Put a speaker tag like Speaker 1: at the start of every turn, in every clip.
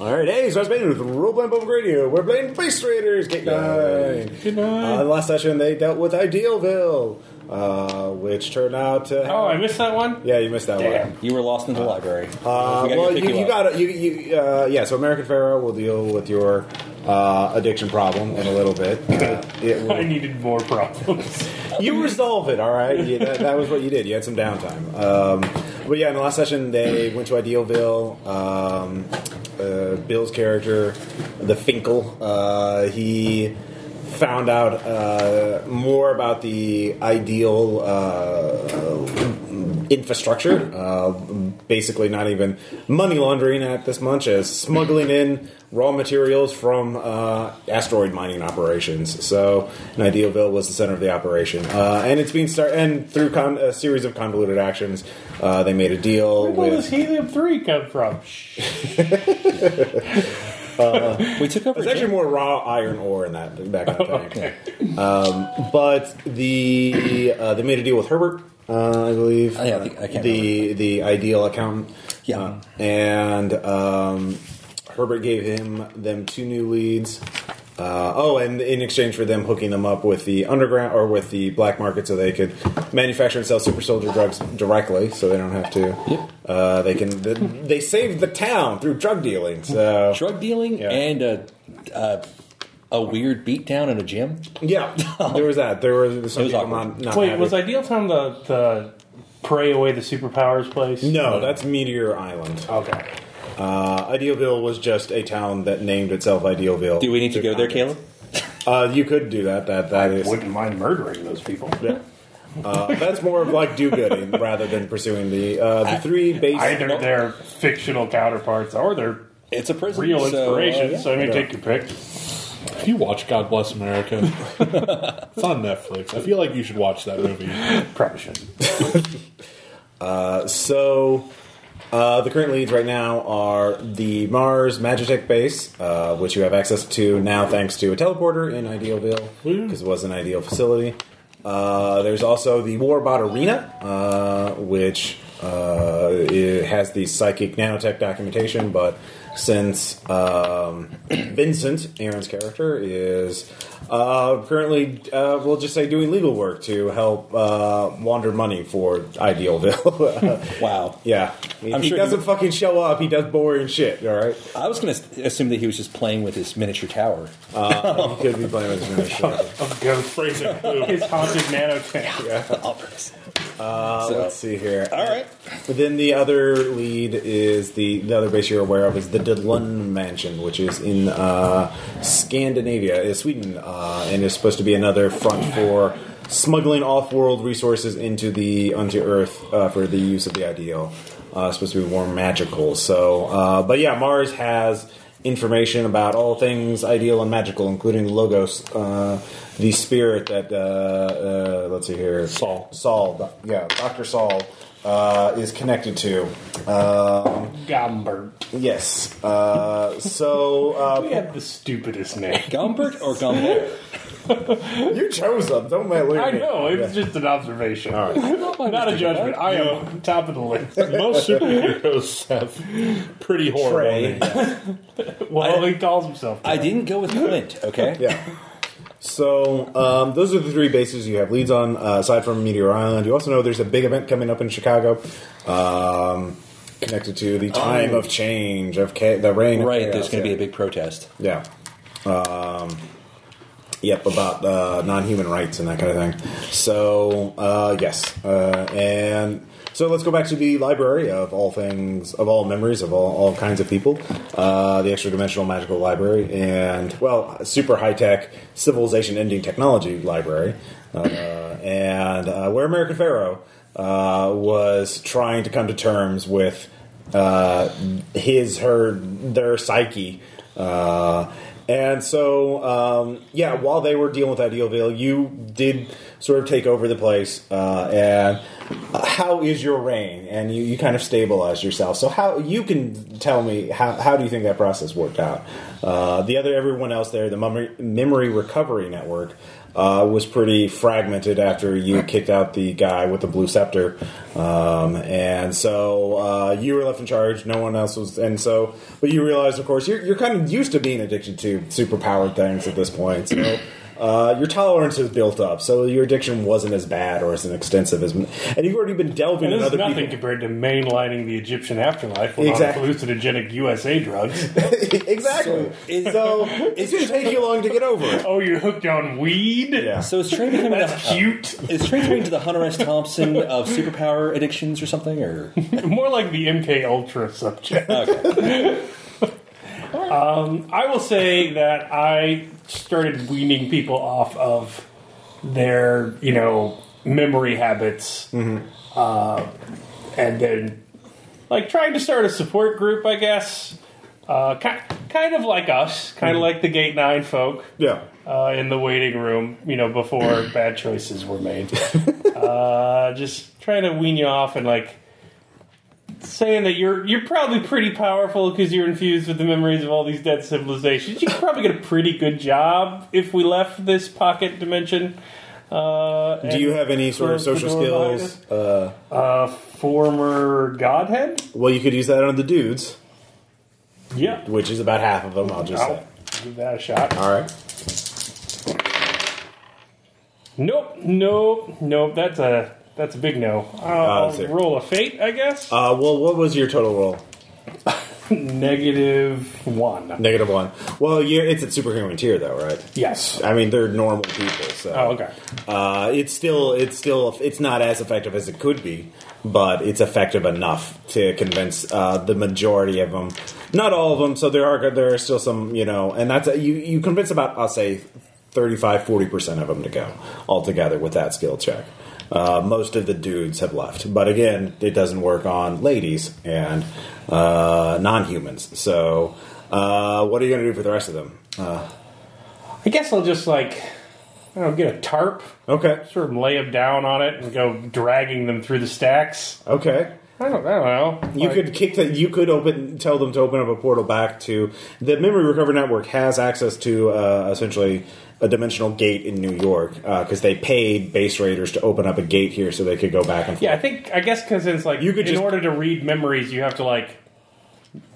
Speaker 1: All right, hey, so I was playing with Roleplaying Public Radio. We're playing Space Raiders. Get nine.
Speaker 2: Good night.
Speaker 1: Uh, in the last session, they dealt with Idealville, uh, which turned out to. Have,
Speaker 2: oh, I missed that one.
Speaker 1: Yeah, you missed that
Speaker 2: Damn.
Speaker 1: one.
Speaker 3: You were lost in the library.
Speaker 1: Uh, well, you, you got you, you uh, yeah. So American Pharaoh will deal with your uh, addiction problem in a little bit. Uh, it will-
Speaker 2: I needed more problems.
Speaker 1: you resolve it, all right? You, that, that was what you did. You had some downtime. Um, but yeah, in the last session, they went to Idealville. Um, uh, Bill's character, the Finkel, uh, he found out uh, more about the ideal uh, infrastructure. Uh, basically, not even money laundering at this much as smuggling in raw materials from uh, asteroid mining operations. So, and Idealville was the center of the operation, uh, and it's being start and through con- a series of convoluted actions, uh, they made a deal
Speaker 2: Where
Speaker 1: with.
Speaker 2: does helium three come from? Shh.
Speaker 3: we took over.
Speaker 1: There's actually
Speaker 3: Jim.
Speaker 1: more raw iron ore in that back in that
Speaker 3: Oh,
Speaker 1: tank.
Speaker 2: Okay.
Speaker 1: Um, But the uh, they made a deal with Herbert, uh, I believe.
Speaker 3: Oh, yeah, I think- I can't
Speaker 1: the the ideal accountant.
Speaker 3: Yeah.
Speaker 1: Uh, and um, Herbert gave him them two new leads. Uh, oh, and in exchange for them hooking them up with the underground or with the black market, so they could manufacture and sell super soldier drugs directly, so they don't have to. Yep. Uh, they can. They, they saved the town through drug dealing. So
Speaker 3: drug dealing
Speaker 1: Yeah.
Speaker 3: and a, a a weird beatdown in a gym.
Speaker 1: yeah, there was that. There were some
Speaker 3: It was
Speaker 1: people
Speaker 3: awkward.
Speaker 1: not, not
Speaker 2: Wait,
Speaker 1: happy.
Speaker 2: was Ideal Time the the pray away the superpowers place?
Speaker 1: No, that's Meteor Island.
Speaker 2: Okay.
Speaker 1: Uh, Idealville was just a town that named itself Idealville.
Speaker 3: Do we need to go there, Caleb?
Speaker 1: Uh, you could do that. That that is.
Speaker 4: Wouldn't mind murdering those people.
Speaker 1: Uh, that's more of like do-gooding rather than pursuing the uh, the three base.
Speaker 2: Either their fictional counterparts or their
Speaker 3: It's a prison.
Speaker 2: real
Speaker 3: so, uh,
Speaker 2: inspiration. So, I mean,
Speaker 1: Yeah.
Speaker 2: take your pick.
Speaker 5: You watch God Bless America. it's on Netflix. I feel like you should watch that movie.
Speaker 2: Probably shouldn't.
Speaker 1: So, uh, the current leads right now are the Mars Magitech base, uh, which you have access to now thanks to a teleporter in Idealville, because it was an ideal facility. Uh, there's also the Warbot Arena, uh, which uh, it has the psychic nanotech documentation, but since um, Vincent, Aaron's character, is uh, currently, uh, we'll just say, doing legal work to help uh, launder money for Idealville.
Speaker 3: Wow.
Speaker 1: Yeah.
Speaker 3: I'm
Speaker 1: he
Speaker 3: sure
Speaker 1: doesn't
Speaker 3: he-
Speaker 1: fucking show up. He does boring shit, all right?
Speaker 3: I was going to assume that he was just playing with his miniature tower. Oh.
Speaker 1: he could be playing with his miniature.
Speaker 2: Of ghost phrasing. His haunted nanotech.
Speaker 1: Uh,
Speaker 3: So-
Speaker 1: let's see here.
Speaker 3: All right.
Speaker 1: But then the other lead is the, the other base you're aware of is the Delun Mansion, which is in uh, Scandinavia, uh, Sweden, uh, and is supposed to be another front for smuggling off-world resources into the onto Earth uh, for the use of the ideal. Uh, supposed to be more magical. So, uh, but yeah, Mars has information about all things ideal and magical, including logos, uh, the spirit that uh, uh, let's see here,
Speaker 5: Saul.
Speaker 1: Saul, doc- yeah, Doctor Saul uh, is connected to. Um,
Speaker 2: Gombert.
Speaker 1: yes, uh, so
Speaker 2: We
Speaker 1: uh,
Speaker 2: have the stupidest name.
Speaker 3: Gumbert or Gumbert?
Speaker 1: uh, you chose them. Don't my
Speaker 2: I know. It was just an observation. Not a judgment. I am top of the list.
Speaker 5: Most superheroes have pretty horrible
Speaker 1: Trey.
Speaker 5: names.
Speaker 2: Well, he calls himself.
Speaker 3: I didn't go with Clint, okay?
Speaker 1: Yeah. So um, those are the three bases you have leads on. Uh, aside from Meteor Island, you also know there's a big event coming up in Chicago, um, connected to the time of change of ca- the rain. of
Speaker 3: Oh. Right,
Speaker 1: chaos,
Speaker 3: there's going to
Speaker 1: yeah.
Speaker 3: be a big protest.
Speaker 1: Yeah. Um, yep, about uh, non human rights and that kind of thing. So, uh, yes. Uh, and so let's go back to the library of all things, of all memories, of all, all kinds of people. Uh, the extra dimensional magical library, and, well, super high tech civilization ending technology library. Uh, and uh, where American Pharaoh uh, was trying to come to terms with uh, his, her, their psyche. Uh, and so, um, yeah, while they were dealing with Idealville, you did sort of take over the place, uh, and uh, how is your reign? And you, you kind of stabilize yourself. So how you can tell me how, how do you think that process worked out? Uh, the other everyone else there, the memory, memory recovery network. Uh, was pretty fragmented after you kicked out the guy with the blue scepter, um, and so uh, you were left in charge. No one else was, and so but you realized, of course, you're, you're kind of used to being addicted to superpowered things at this point. So uh, your tolerance has built up, so your addiction wasn't as bad or as extensive as. And you've already been delving
Speaker 2: And
Speaker 1: in
Speaker 2: this is
Speaker 1: other
Speaker 2: nothing
Speaker 1: people.
Speaker 2: compared to mainlining the Egyptian afterlife with
Speaker 1: Exactly.
Speaker 2: all the hallucinogenic USA drugs.
Speaker 1: exactly. So, it's
Speaker 3: is-
Speaker 1: going to take you long to get over it.
Speaker 2: oh, you're hooked on weed?
Speaker 1: Yeah.
Speaker 3: So is Train becoming
Speaker 2: That's
Speaker 3: the, uh,
Speaker 2: cute.
Speaker 3: is Train becoming to the Hunter S. Thompson of superpower addictions or something? Or
Speaker 2: More like the MK Ultra subject. um, I will say that I started weaning people off of their, you know, memory habits, uh, and then like trying to start a support group, I guess. Uh, ki- kind of like us, kind of like the Gate Nine folk
Speaker 1: Yeah.
Speaker 2: uh, in the waiting room, you know, before bad choices were made. uh, just trying to wean you off and like saying that you're you're probably pretty powerful because you're infused with the memories of all these dead civilizations. You could probably get a pretty good job if we left this pocket dimension. Uh,
Speaker 1: Do you have any sort of social skills? Uh,
Speaker 2: Uh, former godhead.
Speaker 1: well, you could use that on the dudes,
Speaker 2: Yeah,
Speaker 1: which is about half of them. I'll just
Speaker 2: I'll
Speaker 1: say.
Speaker 2: give that a shot.
Speaker 1: All right.
Speaker 2: Nope, nope, nope. That's a that's a big no. I'll
Speaker 1: Ah, that's it.
Speaker 2: roll a fate, I guess.
Speaker 1: Uh, well, what was your total roll?
Speaker 2: Negative one.
Speaker 1: Negative one. Well, you're, it's at superhuman tier though, right?
Speaker 2: Yes.
Speaker 1: I mean, they're normal people, so
Speaker 2: Oh, okay.
Speaker 1: uh, it's still it's still it's not as effective as it could be, but it's effective enough to convince uh, the majority of them. Not all of them, so there are there are still some, you know, and that's you you convince about I'll say 35 40 percent of them to go altogether with that skill check. Uh, most of the dudes have left, but again, it doesn't work on ladies and uh, non-humans. So, uh, what are you going to do for the rest of them? Uh,
Speaker 2: I guess I'll just like I don't know, get a tarp,
Speaker 1: okay,
Speaker 2: sort of lay them down on it, and go dragging them through the stacks.
Speaker 1: okay.
Speaker 2: I don't, I don't know.
Speaker 1: You
Speaker 2: Like,
Speaker 1: could kick that. You could open, tell them to open up a portal back to the Memory Recovery Network has access to uh, essentially a dimensional gate in New York because they paid base raiders to open up a gate here so they could go back and forth.
Speaker 2: Yeah, I think I guess because it's like
Speaker 1: You could
Speaker 2: in
Speaker 1: just-
Speaker 2: order to read memories, you have to like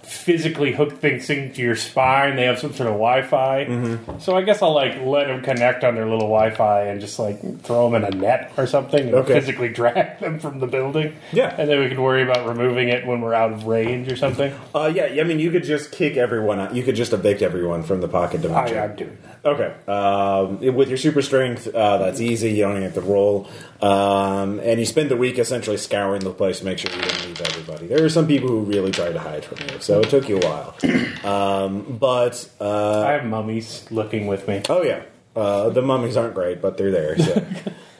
Speaker 2: physically hook things into your spine. They have some sort of Wi-Fi,
Speaker 1: Mm-hmm.
Speaker 2: so I guess I'll like let them connect on their little Wi-Fi and just like throw them in a net or something, and
Speaker 1: Okay.
Speaker 2: physically drag them from the building.
Speaker 1: Yeah.
Speaker 2: and then we can worry about removing it when we're out of range or something.
Speaker 1: Uh, yeah. I mean, you could just kick everyone. out. You could just evict everyone from the pocket
Speaker 2: I,
Speaker 1: dimension.
Speaker 2: I'm doing that.
Speaker 1: Okay. Um, with your super strength, uh, that's easy. You don't even have to roll. Um, and you spend the week essentially scouring the place to make sure you didn't leave everybody. There are some people who really try to hide from you, so it took you a while. Um, but, uh,
Speaker 2: I have mummies looking with me.
Speaker 1: oh yeah, uh, the mummies aren't great, but they're there. So,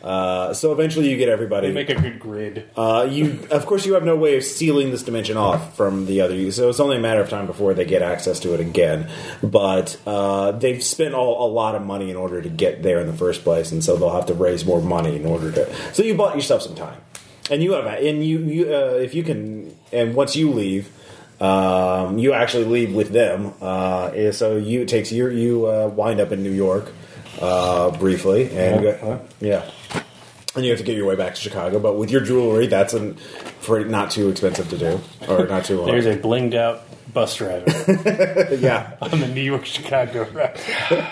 Speaker 1: uh, so eventually you get everybody.
Speaker 2: They make a good grid.
Speaker 1: Uh, you, of course, you have no way of sealing this dimension off from the other, so it's only a matter of time before they get access to it again. But uh, they've spent all, a lot of money in order to get there in the first place, and so they'll have to raise more money in order to. So you bought yourself some time, and you have, and you, you uh, if you can, and once you leave, um, you actually leave with them. Uh, and so you it takes you you uh, wind up in New York uh, briefly, and you go- yeah and you have to get your way back to Chicago. But with your jewelry, that's an, for not too expensive to do or not too
Speaker 2: There's
Speaker 1: long.
Speaker 2: a blinged out bus driver
Speaker 1: yeah,
Speaker 2: on the New York Chicago route.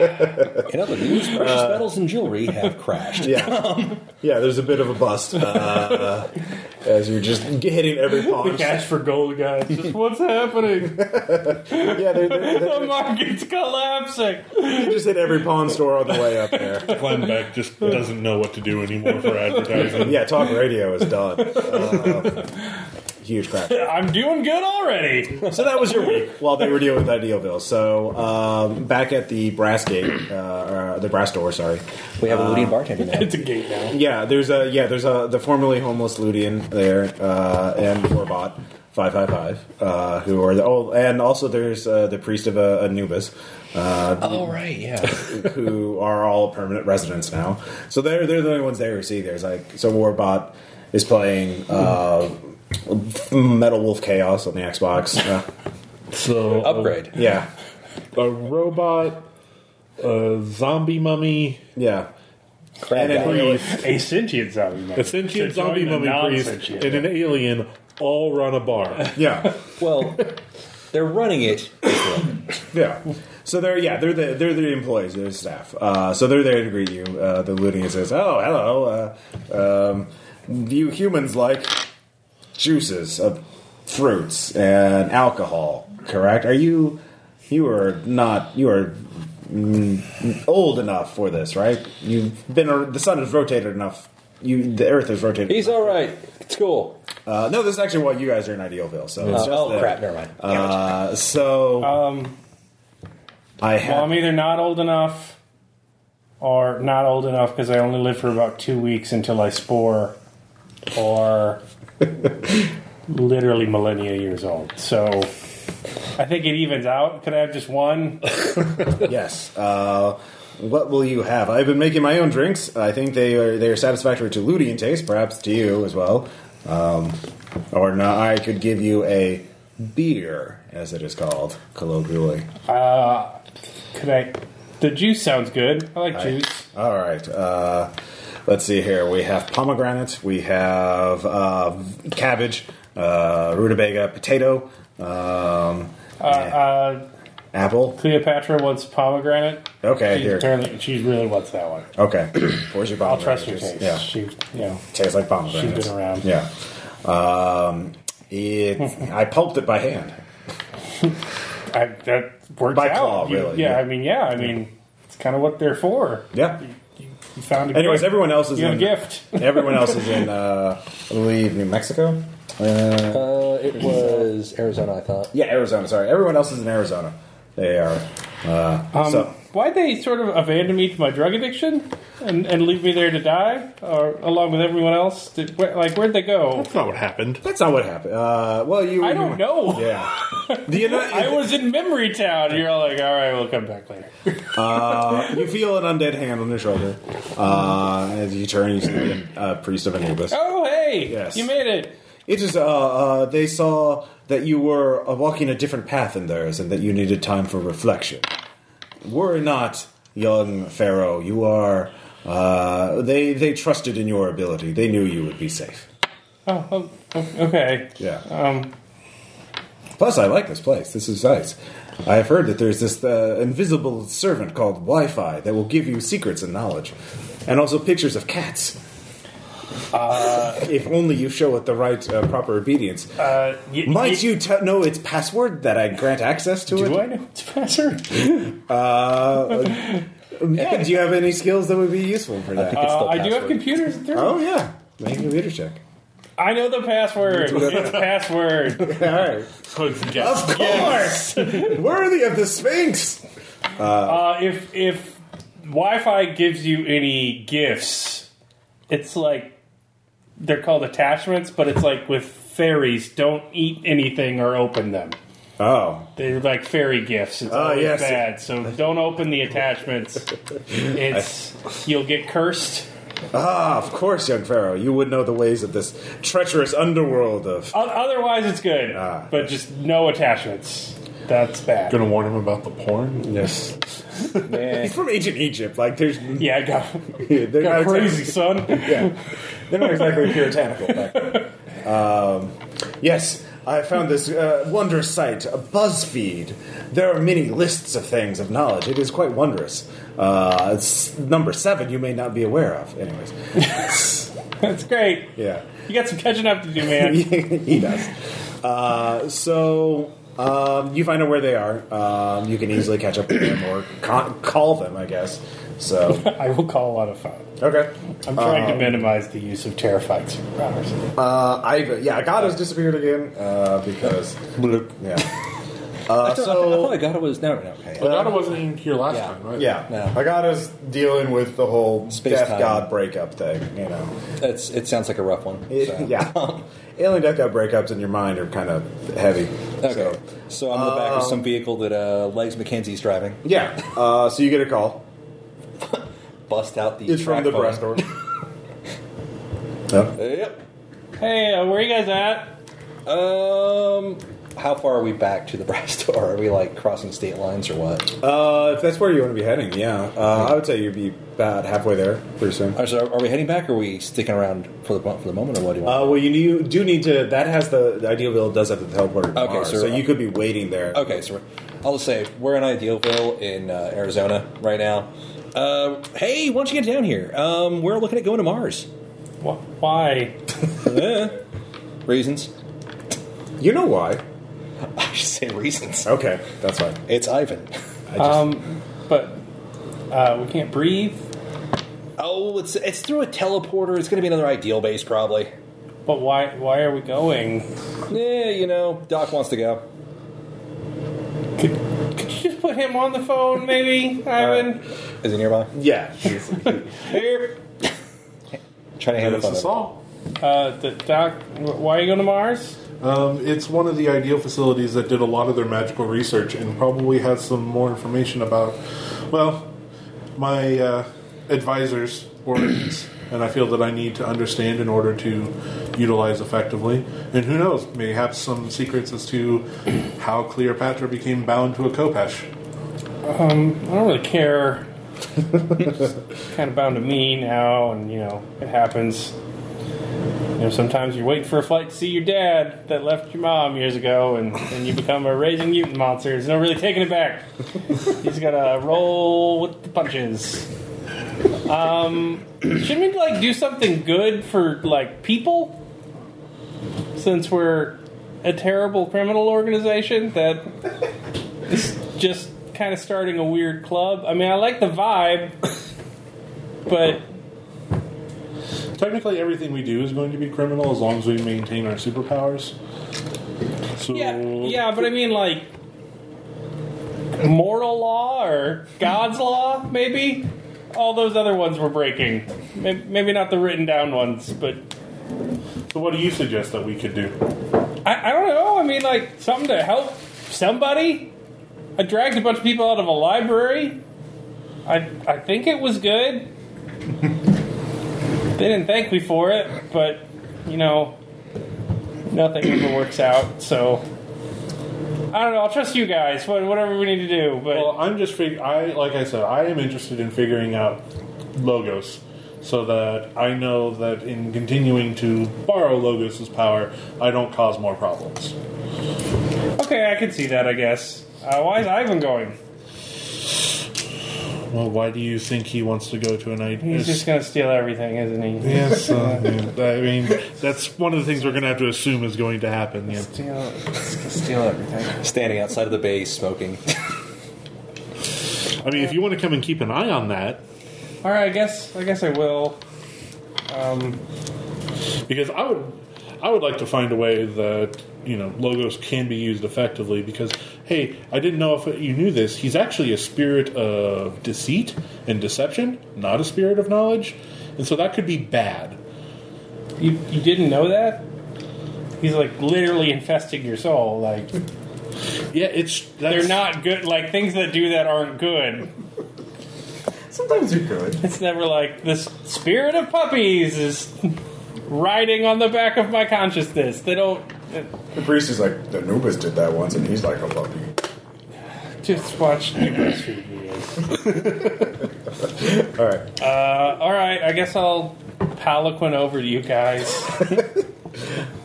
Speaker 3: in other news, precious
Speaker 1: Uh,
Speaker 3: metals and jewelry have crashed.
Speaker 1: yeah, yeah. There's a bit of a bust uh, as you're just hitting every
Speaker 2: The
Speaker 1: pawn.
Speaker 2: cash for gold guys. Just what's happening?
Speaker 1: Yeah, they're, they're,
Speaker 2: the market's collapsing.
Speaker 1: they just hit every pawn store on the way up there.
Speaker 5: Glenn Beck just doesn't know what to do anymore for advertising.
Speaker 1: Yeah, talk radio is done. Uh, huge crash.
Speaker 2: I'm doing good already.
Speaker 1: So that was your week while they were dealing with Idealville. So um, back at the brass gate, uh, or the brass door. Sorry.
Speaker 3: We have a leading bartender now.
Speaker 2: Ah. It's a gate now.
Speaker 1: Yeah, there's a yeah, there's a the formerly homeless Ludian there, uh, and Forbot five five five, uh, who are the oh, and also there's uh, the priest of uh, Anubis, uh,
Speaker 3: Oh right, yeah.
Speaker 1: who are all permanent residents now. So they're they're the only ones there who see. There's like so Warbot is playing uh, Metal Wolf Chaos on the Xbox. Uh,
Speaker 5: So
Speaker 3: Upgrade.
Speaker 1: yeah,
Speaker 5: A, a robot, a zombie mummy,
Speaker 1: yeah. And
Speaker 3: Crab guy.
Speaker 1: it-
Speaker 5: priest,
Speaker 2: A sentient zombie mummy.
Speaker 5: a sentient
Speaker 2: To join
Speaker 5: zombie
Speaker 2: the
Speaker 5: mummy priest,
Speaker 2: non-sentient.
Speaker 5: and an alien all run a bar.
Speaker 1: Yeah.
Speaker 3: Well, they're running it.
Speaker 1: Yeah. So they're yeah they're the they're the employees they're the staff uh, so they're there to greet you uh, the looting says oh hello uh, um, you humans like juices of fruits and alcohol correct are you you are not you are mm, old enough for this right you've been ar- the sun has rotated enough you the earth has rotated
Speaker 3: He's all right. It's cool.
Speaker 1: uh, no this is actually why you guys are in Idealville so it's
Speaker 3: Uh,
Speaker 1: just
Speaker 3: oh
Speaker 1: that.
Speaker 3: crap! Never mind.
Speaker 1: uh, so
Speaker 2: Um,
Speaker 1: I have
Speaker 2: well, I'm either not old enough or not old enough because I only live for about two weeks until I spore or literally millennia years old. So I think it evens out. Could I have just one?
Speaker 1: Yes. Uh, what will you have? I've been making my own drinks. I think they are they are satisfactory to Ludian taste, perhaps to you as well. Um, or not, I could give you a beer, as it is called colloquially.
Speaker 2: Could I? The juice sounds good. I like juice.
Speaker 1: All right. Uh, let's see here. We have pomegranate. We have uh, cabbage, uh, rutabaga, potato, um,
Speaker 2: Uh, uh,
Speaker 1: apple.
Speaker 2: Cleopatra wants pomegranate.
Speaker 1: Okay,
Speaker 2: She's
Speaker 1: here.
Speaker 2: Apparently, she really wants that one.
Speaker 1: Okay. Where's your pomegranate?
Speaker 2: I'll trust your
Speaker 1: juice?
Speaker 2: taste.
Speaker 1: Yeah.
Speaker 2: She, you know,
Speaker 1: Tastes like pomegranate.
Speaker 2: She's been around.
Speaker 1: Yeah. Um, it, I pulped it by hand.
Speaker 2: I, that works
Speaker 1: By
Speaker 2: out.
Speaker 1: claw,
Speaker 2: You-
Speaker 1: really,
Speaker 2: Yeah,
Speaker 1: yeah.
Speaker 2: I mean, yeah, I mean, it's kind of what they're for.
Speaker 1: Yeah.
Speaker 2: You found a
Speaker 1: Anyways,
Speaker 2: gift.
Speaker 1: everyone else is
Speaker 2: You have
Speaker 1: in
Speaker 2: a gift.
Speaker 1: Everyone else is in, uh, I believe, New Mexico. Uh,
Speaker 3: Uh, it was Arizona, I thought.
Speaker 1: yeah, Arizona. Sorry, everyone else is in Arizona. They are. Uh,
Speaker 2: Um,
Speaker 1: so
Speaker 2: Why'd they sort of abandon me to my drug addiction and, and leave me there to die, or along with everyone else? Did, where, like, where'd they go?
Speaker 5: That's not what happened.
Speaker 1: that's not what happened. Uh, well, you.
Speaker 2: I don't know.
Speaker 1: Yeah. Do you know?
Speaker 2: I was in Memory Town. You're all like, all right, we'll come back later.
Speaker 1: Uh, you feel an undead hand on your shoulder. Uh, as you turn, you see the uh, priest of Anubis.
Speaker 2: Oh, hey,
Speaker 1: Yes.
Speaker 2: you made it.
Speaker 1: It is. Uh, uh, they saw that you were uh, walking a different path than theirs, and that you needed time for reflection. Were not, young Pharaoh, you are. Uh, they they trusted in your ability. They knew you would be safe.
Speaker 2: Oh, oh, oh, okay.
Speaker 1: Yeah.
Speaker 2: Um,
Speaker 1: Plus, I like this place. This is nice. I have heard that there's this uh, invisible servant called Wi-Fi that will give you secrets and knowledge, and also pictures of cats. Uh, if only you show it the right uh, proper obedience.
Speaker 2: uh, y-
Speaker 1: Might
Speaker 2: y-
Speaker 1: you t- know its password that I grant access to
Speaker 2: Do
Speaker 1: it?
Speaker 2: I know it's Passer?
Speaker 1: Yeah, do you have any skills that would be useful for that?
Speaker 3: It's
Speaker 2: Uh,
Speaker 3: the
Speaker 2: I do have
Speaker 3: password.
Speaker 2: computers. They're-
Speaker 1: oh yeah, make a computer check.
Speaker 2: I know the password. it's password.
Speaker 1: All right,
Speaker 5: So it's
Speaker 1: of
Speaker 5: guess.
Speaker 1: course, worthy of the Sphinx.
Speaker 2: Uh, if if Wi-Fi gives you any gifts, it's like they're called attachments, but it's like with fairies. Don't eat anything or open them.
Speaker 1: Oh,
Speaker 2: They're like fairy gifts. It's
Speaker 1: Ah,
Speaker 2: always
Speaker 1: yes.
Speaker 2: bad. So don't open the attachments. It's you'll get cursed.
Speaker 1: ah, of course, young Pharaoh, you would know the ways of this treacherous underworld of.
Speaker 2: O- Otherwise, it's good.
Speaker 1: Ah,
Speaker 2: but just no attachments. That's bad.
Speaker 5: Gonna warn him about the porn.
Speaker 1: Yes,
Speaker 3: Eh,
Speaker 1: from ancient Egypt, like there's
Speaker 2: Yeah, I got,
Speaker 1: they're not
Speaker 2: got
Speaker 1: exactly-
Speaker 2: crazy, son.
Speaker 1: yeah, they're not exactly puritanical back then. Um, yes, I found this uh, wondrous site, uh, BuzzFeed. There are many lists of things of knowledge. It is quite wondrous. Uh, it's number seven you may not be aware of. Anyways,
Speaker 2: That's great.
Speaker 1: yeah,
Speaker 2: You got some catching up to do, man.
Speaker 1: he does. Uh, so. Um, you find out where they are. Um, you can easily catch up with them or con- call them, I guess. So
Speaker 2: I will call on a phone.
Speaker 1: okay,
Speaker 2: I'm trying to minimize the use of terrified superpowers.
Speaker 1: uh, I yeah, Agato's disappeared again uh, because Yeah. Uh,
Speaker 3: I thought
Speaker 1: so
Speaker 3: I got it was no, no, okay.
Speaker 5: Agata wasn't even here last
Speaker 3: Yeah.
Speaker 5: time, right?
Speaker 1: yeah,
Speaker 3: No.
Speaker 1: Agata's dealing with the whole
Speaker 3: Space
Speaker 1: death
Speaker 3: time.
Speaker 1: god breakup thing. You know,
Speaker 3: That's it. Sounds like a rough one.
Speaker 1: It-
Speaker 3: so.
Speaker 1: yeah, alien death god breakups in your mind are kind of heavy.
Speaker 3: Okay.
Speaker 1: So, um,
Speaker 3: So, I'm in the back of some vehicle that uh, Legs McKenzie's driving.
Speaker 1: yeah. Uh, so you get a call.
Speaker 3: Bust out the.
Speaker 1: It's from the
Speaker 3: track Oh.
Speaker 1: breast
Speaker 3: phone.
Speaker 1: door. Yep.
Speaker 3: Yep.
Speaker 2: Hey, uh, where you guys at?
Speaker 3: Um, how far are we back to the brass door? Are we like crossing state lines or what?
Speaker 1: Uh, if that's where you want to be heading, yeah. Uh, I would say you'd be about halfway there pretty soon.
Speaker 3: Are, so are we heading back? Or are we sticking around for the for the moment, or what do you
Speaker 1: Uh,
Speaker 3: want?
Speaker 1: well, you do, do need to. That has the, the ideal bill does have the teleporter. to
Speaker 3: Okay,
Speaker 1: Mars,
Speaker 3: so-
Speaker 1: so you could be waiting there.
Speaker 3: okay, so we're, I'll just say we're in Idealville in uh, Arizona right now. Uh, hey, why don't you get down here? Um, we're looking at going to Mars.
Speaker 2: Wh- Why?
Speaker 3: Eh, reasons?
Speaker 1: You know why?
Speaker 3: I should say reasons.
Speaker 2: Oh.
Speaker 1: Okay, that's fine.
Speaker 3: It's Ivan.
Speaker 1: I just,
Speaker 2: Um, but uh, we can't breathe.
Speaker 3: Oh, it's it's through a teleporter. It's going to be another ideal base, probably.
Speaker 2: But why? Why are we going?
Speaker 3: Yeah, you know, Doc wants to go.
Speaker 2: Could, could you just put him on the phone, maybe, Ivan?
Speaker 3: Is he nearby?
Speaker 1: yeah.
Speaker 3: Here. Trying to hand
Speaker 5: That's
Speaker 3: the phone.
Speaker 5: the song.
Speaker 2: Uh, the doc, wh- why are you going to Mars?
Speaker 5: Um, it's one of the ideal facilities that did a lot of their magical research and probably has some more information about, well, my uh, advisor's origins, and I feel that I need to understand in order to utilize effectively. And who knows, may have some secrets as to how Cleopatra became bound to a Kopesh.
Speaker 2: um, I don't really care. kind of bound to me now, and you know it happens. You know, sometimes you're waiting for a flight to see your dad that left your mom years ago, and, and you become a raging mutant monster. There's no really taking it back. He's gotta roll with the punches. Um, shouldn't we like do something good for like people? Since we're a terrible criminal organization that just kind of starting a weird club. I mean, I like the vibe, but
Speaker 5: Technically, everything we do is going to be criminal as long as we maintain our superpowers. So,
Speaker 2: yeah, yeah, but I mean, like moral law or God's law, maybe. All those other ones we're breaking. May- Maybe not the written down ones, but
Speaker 5: So, what do you suggest that we could do?
Speaker 2: I, I don't know. I mean, like something to help somebody. I dragged a bunch of people out of a library. I I think it was good. they didn't thank me for it, but you know, nothing ever works out. So I don't know. I'll trust you guys. What, whatever we need to do, but
Speaker 5: Well, I'm just fig- I like I said, I am interested in figuring out logos so that I know that in continuing to borrow logos' power, I don't cause more problems.
Speaker 2: okay, I can see that. I guess. Uh, why is Ivan going?
Speaker 5: Well, why do you think he wants to go to an idea?
Speaker 2: He's just gonna steal everything, isn't he?
Speaker 5: Yes, uh, yeah. I mean that's one of the things we're going to have to assume is going to happen. Yeah.
Speaker 2: Steal, steal everything.
Speaker 3: Standing outside of the base, smoking.
Speaker 5: I mean, if you want to come and keep an eye on that,
Speaker 2: All right, I guess. I guess I will. Um,
Speaker 5: because I would I would like to find a way that you know logos can be used effectively because hey I didn't know if you knew this he's actually a spirit of deceit and deception not a spirit of knowledge and so that could be bad
Speaker 2: You you didn't know that? He's like literally infesting your soul. Like
Speaker 5: yeah it's that's,
Speaker 2: they're not good. Like things that do that aren't good.
Speaker 1: Sometimes you could.
Speaker 2: It's never like the s- spirit of puppies is riding on the back of my consciousness. They don't. uh,
Speaker 1: The priest is like, the Anubis did that once, and he's like a puppy.
Speaker 2: Just watch the BuzzFeed videos.
Speaker 1: All right.
Speaker 2: Uh, all right, I guess I'll palanquin over to you guys.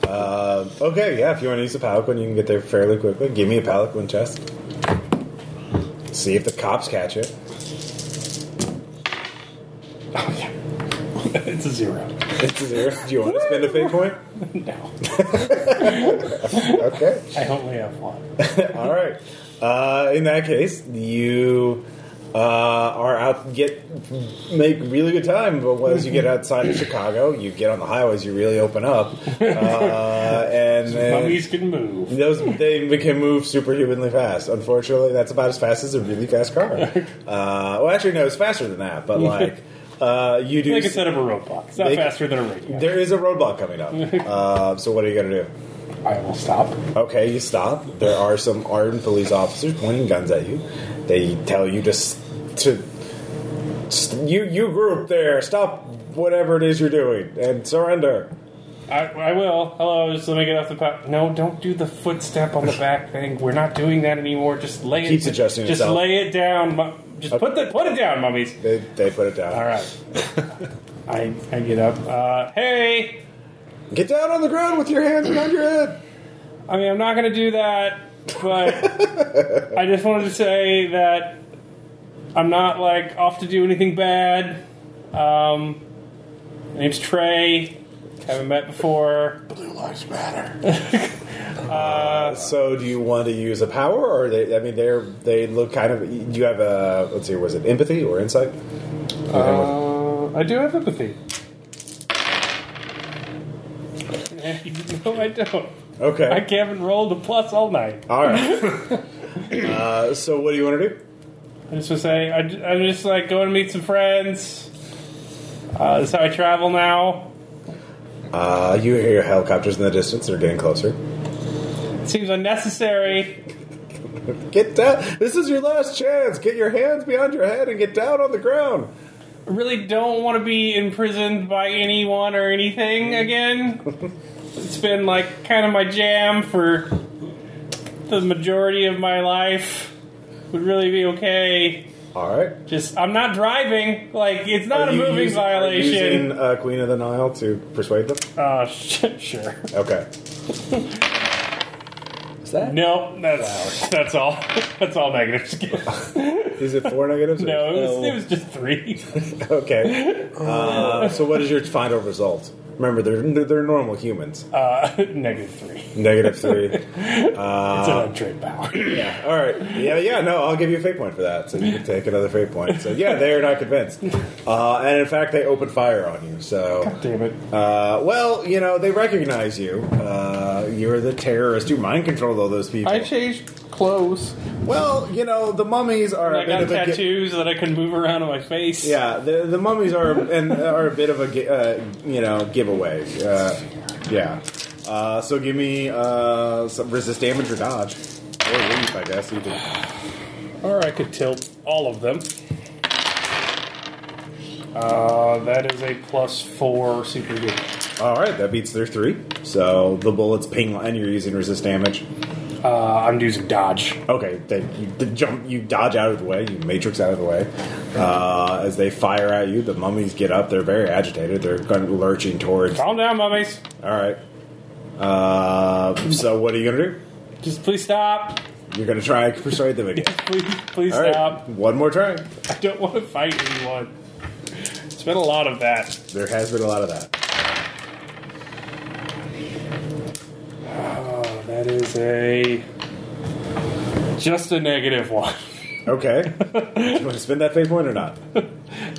Speaker 1: Um, okay, yeah, if you want to use a palanquin, you can get there fairly quickly. Give me a palanquin chest. See if the cops catch it.
Speaker 2: Oh yeah, it's a zero.
Speaker 1: It's a zero. Do you want to spend a fate point?
Speaker 2: No,
Speaker 1: Okay.
Speaker 2: I only have one.
Speaker 1: All right. Uh, in that case, you uh, are out get make really good time. But once you get outside of Chicago, you get on the highways, you really open up, uh, and then
Speaker 2: Puppies can move.
Speaker 1: those they can move superhumanly fast. Unfortunately, that's about as fast as a really fast car. Uh, well, actually, no, it's faster than that. But like, uh, you do.
Speaker 2: They can
Speaker 1: s-
Speaker 2: set up a roadblock. It's not
Speaker 1: They can-
Speaker 2: faster than a radio.
Speaker 1: there is a roadblock coming up. Uh, so what are you gonna do?
Speaker 2: I will stop.
Speaker 1: Okay, you stop. There are some armed police officers pointing guns at you. They tell you to s- to s you you group there. Stop whatever it is you're doing and surrender.
Speaker 2: I, I will. Hello, just let me get off the pot. No, don't do the footstep on the back thing. We're not doing that anymore. Just lay it.
Speaker 1: Keeps adjusting
Speaker 2: Just
Speaker 1: itself.
Speaker 2: lay it down. mu- Just put the put it down, mummies.
Speaker 1: They, they put it down.
Speaker 2: All right. I I get up. Uh, hey,
Speaker 1: Get down on the ground with your hands behind your head.
Speaker 2: I mean I'm not gonna do that, but I just wanted to say that I'm not like off to do anything bad. Um, my name's Trey. Haven't met before.
Speaker 5: Blue lives matter.
Speaker 1: So, do you want to use a power, or are they? I mean, they're they look kind of. Do you have a let's see, was it empathy or insight?
Speaker 2: Uh, I do have empathy. no, I don't.
Speaker 1: okay,
Speaker 2: I haven't rolled a plus all night.
Speaker 1: all right. uh, so, what do you want to do?
Speaker 2: I just was saying, I, am just like going to meet some friends. Uh, that's how I travel now.
Speaker 1: Uh, you hear helicopters in the distance; they're getting closer.
Speaker 2: It seems unnecessary.
Speaker 1: Get down! This is your last chance. Get your hands behind your head and get down on the ground.
Speaker 2: I really don't want to be imprisoned by anyone or anything again. it's been like kind of my jam for the majority of my life. Would really be okay.
Speaker 1: All right.
Speaker 2: Just, I'm not driving. Like, it's not
Speaker 1: Are
Speaker 2: a
Speaker 1: you
Speaker 2: moving
Speaker 1: using- are you
Speaker 2: violation.
Speaker 1: Using uh, Queen of the Nile to persuade them.
Speaker 2: Oh, sh- sure.
Speaker 1: Okay.
Speaker 3: Is that?
Speaker 2: No, that's that's all. That's all negatives.
Speaker 1: Is it four negatives? or-
Speaker 2: no, it was,
Speaker 3: No.
Speaker 2: it was just three.
Speaker 1: Okay. Uh, so, what is your final result? Remember, they're they're normal humans.
Speaker 2: Uh, negative three. It's
Speaker 1: Negative three.
Speaker 2: an untrained power.
Speaker 1: Uh-huh. Yeah. All right. Yeah. Yeah. No, I'll give you a fate point for that. So you can take another fate point. So yeah, they're not convinced, uh, and in fact, they open fire on you. So,
Speaker 2: Damn it.
Speaker 1: uh, well, you know, they recognize you. Uh, you're the terrorist. You mind controlled all those people.
Speaker 4: I changed clothes.
Speaker 1: well, you know, the mummies are
Speaker 2: I
Speaker 1: a bit
Speaker 2: got
Speaker 1: of a. gi-
Speaker 2: tattoos that I can move around on my face.
Speaker 1: yeah, the, the mummies are and are a bit of a gi- uh, you know giveaway. Uh, yeah. Uh, so give me uh, some resist damage or dodge, or leap, I guess. You can
Speaker 2: Or I could tilt all of them. Uh, that is a plus four super good.
Speaker 1: All right, that beats their three. So the bullets ping, and you're using resist damage.
Speaker 2: Uh, I'm using dodge.
Speaker 1: Okay, they, you d- jump, you dodge out of the way, you matrix out of the way. Uh, as they fire at you, the mummies get up. They're very agitated. They're kind of lurching towards. All
Speaker 2: Calm down, mummies.
Speaker 1: right. Uh, so what are you gonna do?
Speaker 2: Just please stop.
Speaker 1: You're gonna try and persuade them again.
Speaker 2: Please, please
Speaker 1: All right,
Speaker 2: stop.
Speaker 1: one more try.
Speaker 2: I don't want to fight anyone. It's been a lot of that.
Speaker 1: There has been a lot of that.
Speaker 2: Oh, that is a just a negative one.
Speaker 1: Okay, you want to spend that fate point or not?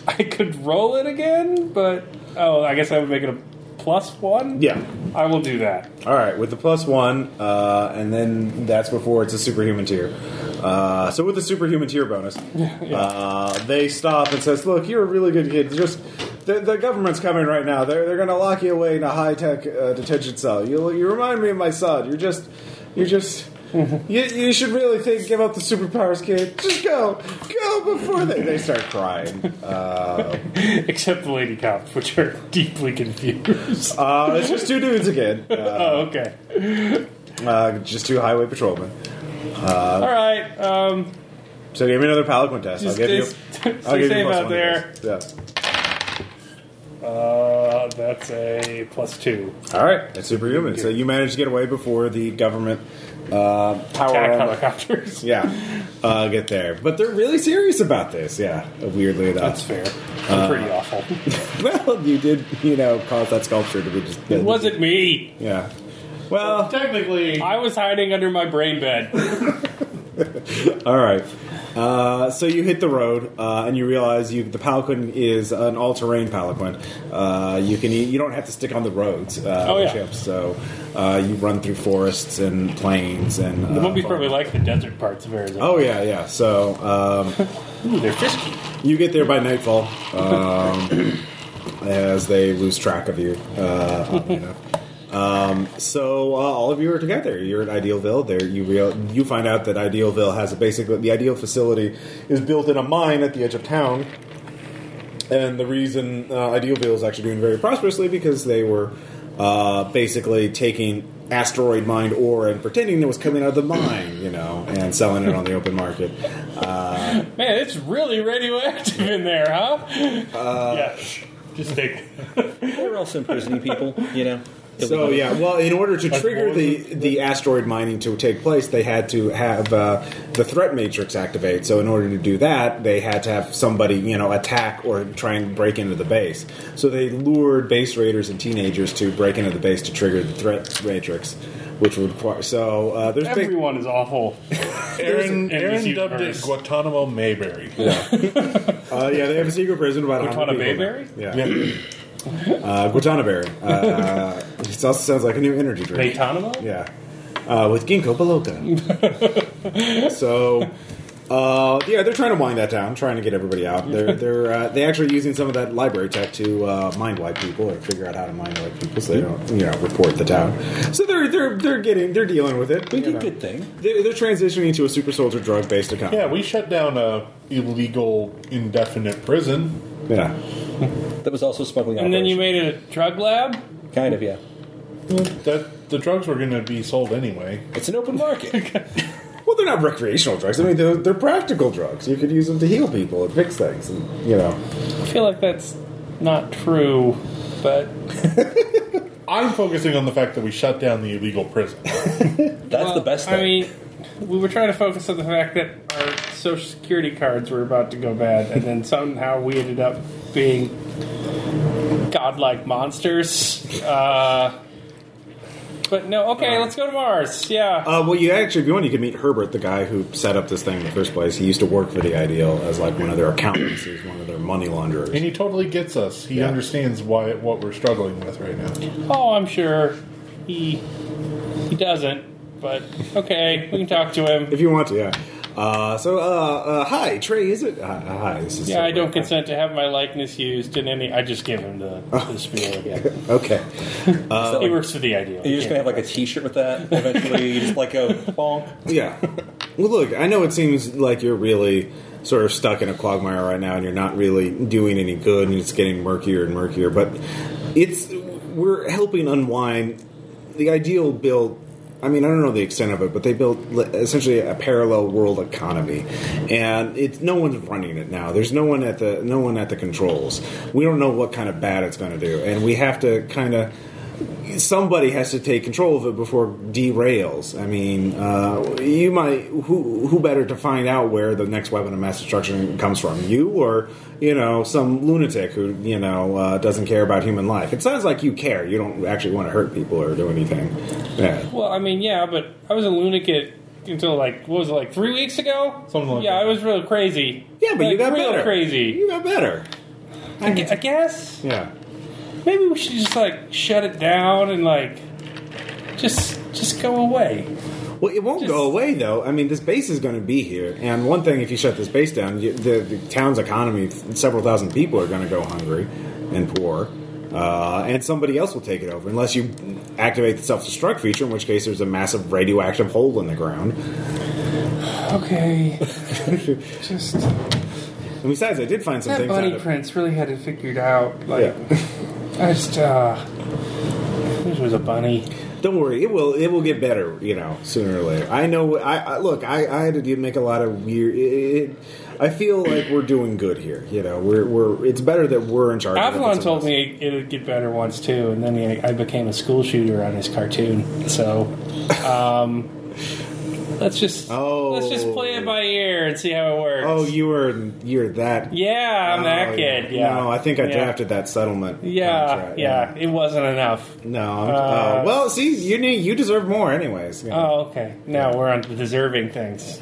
Speaker 2: I could roll it again, but oh, I guess I would make it a plus one.
Speaker 1: Yeah.
Speaker 2: I will do that.
Speaker 1: All right, with the plus one, uh, and then that's before it's a superhuman tier. Uh, so with the superhuman tier bonus, uh, they stop and says, "Look, you're a really good kid. Just the, the government's coming right now. They're they're going to lock you away in a high tech uh, detention cell. You you remind me of my son. You're just you're just." You, you should really think give up the superpowers, kid. Just go, go before they, they start crying. Uh,
Speaker 2: Except the lady cops, which are deeply confused.
Speaker 1: uh, it's just two dudes again, uh,
Speaker 2: Oh, okay.
Speaker 1: uh, just two highway patrolmen. uh,
Speaker 2: All right. Um,
Speaker 1: So give me another palate contest.
Speaker 2: just,
Speaker 1: I'll give
Speaker 2: just
Speaker 1: you.
Speaker 2: stay
Speaker 1: I'll give you
Speaker 2: safe
Speaker 1: plus
Speaker 2: out
Speaker 1: one to
Speaker 2: there.
Speaker 1: this.
Speaker 2: Uh, that's a plus two.
Speaker 1: Yeah. All right. That's superhuman. So you managed to get away before the government uh, power
Speaker 2: Attack
Speaker 1: armor-
Speaker 2: helicopters.
Speaker 1: Yeah, uh, get there. But they're really serious about this. Yeah, weirdly
Speaker 2: That's
Speaker 1: enough.
Speaker 2: fair.
Speaker 1: Uh,
Speaker 2: I'm pretty awful.
Speaker 1: well, you did, you know, cause that sculpture to be just.
Speaker 2: It wasn't me.
Speaker 1: Yeah. Well,
Speaker 5: Technically,
Speaker 2: I was hiding under my brain bed.
Speaker 1: all right. Uh, so you hit the road, uh, and you realize you the palanquin is an all-terrain palanquin. Uh, you can you don't have to stick on the roads. Uh,
Speaker 2: Oh,
Speaker 1: with
Speaker 2: yeah.
Speaker 1: ships, so uh, you run through forests and plains and.
Speaker 2: The
Speaker 1: uh,
Speaker 2: mummies
Speaker 1: farms.
Speaker 2: probably like the desert parts of Arizona.
Speaker 1: Oh yeah, yeah. So um,
Speaker 2: Ooh, they're frisky.
Speaker 1: you get there by nightfall, um, as they lose track of you. Uh, oddly enough. um, so uh, all of you are together. You're at Idealville. There, you real you find out that Idealville has a basic. The Ideal facility is built in a mine at the edge of town. And the reason uh, Idealville is actually doing very prosperously because they were uh, basically taking asteroid mined ore and pretending it was coming out of the mine, you know, and selling it on the open market. Uh,
Speaker 2: Man, it's really radioactive in there, huh? yeah. Just take.
Speaker 3: We're also imprisoning people, you know.
Speaker 1: so yeah, well, in order to trigger
Speaker 2: what was
Speaker 1: the the asteroid mining to take place, they had to have uh, the threat matrix activate. So in order to do that, they had to have somebody you know attack or try and break into the base. So they lured base raiders and teenagers to break into the base to trigger the threat matrix, which would require. So uh, there's big.
Speaker 2: Everyone is awful.
Speaker 5: Aaron,
Speaker 2: And he's
Speaker 5: Aaron
Speaker 2: used
Speaker 5: dubbed it
Speaker 2: Ernest.
Speaker 5: Guantanamo Mayberry.
Speaker 1: Uh, yeah, they have a secret prison about a hundred people now. Yeah,
Speaker 2: Guantanamo
Speaker 5: Yeah.
Speaker 1: Uh, Guantanamo. Uh, it also sounds like a new energy drink.
Speaker 2: Guantanamo?
Speaker 1: Yeah, uh, with ginkgo biloba. so, uh, yeah, they're trying to wind that down, trying to get everybody out. They're they're uh, they actually using some of that library tech to uh, mind white people or figure out how to mind white people so they don't you know report the town. So they're they're they're getting they're dealing with it.
Speaker 3: We
Speaker 1: you
Speaker 3: did
Speaker 1: know.
Speaker 3: good thing.
Speaker 1: They're, they're transitioning to a super soldier drug based economy.
Speaker 5: Yeah, we shut down a illegal indefinite prison.
Speaker 1: yeah.
Speaker 3: That was also smuggling
Speaker 2: And then you
Speaker 3: operation.
Speaker 2: made a drug lab?
Speaker 3: kind of yeah.
Speaker 5: That the drugs were going to be sold anyway.
Speaker 3: It's an open market.
Speaker 1: Well, they're not recreational drugs. I mean, they're, they're practical drugs. You could use them to heal people and fix things, and you know.
Speaker 2: I feel like that's not true, but
Speaker 5: I'm focusing on the fact that we shut down the illegal prison.
Speaker 3: That's the best thing.
Speaker 2: I mean, we were trying to focus on the fact that our social security cards were about to go bad, and then somehow we ended up being godlike monsters. Uh, but no, okay, let's go to Mars. Yeah.
Speaker 1: Uh, well, you actually, if you want, you can meet Herbert, the guy who set up this thing in the first place. He used to work for the Ideal as like one of their accountants. He was one of their money launderers.
Speaker 5: And he totally gets us. He
Speaker 1: Yeah.
Speaker 5: understands why what we're struggling with right now.
Speaker 2: Oh, I'm sure he he doesn't. But okay, we can talk to him.
Speaker 1: If you want to, yeah. Uh, so, uh, uh, hi, Trey. Is it? Uh, hi, this is.
Speaker 2: Yeah, I don't
Speaker 1: Herbert.
Speaker 2: consent to have my likeness used in any. I just give him the, the spiel. Yeah.
Speaker 1: Okay.
Speaker 2: he works for the ideal.
Speaker 3: You're just gonna have like a T-shirt with that eventually. you just like a bonk.
Speaker 1: Yeah. Well, look, I know it seems like you're really sort of stuck in a quagmire right now, and you're not really doing any good, and it's getting murkier and murkier. But it's we're helping unwind the ideal built. I mean, I don't know the extent of it, but they built li- essentially a parallel world economy, and it's no one's running it now. There's no one at the no one at the controls. We don't know what kind of bad it's going to do, and we have to kind of somebody has to take control of it before it derails. I mean, uh, you might who who better to find out where the next weapon of mass destruction comes from? You or you know some lunatic who you know uh, doesn't care about human life? It sounds like you care. You don't actually want to hurt people or do anything. Yeah.
Speaker 2: Well, I mean, yeah, but I was a lunatic until like what was it like three weeks ago?
Speaker 5: Something like
Speaker 2: yeah,
Speaker 5: that.
Speaker 2: I was real crazy.
Speaker 1: Yeah, but
Speaker 2: Like,
Speaker 1: you got
Speaker 2: real
Speaker 1: better.
Speaker 2: crazy.
Speaker 1: You got better.
Speaker 2: I, gu- I guess
Speaker 1: Yeah.
Speaker 2: maybe we should just like shut it down and like just just go away.
Speaker 1: Well, it won't
Speaker 2: Just-
Speaker 1: go away though. I mean, this base is going to be here, and one thing, if you shut this base down, you, the, the town's economy, several thousand people are going to go hungry and poor, uh, and somebody else will take it over unless you activate the self-destruct feature, in which case there's a massive radioactive hole in the ground.
Speaker 2: Okay, just
Speaker 1: And besides, I did find some
Speaker 2: that
Speaker 1: things. Out
Speaker 2: bunny
Speaker 1: of,
Speaker 2: prince really had it figured out. Like
Speaker 1: Yeah.
Speaker 2: I just uh, this was a bunny.
Speaker 1: Don't worry, it will it will get better, you know, sooner or later. I know. I, I look, I, I had to do- make a lot of weird. It, it, I feel like we're doing good here. You know, we're we're it's better that we're in charge. of it than
Speaker 2: Avalon
Speaker 1: someone
Speaker 2: told
Speaker 1: else.
Speaker 2: me it would get better once too, and then he, I became a school shooter on his cartoon. So, um, let's just
Speaker 1: Oh.
Speaker 2: let's just play it by ear and see how it works.
Speaker 1: Oh, you were you're that.
Speaker 2: yeah, I'm
Speaker 1: Oh,
Speaker 2: that kid. Yeah,
Speaker 1: No, I think I
Speaker 2: Yeah.
Speaker 1: drafted that settlement.
Speaker 2: Yeah,
Speaker 1: contract,
Speaker 2: yeah, it wasn't enough.
Speaker 1: No.
Speaker 2: Uh,
Speaker 1: oh, well, see, you need, you deserve more, anyways. you know.
Speaker 2: Oh, okay. Now we're on to deserving things.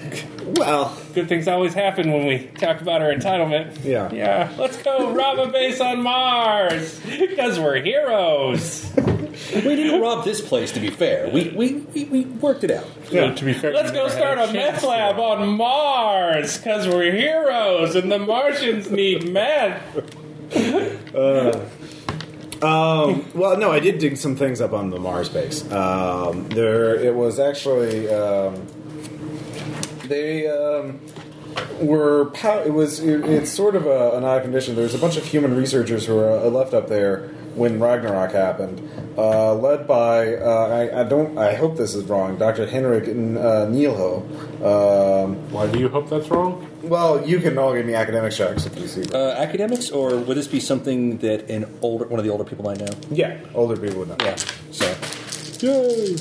Speaker 1: Well,
Speaker 2: Good things always happen when we talk about our entitlement.
Speaker 1: Yeah.
Speaker 2: yeah. Let's go rob a base on Mars because we're heroes.
Speaker 3: We didn't rob this place, to be fair. We we, we, we worked it out.
Speaker 1: Yeah.
Speaker 5: So, to be fair,
Speaker 2: Let's
Speaker 5: we
Speaker 2: go
Speaker 5: never had
Speaker 2: start a
Speaker 5: chance
Speaker 2: meth
Speaker 5: to-
Speaker 2: lab on Mars because we're heroes and the Martians need meth.
Speaker 1: um, well, no, I did dig some things up on the Mars base. Um, there, it was actually um, they. Um, were pow- it was it, it's sort of a, an odd condition. There's a bunch of human researchers who are uh, left up there when Ragnarok happened, uh, led by uh, I, I don't I hope this is wrong, Dr. Henrik uh, Nielho. Um,
Speaker 5: Why do you hope that's wrong?
Speaker 1: well, you can all give me academic checks if you see.
Speaker 3: Uh, academics, or would this be something that an older one of the older people might know?
Speaker 1: yeah, older people would know.
Speaker 3: Yeah. So, yay!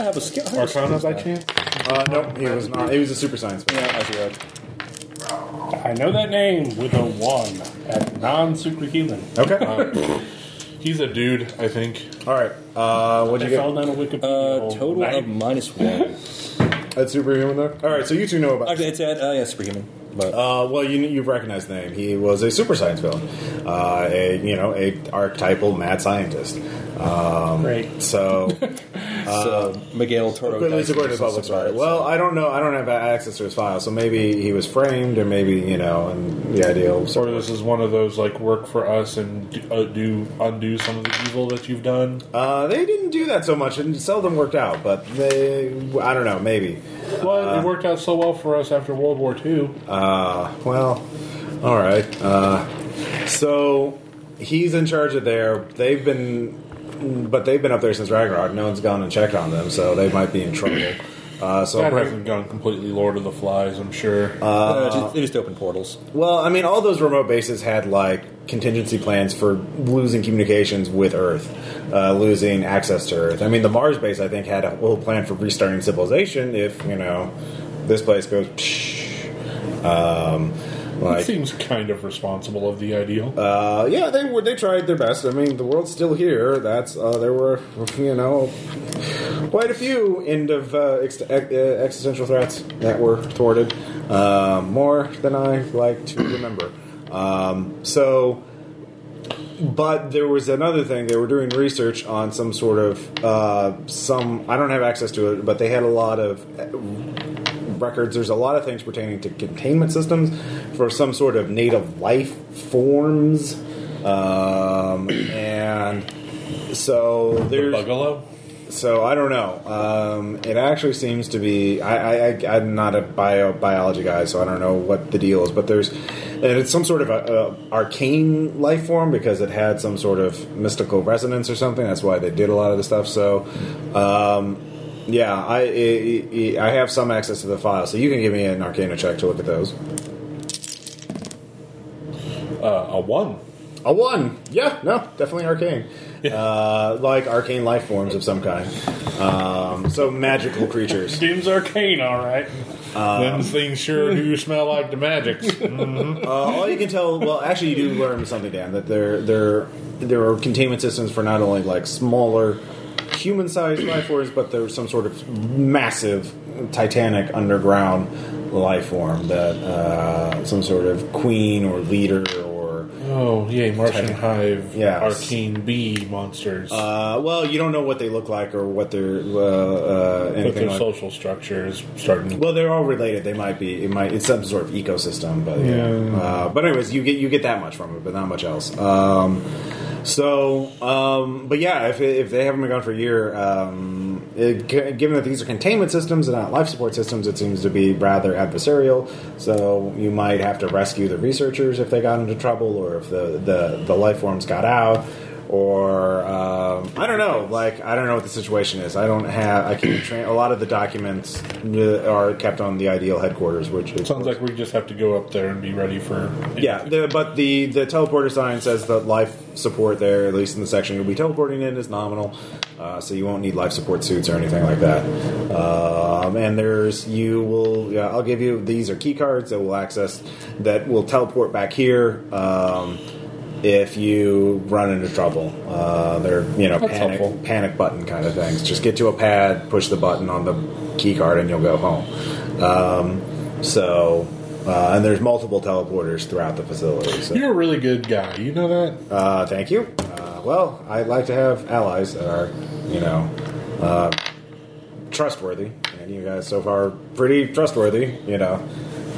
Speaker 3: I have a skill. I have a skill
Speaker 5: Arcana by
Speaker 3: now.
Speaker 5: chance?
Speaker 1: Uh, nope, he was not. He was a super science man.
Speaker 3: Yeah, I Uh, zero.
Speaker 2: I know that name with a one at non-superhuman.
Speaker 1: Okay.
Speaker 5: He's a dude, I think.
Speaker 1: all right. Uh, what'd
Speaker 2: I
Speaker 1: you get?
Speaker 2: fell down a Wikipedia
Speaker 3: Uh,
Speaker 5: Oh,
Speaker 2: hole.
Speaker 3: total of minus one.
Speaker 1: That's superhuman though. All right, so you two know about.
Speaker 3: Actually, it's at uh, yeah, superhuman. But
Speaker 1: Uh, well, you you recognize the name. He was a super science villain, uh, a you know a archetypal mad scientist. Um,
Speaker 2: Great.
Speaker 1: So
Speaker 2: Ah.
Speaker 3: so uh, Miguel Toro.
Speaker 1: But at least
Speaker 3: Dice
Speaker 1: according to
Speaker 3: is
Speaker 1: the public's right.
Speaker 3: surprised.
Speaker 1: Well, I don't know. I don't have access to his file, so maybe he was framed, or maybe you know, and the ideal.
Speaker 5: Or this is one of those like work for us and do, uh, do undo some of the evil that you've done.
Speaker 1: Uh, they didn't do that so much, and seldom worked out. But they, I don't know, maybe.
Speaker 5: Well, it worked out so well for us after World War II.
Speaker 1: Uh, well, all right. Uh, so he's in charge of there. They've been, but they've been up there since Ragnarok. No one's gone and checked on them, so they might be in trouble. Uh, so
Speaker 5: that
Speaker 1: I'm-
Speaker 5: hasn't gone completely Lord of the Flies, I'm sure.
Speaker 1: Uh,
Speaker 3: No, Uh, just- they just open portals.
Speaker 1: Well, I mean, all those remote bases had like contingency plans for losing communications with Earth, uh, losing access to Earth. I mean, the Mars base I think had a whole plan for restarting civilization if you know this place goes. psh. Um,
Speaker 5: that
Speaker 1: like,
Speaker 5: seems kind of responsible of the ideal.
Speaker 1: uh, yeah, they were. They tried their best. I mean, the world's still here. That's uh, there were, you know, quite a few end of uh, ex- ex- uh, existential threats that were thwarted. Um, more than I like to remember. Um, so, but there was another thing. They were doing research on some sort of uh, some. I don't have access to it, but they had a lot of uh, records. There's a lot of things pertaining to containment systems for some sort of native life forms, um, and so there's
Speaker 5: Bugalo?
Speaker 1: so I don't know. Um, it actually seems to be. I, I, I I'm not a bio biology guy, so I don't know what the deal is. But there's, and it's some sort of a, a arcane life form because it had some sort of mystical resonance or something. That's why they did a lot of the stuff. So, um, yeah, I I- I I have some access to the file, so you can give me an Arcana check to look at those.
Speaker 5: Uh, a one.
Speaker 1: A one. Yeah, no, definitely arcane. Uh, like arcane life forms of some kind. Um, so magical creatures.
Speaker 2: Doom's arcane, all right.
Speaker 5: Them things sure do smell like the magics.
Speaker 1: Uh, all you can tell, well, actually, you do learn something, Dan, that there there there are containment systems for not only like smaller human-sized life forms, but there's some sort of massive, titanic underground life form that uh, some sort of queen or leader or
Speaker 5: oh, yay, Martian Hive,
Speaker 1: Yes.
Speaker 5: arcane bee monsters.
Speaker 1: uh, well, you don't know what they look like or what their uh, uh,
Speaker 5: but
Speaker 1: anything
Speaker 5: their
Speaker 1: like.
Speaker 5: social structure is starting
Speaker 1: Well, they're all related. They might be. It might. It's some sort of ecosystem, but yeah. Uh, but anyways, you get you get that much from it, but not much else. Um, so, um, but yeah, if if they haven't been gone for a year, um, it, g- given that these are containment systems and not life support systems, it seems to be rather adversarial. So you might have to rescue the researchers if they got into trouble, or if the the, the life forms got out. Or um, I don't know, like I don't know what the situation is. I don't have. I can't. Tra- a lot of the documents uh, are kept on the ideal headquarters, which is
Speaker 5: Sounds like we just have to go up there and be ready for.
Speaker 1: yeah, the, but the the teleporter sign says that life support there, at least in the section you'll be teleporting in, is nominal, uh, so you won't need life support suits or anything like that. Um, and there's you will yeah, I'll give you these are key cards that will access that will teleport back here. Um, if you run into trouble, uh, they're you know
Speaker 5: That's
Speaker 1: panic
Speaker 5: helpful.
Speaker 1: panic button kind of things. Just get to a pad, push the button on the key card, and you'll go home. Um, so, uh, and there's multiple teleporters throughout the facility. So,
Speaker 5: You're a really good guy. You know that?
Speaker 1: uh, thank you. Uh, well, I'd like to have allies that are, you know, uh, trustworthy, and you guys so far are pretty trustworthy. You know,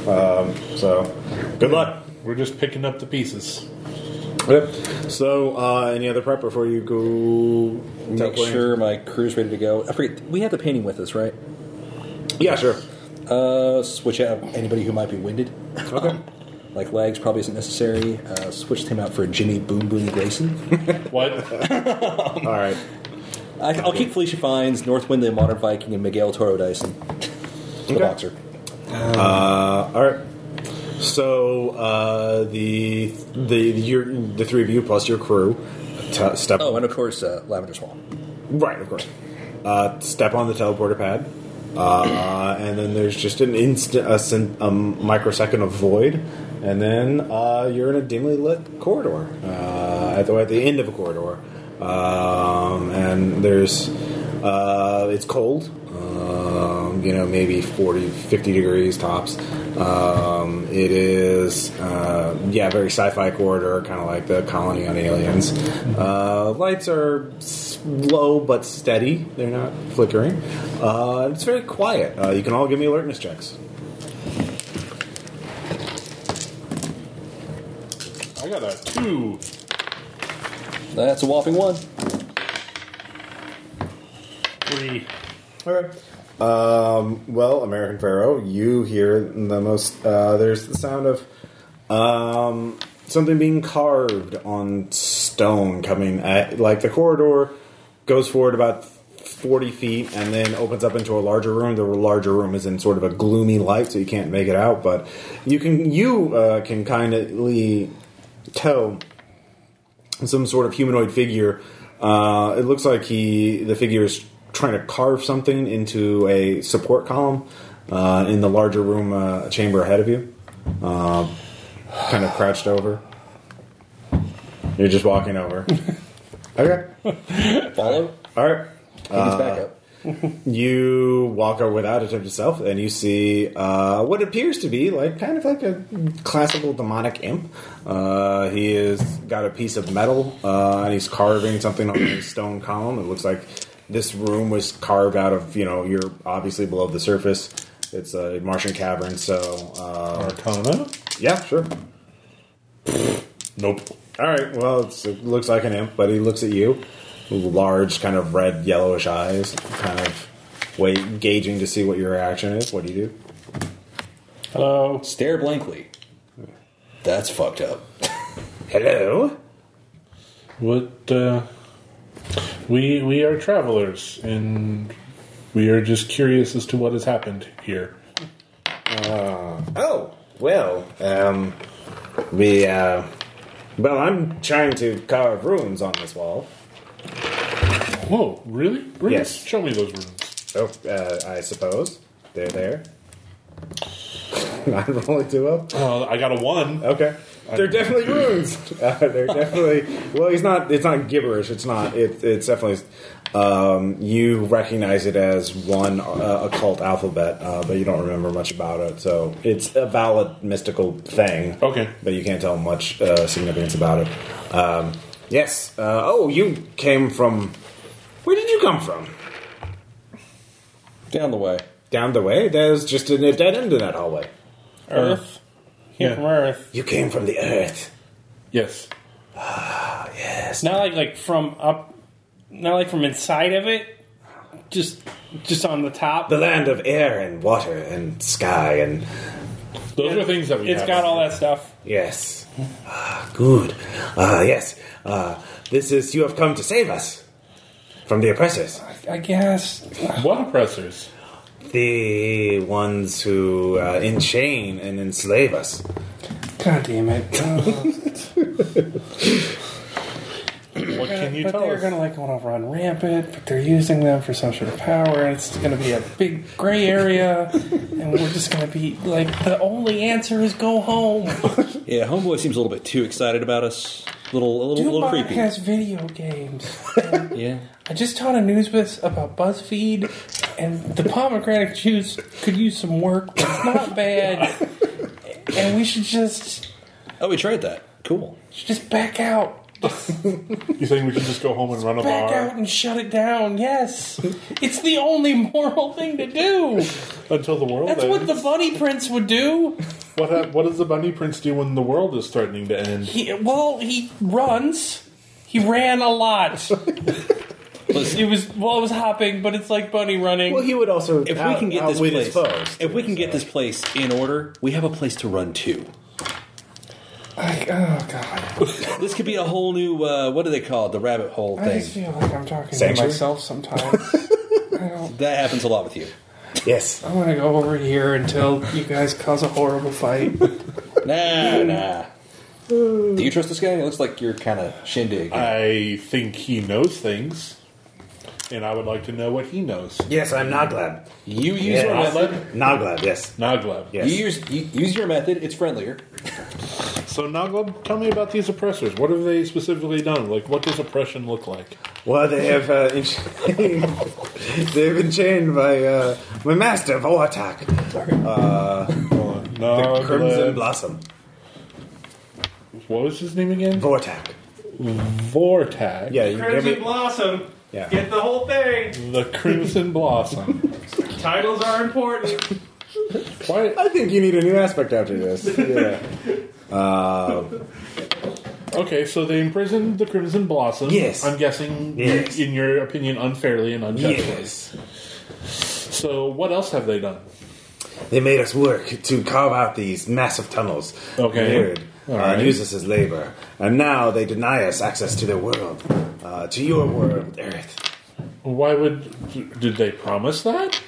Speaker 1: um, so good luck.
Speaker 5: We're just picking up the pieces.
Speaker 1: Yep. So, uh, any other prep before you go?
Speaker 3: Make
Speaker 1: teleporting?
Speaker 3: sure my crew's ready to go. I forget. We had the painting with us, right?
Speaker 1: Yeah, sure.
Speaker 3: Uh, switch out anybody who might be winded.
Speaker 1: Okay.
Speaker 3: Like legs probably isn't necessary. Uh, switched him out for Jimmy Boom Boom Grayson.
Speaker 2: What?
Speaker 1: All right.
Speaker 3: I, I'll keep Felicia Fines, Northwind the Modern Viking, and Miguel Toro Dyson. The
Speaker 1: Okay.
Speaker 3: boxer.
Speaker 1: Uh, all right. So uh, the the your the three of you plus your crew te- step
Speaker 3: Oh, and of course uh, Lavender Swan.
Speaker 1: right of course uh, step on the teleporter pad. Uh, and then there's just an instant, a, sen- a microsecond of void, and then uh, you're in a dimly lit corridor, uh, at, the, at the end of a corridor, um, and there's uh, it's cold, um, you know, maybe 40, 50 degrees tops. Um, it is, uh, yeah, very sci fi corridor, kind of like the colony on aliens. Uh, lights are s- low but steady, they're not flickering. Uh, it's very quiet. Uh, you can all give me alertness checks.
Speaker 5: I got a two.
Speaker 3: That's a whopping one.
Speaker 2: Three.
Speaker 1: Um, well, American Pharaoh, you hear the most. Uh, there's the sound of um, something being carved on stone coming at. Like the corridor goes forward about 40 feet and then opens up into a larger room. The larger room is in sort of a gloomy light, so you can't make it out, but you can, you, uh, can kindly tell some sort of humanoid figure. Uh, it looks like he, the figure is trying to carve something into a support column uh, in the larger room uh, chamber ahead of you. Uh, kind of crouched over. You're just walking over. okay.
Speaker 3: Follow.
Speaker 1: All right.
Speaker 3: He gets back up.
Speaker 1: You walk over without attempt to stealth, and you see uh, what appears to be like kind of like a classical demonic imp. Uh, he has got a piece of metal, uh, and he's carving something on a stone column. It looks like this room was carved out of you know you're obviously below the surface. It's a Martian cavern, so uh,
Speaker 5: Arcana?
Speaker 1: yeah, sure.
Speaker 5: Nope.
Speaker 1: All right. Well, it's, it looks like an imp, but he looks at you. Large, kind of red, yellowish eyes, kind of wait, gauging to see what your reaction is. What do you do?
Speaker 2: Hello.
Speaker 3: Stare blankly. That's fucked up.
Speaker 1: Hello.
Speaker 5: What, uh. We, we are travelers, and we are just curious as to what has happened here.
Speaker 1: Oh well. Um, we uh, well, I'm trying to carve runes on this wall.
Speaker 5: Whoa, really? Runes?
Speaker 1: Yes.
Speaker 5: Show me those runes.
Speaker 1: Oh, uh, I suppose they're there. Not rolling too well.
Speaker 5: Oh, I got a one.
Speaker 1: Okay. They're definitely runes. Uh, they're definitely well. It's not. It's not gibberish. It's not. It, it's definitely. Um, you recognize it as one uh, occult alphabet, uh, but you don't remember much about it. So it's a valid mystical thing.
Speaker 5: Okay.
Speaker 1: But you can't tell much uh, significance about it. Um, yes. Uh, oh, you came from. Where did you come from?
Speaker 3: Down the way.
Speaker 1: Down the way. There's just a dead end in that hallway.
Speaker 2: Earth. Came
Speaker 5: Yeah.
Speaker 2: from Earth.
Speaker 1: You came from the earth.
Speaker 5: Yes.
Speaker 2: It's not like like from up. Not like from inside of it. Just just on the top.
Speaker 1: the land of air and water and sky and
Speaker 5: Those are things that we
Speaker 2: It's
Speaker 5: have.
Speaker 2: got all that stuff.
Speaker 1: yes ah, good ah yes ah this is you have come to save us from the oppressors
Speaker 2: I guess.
Speaker 5: What oppressors?
Speaker 1: the ones who uh, enchain and enslave us
Speaker 2: God damn it.
Speaker 5: What can you
Speaker 2: but
Speaker 5: tell
Speaker 2: they're
Speaker 5: us?
Speaker 2: gonna like want to run rampant, but they're using them for some sort of power, and it's gonna be a big gray area, and we're just gonna be like, the only answer is go home.
Speaker 3: Yeah, homeboy seems a little bit too excited about us. Little, a little, little
Speaker 2: Dubai
Speaker 3: creepy.
Speaker 2: has video games.
Speaker 3: yeah.
Speaker 2: I just taught a newsbiz about BuzzFeed, and the pomegranate juice could use some work, but it's not bad, and we should just
Speaker 3: Oh, we tried that. Cool.
Speaker 2: should just back out.
Speaker 5: You saying we can just go home and run a
Speaker 2: Back out
Speaker 5: bar
Speaker 2: and shut it down. Yes, it's the only moral thing to do.
Speaker 5: until the world
Speaker 2: That's
Speaker 5: ends?
Speaker 2: what the bunny prince would do.
Speaker 5: What, hap- what does the bunny prince do when the world is threatening to end?
Speaker 2: He, well, he runs. He ran a lot.
Speaker 3: Listen.
Speaker 2: It was well, it was hopping, but it's like bunny running.
Speaker 1: well he would also
Speaker 3: If we can get this place, if we can get this place in order, we have a place to run to.
Speaker 2: Like, oh god,
Speaker 3: This could be a whole new uh, what do they call it? The rabbit hole
Speaker 2: I
Speaker 3: thing.
Speaker 2: just feel like I'm talking
Speaker 1: Sanctuary?
Speaker 2: to myself sometimes. I don't.
Speaker 3: That happens a lot with you.
Speaker 1: Yes.
Speaker 2: I want to go over here until you guys cause a horrible fight.
Speaker 3: Nah, nah. Do you trust this guy? It looks like you're kind of shindig.
Speaker 5: I think he knows things, and I would like to know what he knows.
Speaker 1: Yes, I'm Noglab.
Speaker 3: you use
Speaker 1: Yeah.
Speaker 3: your method.
Speaker 1: Noglab, yes.
Speaker 5: Noglab.
Speaker 1: Yeah.
Speaker 3: You use you use your method. It's friendlier.
Speaker 5: So Noglab, tell me about these oppressors. What have they specifically done? Like, what does oppression look like?
Speaker 1: Well, they have uh, in- they've been chained by uh, my master Voatak,
Speaker 5: Hold on.
Speaker 1: the
Speaker 5: Noglab.
Speaker 1: Crimson Blossom.
Speaker 5: What was his name again?
Speaker 1: Voatak.
Speaker 5: Vortax.
Speaker 1: Yeah, you can
Speaker 2: Crimson
Speaker 1: give me.
Speaker 2: Blossom.
Speaker 1: Yeah.
Speaker 2: Get the whole thing.
Speaker 5: The Crimson Blossom.
Speaker 2: Titles are important.
Speaker 5: Why?
Speaker 1: I think you need a new aspect after this. Yeah.
Speaker 5: Okay, so they imprisoned the Crimson Blossom.
Speaker 1: Yes.
Speaker 5: I'm guessing,
Speaker 1: Yes.
Speaker 5: in your opinion, unfairly and unjustly.
Speaker 1: yes.
Speaker 5: So what else have they done?
Speaker 1: They made us work to carve out these massive tunnels.
Speaker 5: Okay.
Speaker 1: Weird. Uh,
Speaker 5: All right.
Speaker 1: And use us as labor. And now they deny us access to their world. Uh, to your world, Earth.
Speaker 5: Why would... Did they promise that?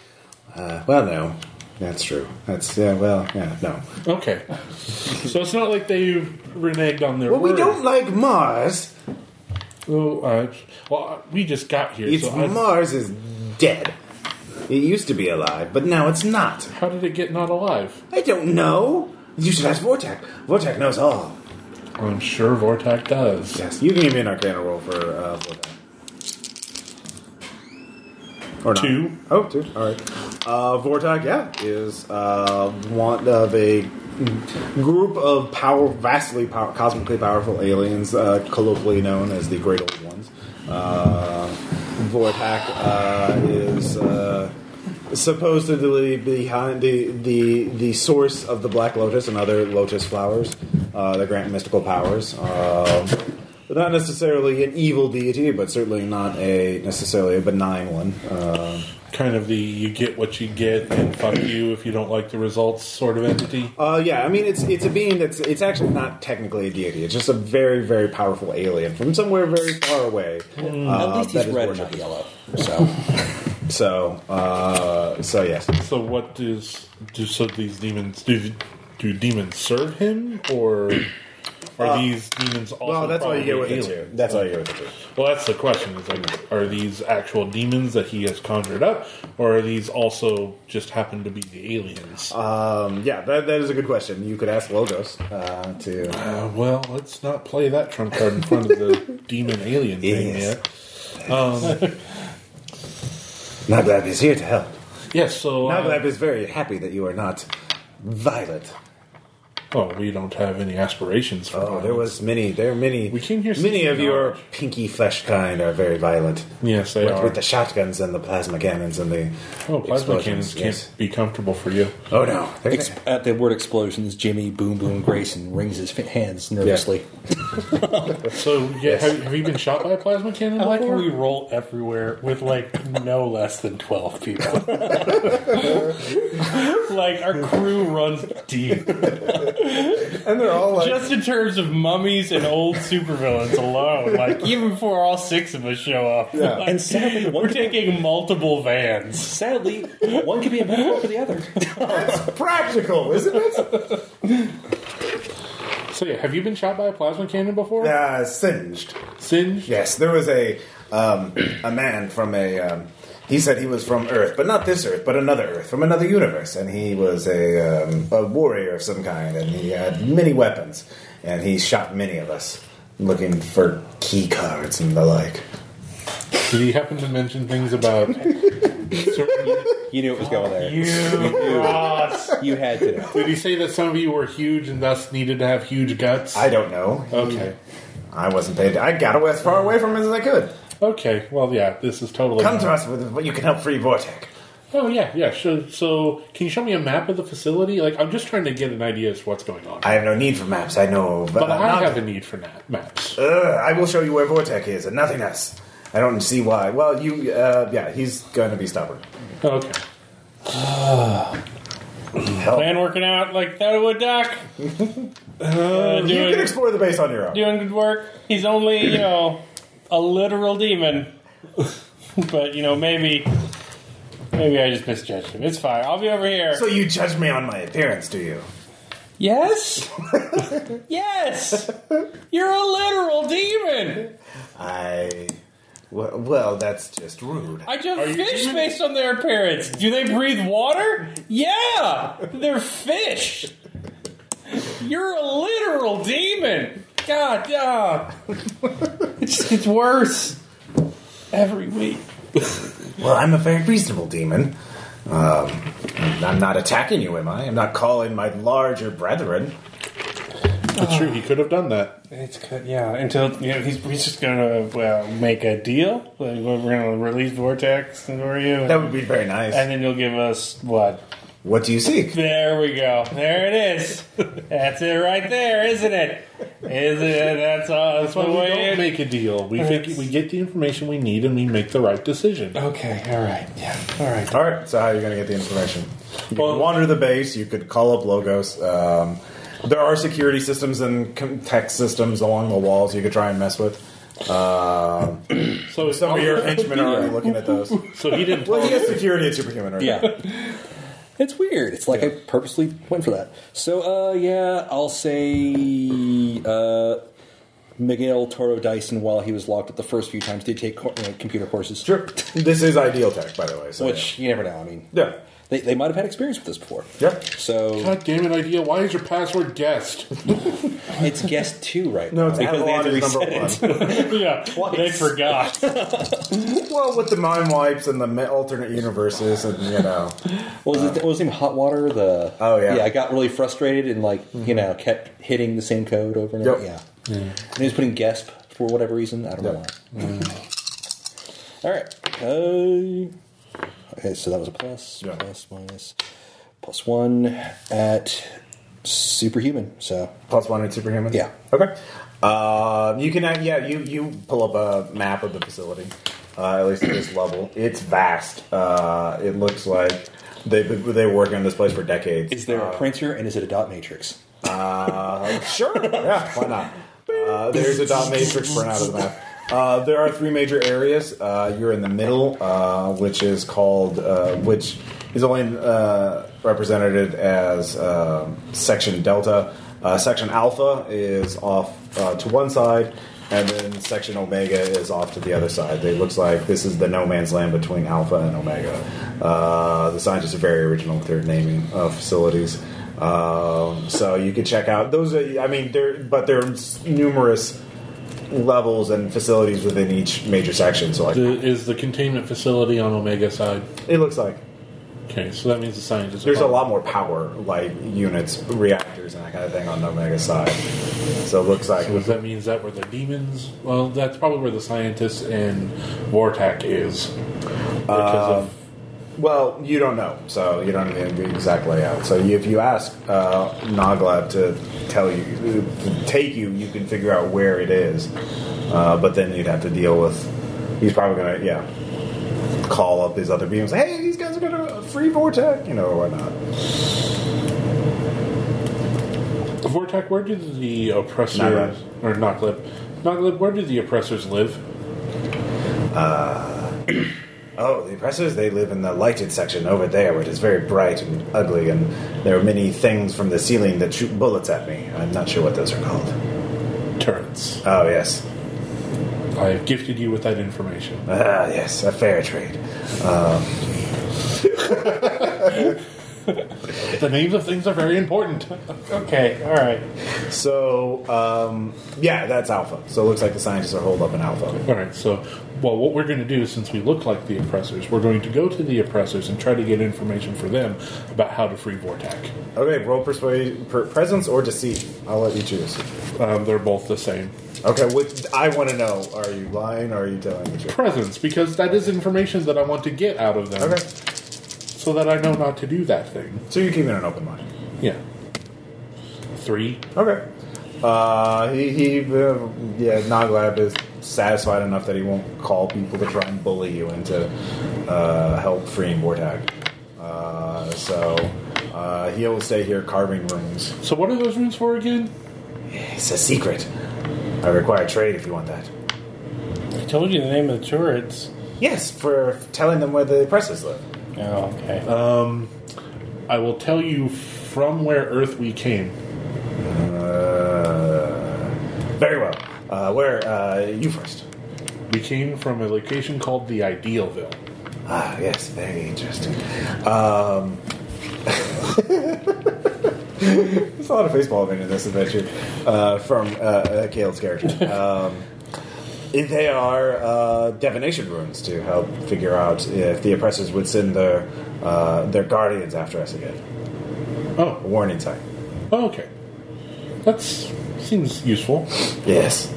Speaker 1: Uh, well, no. That's true. That's, yeah, well, yeah, no.
Speaker 5: Okay. so it's not like they reneged on their
Speaker 1: Well,
Speaker 5: word.
Speaker 1: we don't like Mars.
Speaker 5: Oh, uh, well, we just got here.
Speaker 1: It's
Speaker 5: so I-
Speaker 1: Mars is dead. It used to be alive, but now it's not.
Speaker 5: how did it get not alive?
Speaker 1: I don't know. You should ask Vortac. Vortac knows all.
Speaker 5: I'm sure Vortac does.
Speaker 1: Yes, you can give me an Arcana roll for uh, Vortac. Or not.
Speaker 5: Two.
Speaker 1: Oh, two. All right. Uh, Vortac, yeah, is uh, one of a group of power, vastly power, cosmically powerful aliens, uh, colloquially known as the Great Old Ones. Uh, Vortac uh, is uh, supposedly behind the, the the source of the Black Lotus and other lotus flowers uh, that grant mystical powers. Um but not necessarily an evil deity, but certainly not a necessarily a benign one. Um
Speaker 5: Kind of the you get what you get and fuck you if you don't like the results sort of entity.
Speaker 1: Uh, yeah, I mean it's it's a being that's it's actually not technically a deity. It's just a very very powerful alien from somewhere very far away.
Speaker 3: At least he's
Speaker 1: that is
Speaker 3: red, and not
Speaker 1: gorgeous.
Speaker 3: yellow. So
Speaker 1: So uh, so yes,
Speaker 5: So what does do so these demons do? Do demons serve him or are these demons also?
Speaker 1: Uh, well that's all you get with
Speaker 5: probably
Speaker 1: it too.
Speaker 5: alien?
Speaker 1: That's all you get with it too.
Speaker 5: Well, that's the question. Is like, are these actual demons that he has conjured up, or are these also just happen to be the aliens?
Speaker 1: Um, yeah, that, that is a good question. You could ask Logos uh, to.
Speaker 5: Uh, well, let's not play that trump card in front of the demon alien thing
Speaker 1: Yes.
Speaker 5: yet. Um,
Speaker 1: Naglab is here to help.
Speaker 5: yes, so uh,
Speaker 1: Naglab is very happy that you are not violent.
Speaker 5: oh, we don't have any aspirations for.
Speaker 1: Oh, there was many. There are many.
Speaker 5: We came here
Speaker 1: Many
Speaker 5: seeking
Speaker 1: of your
Speaker 5: knowledge.
Speaker 1: pinky flesh kind are very violent.
Speaker 5: Yes, they
Speaker 1: with,
Speaker 5: are.
Speaker 1: with the shotguns and the plasma cannons and the
Speaker 5: oh, plasma
Speaker 1: explosions,
Speaker 5: cannons can't
Speaker 1: yes.
Speaker 5: be comfortable for you.
Speaker 1: Oh no! They're-
Speaker 3: Ex- at the word explosions, Jimmy Boom Boom Grayson rings his fi- hands nervously.
Speaker 5: So, yeah, have, have you been shot by a plasma cannon?
Speaker 2: I like how
Speaker 5: before?
Speaker 2: we roll everywhere with like no less than twelve people. like our crew runs deep,
Speaker 1: and they're all like,
Speaker 2: just in terms of mummies and old supervillains alone. Like even before all six of us show up, like,
Speaker 3: And sadly,
Speaker 2: we're
Speaker 3: one could,
Speaker 2: taking multiple vans.
Speaker 3: sadly one could be a metaphor for the other.
Speaker 1: uh, practical, isn't it?
Speaker 5: So, yeah, have you been shot by a plasma cannon before?
Speaker 1: Uh, singed.
Speaker 5: Singed?
Speaker 1: Yes, there was a um, a man from a. Um, he said he was from Earth, but not this Earth, but another Earth, from another universe, and he was a um, a warrior of some kind, and he had many weapons, and he shot many of us looking for key cards and the like.
Speaker 5: Did he happen to mention things about certain
Speaker 3: You knew it was going there.
Speaker 2: You Ross.
Speaker 3: You had to. know.
Speaker 5: Did he say that some of you were huge and thus needed to have huge guts?
Speaker 1: I don't know.
Speaker 5: okay.
Speaker 1: I wasn't paid. I got away as far away from him as I could.
Speaker 5: Okay. Well, yeah, this is totally.
Speaker 1: Come to us with what you can help free Vortec.
Speaker 5: Oh, yeah, yeah. So, so, can you show me a map of the facility? Like, I'm just trying to get an idea as to what's going on.
Speaker 1: I have no need for maps. I know, but,
Speaker 5: but
Speaker 1: I'm
Speaker 5: I
Speaker 1: not- Uh,
Speaker 5: have a need for na- maps.
Speaker 1: Ugh, I will show you where Vortec is and nothing else. I don't see why. Well, you, uh, yeah, he's going to be stubborn.
Speaker 5: Okay.
Speaker 2: Plan working out like that would Doc. Uh,
Speaker 1: You can
Speaker 2: doing,
Speaker 1: explore the base on your own.
Speaker 2: doing good work. He's only, you know, a literal demon. but, you know, maybe maybe I just misjudged him. It's fine. I'll be over here.
Speaker 1: So you judge me on my appearance, do you?
Speaker 2: yes? yes! You're a literal demon!
Speaker 1: I. Well, well that's just rude.
Speaker 2: I judge fish based on their appearance. Do they breathe water? Yeah, they're fish. You're a literal demon. God, yeah. It just gets worse every week.
Speaker 1: Well, I'm a very reasonable demon. Um, I'm not attacking you, am I? I'm not calling my larger brethren.
Speaker 5: That's true. He could have done that.
Speaker 2: It's good, yeah. Until you know, he's, he's just gonna well, make a deal. Like we're gonna release Vortex for you,
Speaker 1: That would be very nice.
Speaker 2: and then you'll give us what
Speaker 1: what do you seek?
Speaker 2: There we go. There it is. That's it right there, isn't it? Isn't it? That's all. That's,
Speaker 5: That's why
Speaker 2: the
Speaker 5: we
Speaker 2: way
Speaker 5: don't
Speaker 2: it-
Speaker 5: make a deal. We think we get the information we need and we make the right decision.
Speaker 2: Okay. All right. Yeah. All right.
Speaker 1: All right. So how are you going to get the information? You could wander the base. You could call up Logos. Um, there are security systems and com- tech systems along the walls you could try and mess with. Um
Speaker 5: So,
Speaker 1: some of your henchmen are already looking at those.
Speaker 5: so he didn't.
Speaker 1: Well, he has security at Superhuman, right?
Speaker 3: Yeah. it's weird. It's like I purposely went for that. So, uh, yeah, I'll say uh, Miguel Toro Dyson, while he was locked up the first few times, did take co- uh, computer courses.
Speaker 1: Sure. This is ideal tech, by the way. So
Speaker 3: Which you never know. I mean,
Speaker 1: yeah.
Speaker 3: they, they might have had experience with this before.
Speaker 1: Yep.
Speaker 3: So
Speaker 5: God damn it, idea. Why is your password guest?
Speaker 3: it's guest two right
Speaker 1: No,
Speaker 3: now.
Speaker 1: it's
Speaker 3: because they had to
Speaker 1: Avalon is
Speaker 3: reset
Speaker 1: number
Speaker 3: it.
Speaker 1: one.
Speaker 2: Yeah. They forgot.
Speaker 1: Well, with the mind wipes and the me- alternate universes, and you know,
Speaker 3: What was, it, what was his name? Hot Water? The
Speaker 1: Uh, Oh, yeah. Mm-hmm.
Speaker 3: yeah. I got really frustrated and like you know kept hitting the same code over and over.
Speaker 1: Yep.
Speaker 3: Yeah, and he was putting Gasp for whatever reason. I don't know
Speaker 1: Yep.
Speaker 3: why. All right. Okay. okay, so that was a plus,
Speaker 1: Yeah.
Speaker 3: plus, minus, plus one at superhuman. So
Speaker 1: plus one at superhuman.
Speaker 3: Yeah.
Speaker 1: Okay. Uh, you can, uh, yeah, you you pull up a map of the facility, uh, at least at this level. It's vast. Uh, it looks like they've been, they were working on this place for decades.
Speaker 3: is there a printer and is it a dot matrix?
Speaker 1: Uh, sure. Yeah, why not? Uh, there's a dot matrix burn out of the map. Uh, there are three major areas. Uh, you're in the middle, uh, which is called, uh, which is only uh, represented as um section delta. Uh, section alpha is off uh, to one side, and then section omega is off to the other side. It looks like this is the no man's land between alpha and omega. Uh, the scientists are very original with their naming of facilities. Um, so you could check out those. Are, I mean, there, but there's numerous levels and facilities within each major section. So like,
Speaker 5: The, is the containment facility on Omega side?
Speaker 1: it looks like
Speaker 5: Okay, so that means the scientists.
Speaker 1: there's a lot more power, like units, reactors, and that kind of thing on the Omega side. So it looks like
Speaker 5: Does that mean is that where the demons? Well, that's probably where the scientists and Vortac is. Because of
Speaker 1: Well, you don't know, so you don't know the exact layout. So you, if you ask uh, Nagla to tell you, to take you, you can figure out where it is. Uh, but then you'd have to deal with. He's probably gonna, yeah, call up his other beams. Hey, these guys are gonna uh, free vortex, you know, or whatnot.
Speaker 5: Vortac, where do the
Speaker 1: Naglab.
Speaker 5: oppressors or Noglib? Noglib, where do the oppressors live?
Speaker 1: Oh, the oppressors, they live in the lighted section over there, which is very bright and ugly, and there are many things from the ceiling that shoot bullets at me. I'm not sure what those are called.
Speaker 5: Turrets.
Speaker 1: Oh, yes.
Speaker 5: I have gifted you with that information.
Speaker 1: Ah, yes, a fair trade.
Speaker 5: The names of things are very important.
Speaker 2: Okay. All right.
Speaker 1: So, um, yeah, that's alpha. So it looks like the scientists are holed up in alpha.
Speaker 5: All right, so well, what we're going to do, since we look like the oppressors, we're going to go to the oppressors and try to get information for them about how to free Vortac.
Speaker 1: Okay, roll persuade, per, presence or deceit. I'll let you choose.
Speaker 5: Um, they're both the same.
Speaker 1: Okay, which I want to know: Are you lying or are you telling the truth?
Speaker 5: Presence, because that is information that I want to get out of them,
Speaker 1: Okay,
Speaker 5: so that I know not to do that thing.
Speaker 1: so you're keeping an open mind.
Speaker 5: Yeah. Three.
Speaker 1: Okay. Uh, he, he uh, yeah, Noglab is satisfied enough that he won't call people to try and bully you into uh, help freeing Mortag. Uh, so uh, Uh, he will stay here carving rooms.
Speaker 5: So what are those rooms for again?
Speaker 1: It's a secret. I require trade if you want that.
Speaker 2: I told you the name of the turrets.
Speaker 1: Yes, for telling them where the presses live.
Speaker 2: Oh, okay.
Speaker 5: I will tell you from where Earth we came.
Speaker 1: Uh, very well. Uh, where uh, you first?
Speaker 5: We came from a location called the Idealville.
Speaker 1: Ah, yes, very interesting. Um, there's a lot of baseball in this adventure uh, from uh, uh, Kale's character. Um, if they are uh, divination runes to help figure out if the oppressors would send their uh, their guardians after us again.
Speaker 5: Oh,
Speaker 1: A warning sign.
Speaker 5: oh, okay. That's seems useful.
Speaker 1: Yes.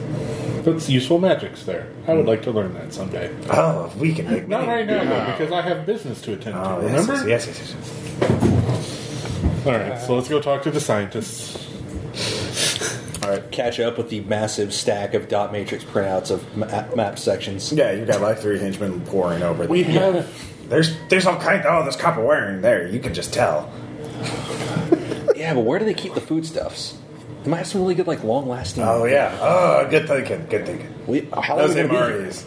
Speaker 5: That's useful magics there. I would like to learn that someday.
Speaker 1: Oh, if we can make
Speaker 5: Not
Speaker 1: money.
Speaker 5: right now, though, because I have business to attend
Speaker 1: Oh,
Speaker 5: to.
Speaker 1: yes,
Speaker 5: Remember?
Speaker 1: yes, yes, yes, yes.
Speaker 5: All right, so let's go talk to the scientists.
Speaker 3: All right, catch up with the massive stack of dot matrix printouts of map, map sections.
Speaker 1: Yeah, you got like three henchmen pouring over.
Speaker 5: We
Speaker 1: them.
Speaker 5: have
Speaker 1: There's there's all kind. Oh, there's copper wiring there. You can just tell.
Speaker 3: Yeah, but where do they keep the foodstuffs? They might have some really good, like, long-lasting.
Speaker 1: Oh yeah. Oh, good thinking. Good thinking.
Speaker 3: We, how long
Speaker 1: Those
Speaker 3: are they gonna be here?
Speaker 1: MREs.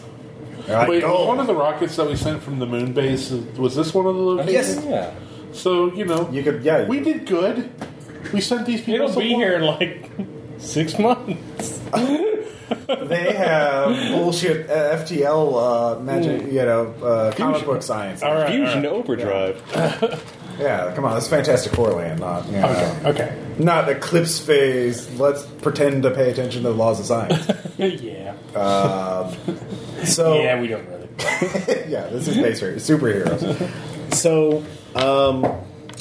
Speaker 1: They're like
Speaker 5: Wait,
Speaker 1: gold.
Speaker 5: one of the rockets that we sent from the moon base was this one of the locations?
Speaker 1: Yes.
Speaker 3: Yeah.
Speaker 5: So you know,
Speaker 1: You could- yeah, you
Speaker 5: we
Speaker 1: could-
Speaker 5: did good. We sent these people.
Speaker 2: It'll be
Speaker 5: support.
Speaker 2: here in like six months.
Speaker 1: they have bullshit uh, FTL uh, magic.
Speaker 5: Hmm.
Speaker 1: You know, uh, comic book science.
Speaker 2: All right.
Speaker 4: Fusion
Speaker 2: all
Speaker 4: overdrive.
Speaker 1: Yeah, come on. It's fantastic Corland, not you know,
Speaker 2: right. Okay.
Speaker 1: not eclipse phase. Let's pretend to pay attention to the laws of science.
Speaker 2: Okay. yeah.
Speaker 1: So
Speaker 2: yeah, we don't really.
Speaker 1: yeah, this is base rate, superheroes. so, um,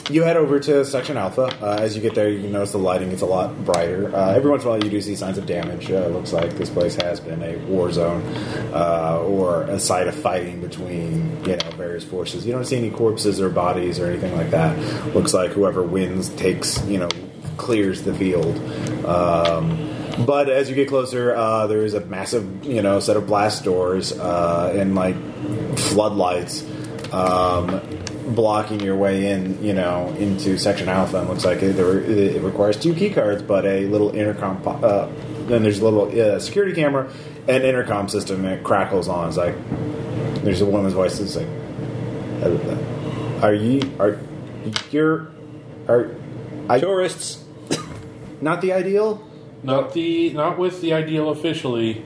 Speaker 1: you head over to Section Alpha. Uh, as you get there, you can notice the lighting gets a lot brighter. Uh, every once in a while, you do see signs of damage. Uh, it looks like this place has been a war zone uh, or a site of fighting between you know various forces. You don't see any corpses or bodies or anything like that. Looks like whoever wins takes you know clears the field. Um, but as you get closer, uh, there is a massive, you know, set of blast doors uh, and like floodlights um, blocking your way in, you know, into Section Alpha. And looks like it, there, it requires two key cards, but a little intercom. po- Uh, then there's a little uh, security camera and intercom system, and it crackles on. It's like there's a woman's voice that's like, "Are you are you're are I
Speaker 3: Tourists.
Speaker 1: not the ideal?"
Speaker 5: Not the not with the ideal officially.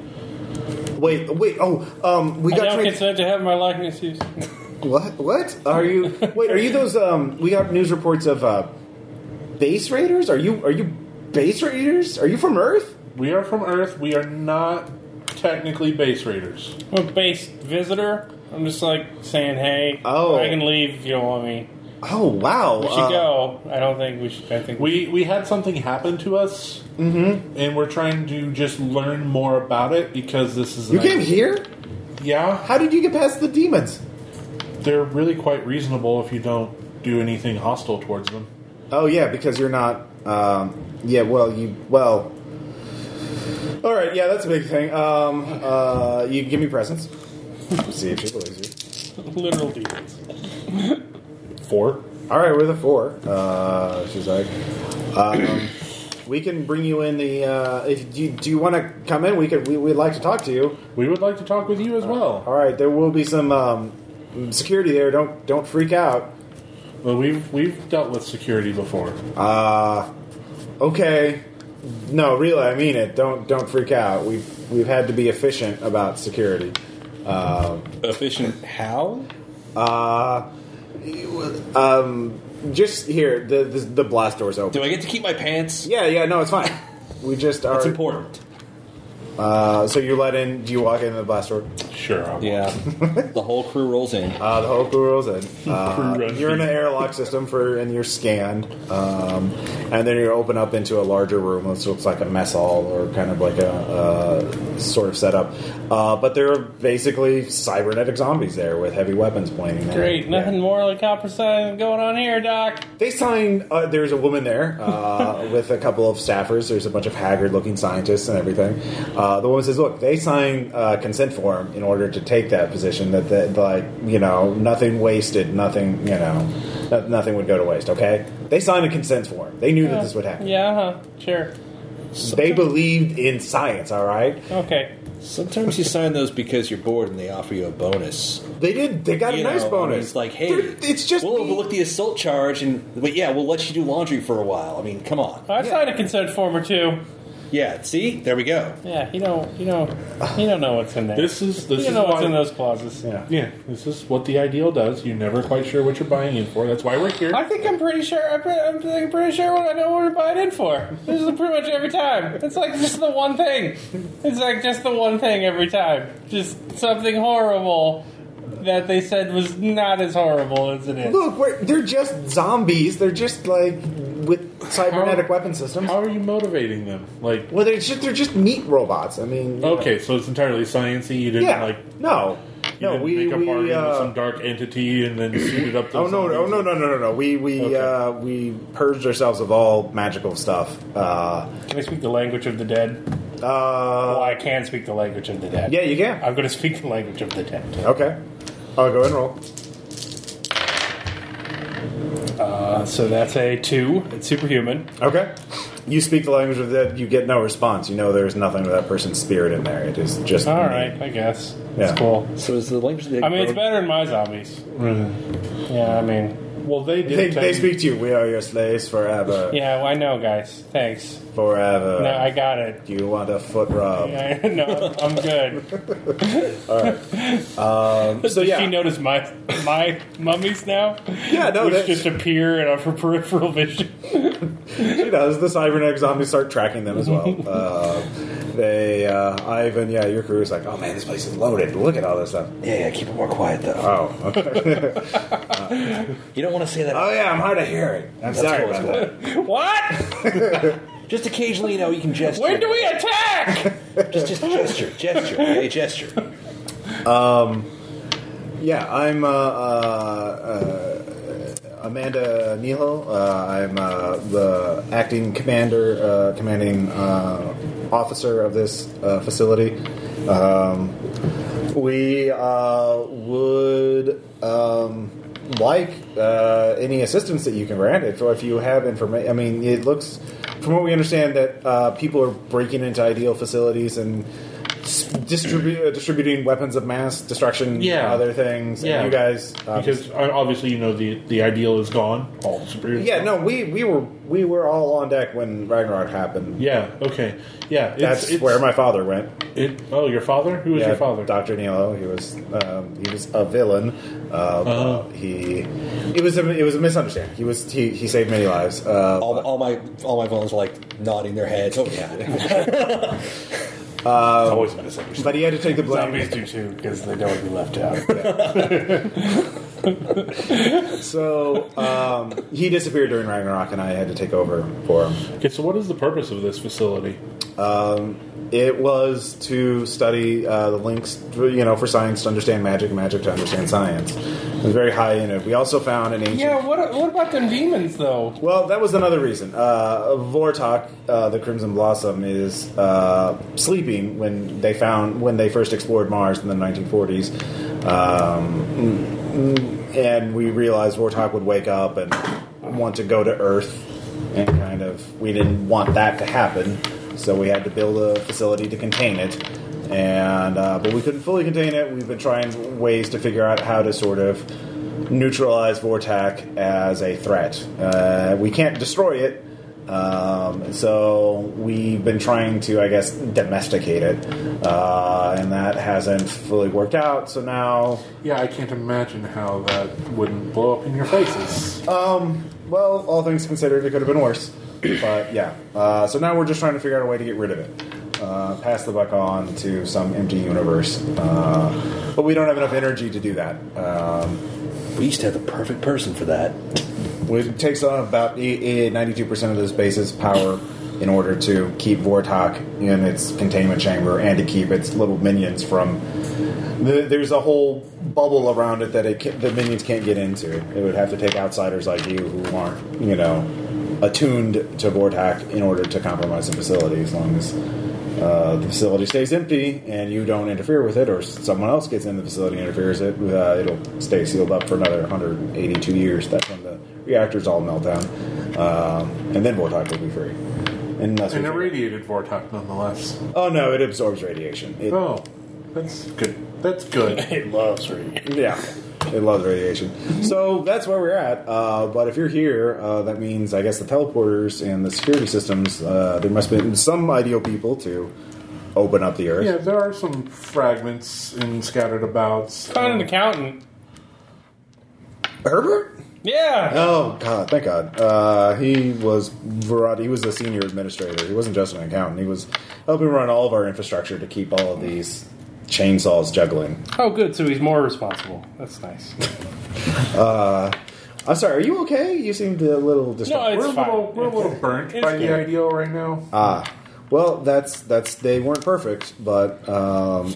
Speaker 1: Wait, wait. Oh, um, we
Speaker 2: I
Speaker 1: got
Speaker 2: don't
Speaker 1: trans-
Speaker 2: consent to have my likeness used.
Speaker 1: what? What are you? Wait, are you those? Um, we got news reports of uh, base raiders. Are you? Are you base raiders? Are you from Earth?
Speaker 5: We are from Earth. We are not technically base raiders.
Speaker 2: I'm a base visitor. I'm just like saying, hey,
Speaker 1: Oh.
Speaker 2: I can leave if you don't want me.
Speaker 1: Oh wow!
Speaker 2: We should go. I don't think we should. I think
Speaker 5: We we had something happen to us, mm-hmm. and we're trying to just learn more about it because this is an
Speaker 1: You came
Speaker 5: idea.
Speaker 1: here?
Speaker 5: Yeah,
Speaker 1: How did you get past the demons?
Speaker 5: they're really quite reasonable if you don't do anything hostile towards them.
Speaker 1: Oh yeah, because you're not. Um, yeah, well, you well. All right, yeah, that's a big thing. Um, uh, you give me presents. See if she believes you.
Speaker 2: literal demons.
Speaker 5: Four.
Speaker 1: All right, we're the four. Uh, she's like, um, we can bring you in the. Uh, if do you, do you want to come in? We could. We, we'd like to talk to you.
Speaker 5: We would like to talk with you as well.
Speaker 1: All right, there will be some um, security there. Don't don't freak out.
Speaker 5: Well, we've we've dealt with security before.
Speaker 1: Uh, okay. No, really, I mean it. Don't don't freak out. We've we've had to be efficient about security. Um,
Speaker 3: Efficient how?
Speaker 1: uh, um, just here, the, the the blast door's open.
Speaker 3: Do I get to keep my pants?
Speaker 1: Yeah, yeah, no, it's fine. We just are.
Speaker 3: That's important.
Speaker 1: Uh, so you're let in. Do you walk in the blast door?
Speaker 5: Sure. I'll
Speaker 3: Yeah. the whole crew rolls in.
Speaker 1: Uh, the whole crew rolls in.
Speaker 5: Crew
Speaker 1: Uh,
Speaker 5: runs
Speaker 1: you're in
Speaker 5: in.
Speaker 1: an airlock system for, and you're scanned, um, and then you're open up into a larger room, which looks like a mess hall or kind of like a uh, sort of setup. Uh, but there are basically cybernetic zombies there with heavy weapons pointing. at
Speaker 2: Great.
Speaker 1: you.
Speaker 2: Nothing
Speaker 1: Yeah.
Speaker 2: more like copper sign going on here, Doc.
Speaker 1: They sign. Uh, there's a woman there uh, with a couple of staffers. There's a bunch of haggard-looking scientists and everything. Uh, the woman says, "Look, they sign uh, consent form in order to take that position. That, that like you know, nothing wasted, nothing you know." no, nothing would go to waste. Okay, they signed a consent form. They knew that this would happen.
Speaker 2: Yeah, uh-huh. sure.
Speaker 1: They believed in science. All right,
Speaker 2: Okay.
Speaker 3: Sometimes you sign those because you're bored and they offer you a bonus.
Speaker 1: they did. They got
Speaker 3: You
Speaker 1: a nice
Speaker 3: know, and
Speaker 1: bonus.
Speaker 3: It's like, hey,
Speaker 1: They're- it's just
Speaker 3: we'll
Speaker 1: me.
Speaker 3: overlook the assault charge, and but yeah, we'll let you do laundry for a while. I mean, come on.
Speaker 2: I signed a consent form or two.
Speaker 3: Yeah, see, there we go.
Speaker 2: Yeah, you know, you know, you don't know what's in there.
Speaker 5: This is
Speaker 2: you
Speaker 5: this
Speaker 2: don't
Speaker 5: is
Speaker 2: know what's
Speaker 5: why-
Speaker 2: in those clauses.
Speaker 1: Yeah.
Speaker 5: Yeah, this is what the ideal does. You're never quite sure what you're buying in for. That's why we're here.
Speaker 2: I think I'm pretty sure. I'm pre- I'm pretty, pretty sure what I know what we're buying in for. This is pretty much every time. It's like just the one thing. It's like just the one thing every time. Just something horrible that they said was not as horrible as it is.
Speaker 1: Look, we're, they're just zombies. They're just like with cybernetic
Speaker 5: How-
Speaker 1: weapon systems.
Speaker 5: How are you motivating them? Like,
Speaker 1: well, they're just they're just meat robots. I mean,
Speaker 5: okay, so it's entirely sciencey. You didn't
Speaker 1: yeah,
Speaker 5: like
Speaker 1: no,
Speaker 5: you
Speaker 1: no,
Speaker 5: didn't
Speaker 1: we
Speaker 5: make a bargain
Speaker 1: we.
Speaker 5: with
Speaker 1: uh,
Speaker 5: some dark entity and then suited up.
Speaker 1: Oh
Speaker 5: those
Speaker 1: no! Oh
Speaker 5: zombies?
Speaker 1: no! No! No! No! No! We we
Speaker 5: Okay.
Speaker 1: uh, we purged ourselves of all magical stuff. Uh,
Speaker 2: Can I speak the language of the dead? Well,
Speaker 1: uh,
Speaker 2: I can speak the language of the dead.
Speaker 1: yeah, you can.
Speaker 2: I'm going to speak the language of the dead.
Speaker 1: Okay, I'll go and roll.
Speaker 2: Uh, so that's a two. It's superhuman.
Speaker 1: Okay, you speak the language of the dead. You get no response. You know there's nothing of that person's spirit in there. It is just
Speaker 2: All right, I guess.
Speaker 1: Yeah.
Speaker 2: It's cool.
Speaker 3: So is the language? Of the
Speaker 2: I mean, it's better than my zombies. Yeah, I mean,
Speaker 5: Well, they did.
Speaker 1: They,
Speaker 5: tell
Speaker 1: they
Speaker 5: you-
Speaker 1: speak to you. We are your slaves forever,
Speaker 2: yeah, well, I know, guys. Thanks.
Speaker 1: forever.
Speaker 2: No, I got it.
Speaker 1: Do you want a foot rub?
Speaker 2: Yeah, no, I'm, I'm good.
Speaker 1: Um, So
Speaker 2: Does she
Speaker 1: yeah,
Speaker 2: notice my my mummies now?
Speaker 1: Yeah, no,
Speaker 2: which
Speaker 1: that's-
Speaker 2: just appear out of her peripheral vision.
Speaker 1: she does. The cybernetic zombies start tracking them as well. uh, they, uh, Ivan, yeah, your crew's like, oh man, this place is loaded. Look at all this stuff.
Speaker 3: yeah, yeah, keep it more quiet though.
Speaker 1: Oh, okay.
Speaker 3: you don't want to say that.
Speaker 1: oh yeah, I'm hard of hearing. I'm
Speaker 3: That's
Speaker 1: sorry
Speaker 3: cool,
Speaker 1: about
Speaker 3: that's
Speaker 1: that.
Speaker 2: what?
Speaker 3: Just occasionally, you know, you can gesture.
Speaker 2: When do we attack?
Speaker 3: Just, just gesture, gesture, hey, gesture.
Speaker 1: Yeah, I'm uh, uh, uh, Amanda Nihil. Uh, I'm uh, the acting commander, uh, commanding uh, officer of this uh, facility. Um, we uh, would um, like uh, any assistance that you can grant. If, if you have information, I mean, it looks from what we understand that uh, people are breaking into ideal facilities and. s- Distribu- uh, distributing weapons of mass destruction,
Speaker 5: Yeah.
Speaker 1: other things.
Speaker 5: Yeah.
Speaker 1: And you guys, um,
Speaker 5: because uh, obviously you know the the ideal is gone. All superior.
Speaker 1: yeah, no, we we were we were all on deck when Ragnarok happened.
Speaker 5: Yeah. Okay. Yeah. It's,
Speaker 1: That's
Speaker 5: it's-
Speaker 1: where my father went.
Speaker 5: It, oh, your father? Who was
Speaker 1: yeah,
Speaker 5: your father?
Speaker 1: Doctor Nilo. He was um, he was a villain. Uh,
Speaker 5: Uh-huh.
Speaker 1: He it was a it was a misunderstanding. He was he, he saved many lives. Uh,
Speaker 3: All, all my all my villains are like nodding their heads. Oh yeah,
Speaker 5: It's always been a second.
Speaker 1: but he had to take the blame.
Speaker 2: Zombies do too because they don't want to be left out.
Speaker 1: So um, he disappeared during Ragnarok, and I had to take over for him.
Speaker 5: Okay, so what is the purpose of this facility?
Speaker 1: It was to study uh, the links, you know, for science to understand magic, magic to understand science. It was very high in it. We also found an ancient.
Speaker 2: yeah, what what about them demons though?
Speaker 1: Well, that was another reason. Uh, Vortok, uh, the Crimson Blossom, is uh, sleeping when they found when they first explored Mars in the 1940s, um, and we realized Vortok would wake up and want to go to Earth, and kind of we didn't want that to happen, so we had to build a facility to contain it. And uh, but we couldn't fully contain it. We've been trying ways to figure out how to sort of neutralize Vortac as a threat. Uh, we can't destroy it, um, so we've been trying to, I guess, domesticate it, uh, and that hasn't fully worked out. So now,
Speaker 5: Yeah, I can't imagine how that wouldn't blow up in your faces.
Speaker 1: well, all things considered, it could have been worse. But yeah, uh, so now we're just trying to figure out a way to get rid of it. Uh, pass the buck on to some empty universe, uh, but we don't have enough energy to do that. Um,
Speaker 3: we used to have the perfect person for that.
Speaker 1: It takes on about ninety-two percent of the space's power in order to keep Vortok in its containment chamber and to keep its little minions from. The, there's a whole bubble around it that it can, the minions can't get into. It would have to take outsiders like you who aren't, you know, attuned to Vortak in order to compromise the facility. As long as uh, the facility stays empty and you don't interfere with it, or someone else gets in the facility and interferes it, uh, it'll stay sealed up for another 182 years. That's when the reactors all melt down, um, and then Vortok will be free. Unless we
Speaker 5: And a
Speaker 1: figure-
Speaker 5: radiated Vortok, nonetheless.
Speaker 1: Oh no, it absorbs radiation. It,
Speaker 5: Oh, that's good. That's good.
Speaker 4: It loves radio.
Speaker 1: Yeah, it loves radiation. So that's where we're at. Uh, but if you're here, uh, that means I guess the teleporters and the security systems. Uh, there must have been some ideal people to open up the earth.
Speaker 5: Yeah, there are some fragments and scattered abouts. Uh,
Speaker 2: Found an accountant.
Speaker 1: Herbert.
Speaker 2: Yeah.
Speaker 1: Oh God! Thank God. Uh, he was Verratti. He was a senior administrator. He wasn't just an accountant. He was helping run all of our infrastructure to keep all of these chainsaws juggling.
Speaker 2: Oh, good. So he's more responsible. That's nice.
Speaker 1: I'm sorry. Are you okay? You seemed a little distraught.
Speaker 2: No,
Speaker 5: we're a
Speaker 2: It's fine.
Speaker 5: little, we're a little burnt
Speaker 2: It's
Speaker 5: by the
Speaker 2: good.
Speaker 5: ideal right now.
Speaker 1: Ah, well, that's that's they weren't perfect, but um,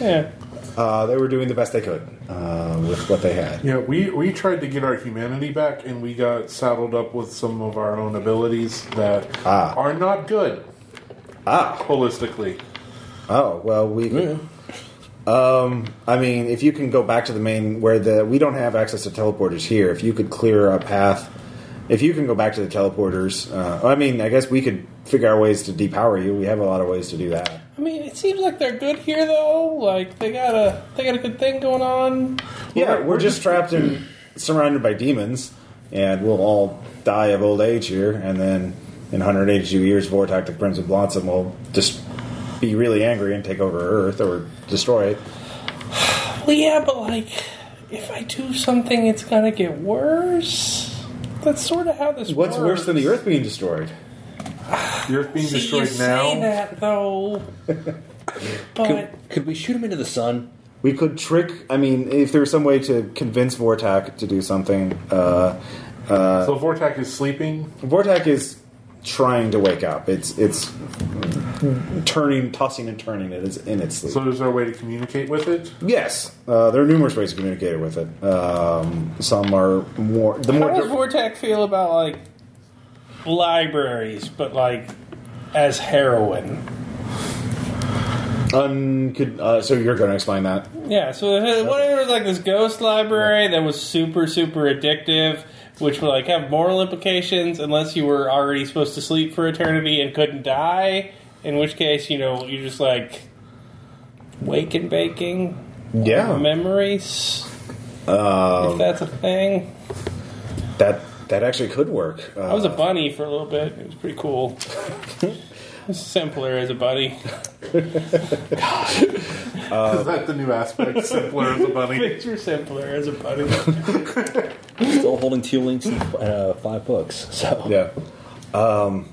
Speaker 2: Yeah.
Speaker 1: uh, they were doing the best they could uh, with what they had.
Speaker 5: Yeah, we, we tried to get our humanity back, and we got saddled up with some of our own abilities that
Speaker 1: Ah.
Speaker 5: are not good
Speaker 1: Ah,
Speaker 5: holistically.
Speaker 1: oh well, we. Could, um, I mean, if you can go back to the main where the we don't have access to teleporters here. If you could clear a path, if you can go back to the teleporters, uh, I mean, I guess we could figure out ways to depower you. We have a lot of ways to do that.
Speaker 2: I mean, it seems like they're good here, though. Like they got a they got a good thing going on.
Speaker 1: Yeah, we're, just trapped in surrounded by demons, and we'll all die of old age here. And then in 182 years, Vortak the Crimson Blossom will just be really angry and take over Earth or destroy it.
Speaker 2: Well, yeah, but like if I do something, it's gonna get worse. That's sort of how this
Speaker 1: What's
Speaker 2: works.
Speaker 1: worse than the Earth being destroyed?
Speaker 5: The Earth being
Speaker 2: See, you
Speaker 5: destroyed now.
Speaker 2: say that though, but
Speaker 3: Could, could we shoot him into the sun?
Speaker 1: We could trick. I mean, if there was some way to convince Vortak to do something, uh, uh,
Speaker 5: So Vortak is sleeping.
Speaker 1: Vortak is trying to wake up. It's it's turning, tossing, and turning. It is in its sleep.
Speaker 5: So is there a way to communicate with it?
Speaker 1: Yes, uh, there are numerous ways to communicate with it. Um, some are more the
Speaker 2: how
Speaker 1: more
Speaker 2: does Vortac feel about like libraries, but like as heroin?
Speaker 1: un- could, uh, so you're going to explain that.
Speaker 2: Yeah, so uh, what if it was like this ghost library that was super, super addictive, which would like have moral implications unless you were already supposed to sleep for eternity and couldn't die, in which case, you know, you're just like wake and baking
Speaker 1: Yeah, Um,
Speaker 2: memories. if that's a thing.
Speaker 1: that that actually could work. Uh,
Speaker 2: I was a bunny for a little bit. It was pretty cool. It was simpler as a bunny. Uh,
Speaker 5: is that the new aspect? Simpler as a bunny.
Speaker 2: Picture simpler as a bunny.
Speaker 3: Still holding two links and uh, five books. So
Speaker 1: yeah, um,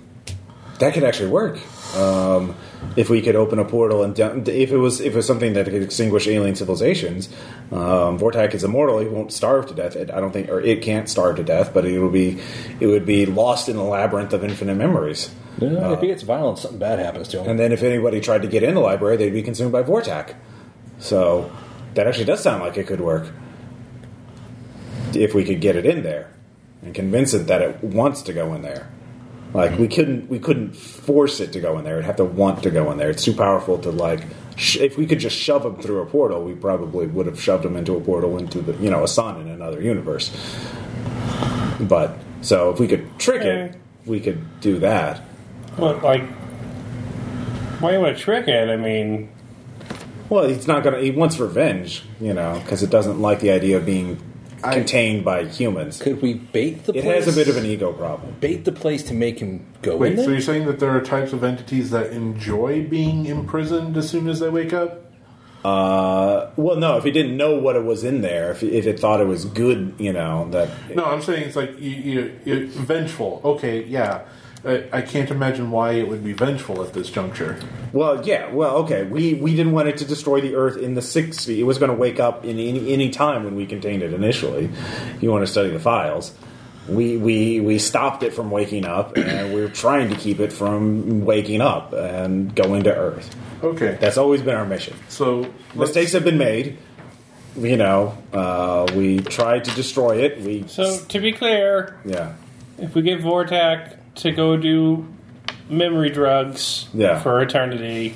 Speaker 1: that could actually work. Um, if we could open a portal and down, if it was if it was something that could extinguish alien civilizations, um, Vortak is immortal. He won't starve to death. It, I don't think, or it can't starve to death, but it will be it would be lost in the labyrinth of infinite memories.
Speaker 3: Yeah,
Speaker 1: Uh.
Speaker 3: if he gets violent, something bad happens to him.
Speaker 1: And then if anybody tried to get in the library, they'd be consumed by Vortac. So that actually does sound like it could work. If we could get it in there and convince it that it wants to go in there. Like we couldn't we couldn't force it to go in there. It'd have to want to go in there. It's too powerful to like sh- if we could just shove them through a portal, we probably would have shoved them into a portal into the, you know, a sun in another universe. But so if we could trick
Speaker 2: Yeah.
Speaker 1: it, we could do that.
Speaker 2: But like, why you want to trick it? I mean,
Speaker 1: Well, he's not gonna. He wants revenge, you know, because it doesn't like the idea of being contained by humans.
Speaker 3: could we bait the?
Speaker 1: It
Speaker 3: place?
Speaker 1: has a bit of an ego problem.
Speaker 3: bait the place to make him go in
Speaker 5: Wait,
Speaker 3: there.
Speaker 5: so you're saying that there are types of entities that enjoy being imprisoned as soon as they wake up?
Speaker 1: Uh, well, no, if he didn't know what it was in there, if, if it thought it was good, you know, that
Speaker 5: No, I'm saying it's like you, you, you, vengeful. Okay, yeah. I, I can't imagine why it would be vengeful at this juncture.
Speaker 1: Well, yeah. Well, okay. We we didn't want it to destroy the Earth in the 60s. It was going to wake up in any, any time when we contained it initially. You want to study the files. We, we we stopped it from waking up, and we are trying to keep it from waking up and going to Earth.
Speaker 5: Okay,
Speaker 1: That's always been our mission.
Speaker 5: so let's-
Speaker 1: Mistakes have been made. You know, uh, we tried to destroy it. We
Speaker 2: so to be clear,
Speaker 1: yeah.
Speaker 2: if we get Vortac to go do memory drugs
Speaker 1: Yeah.
Speaker 2: for eternity.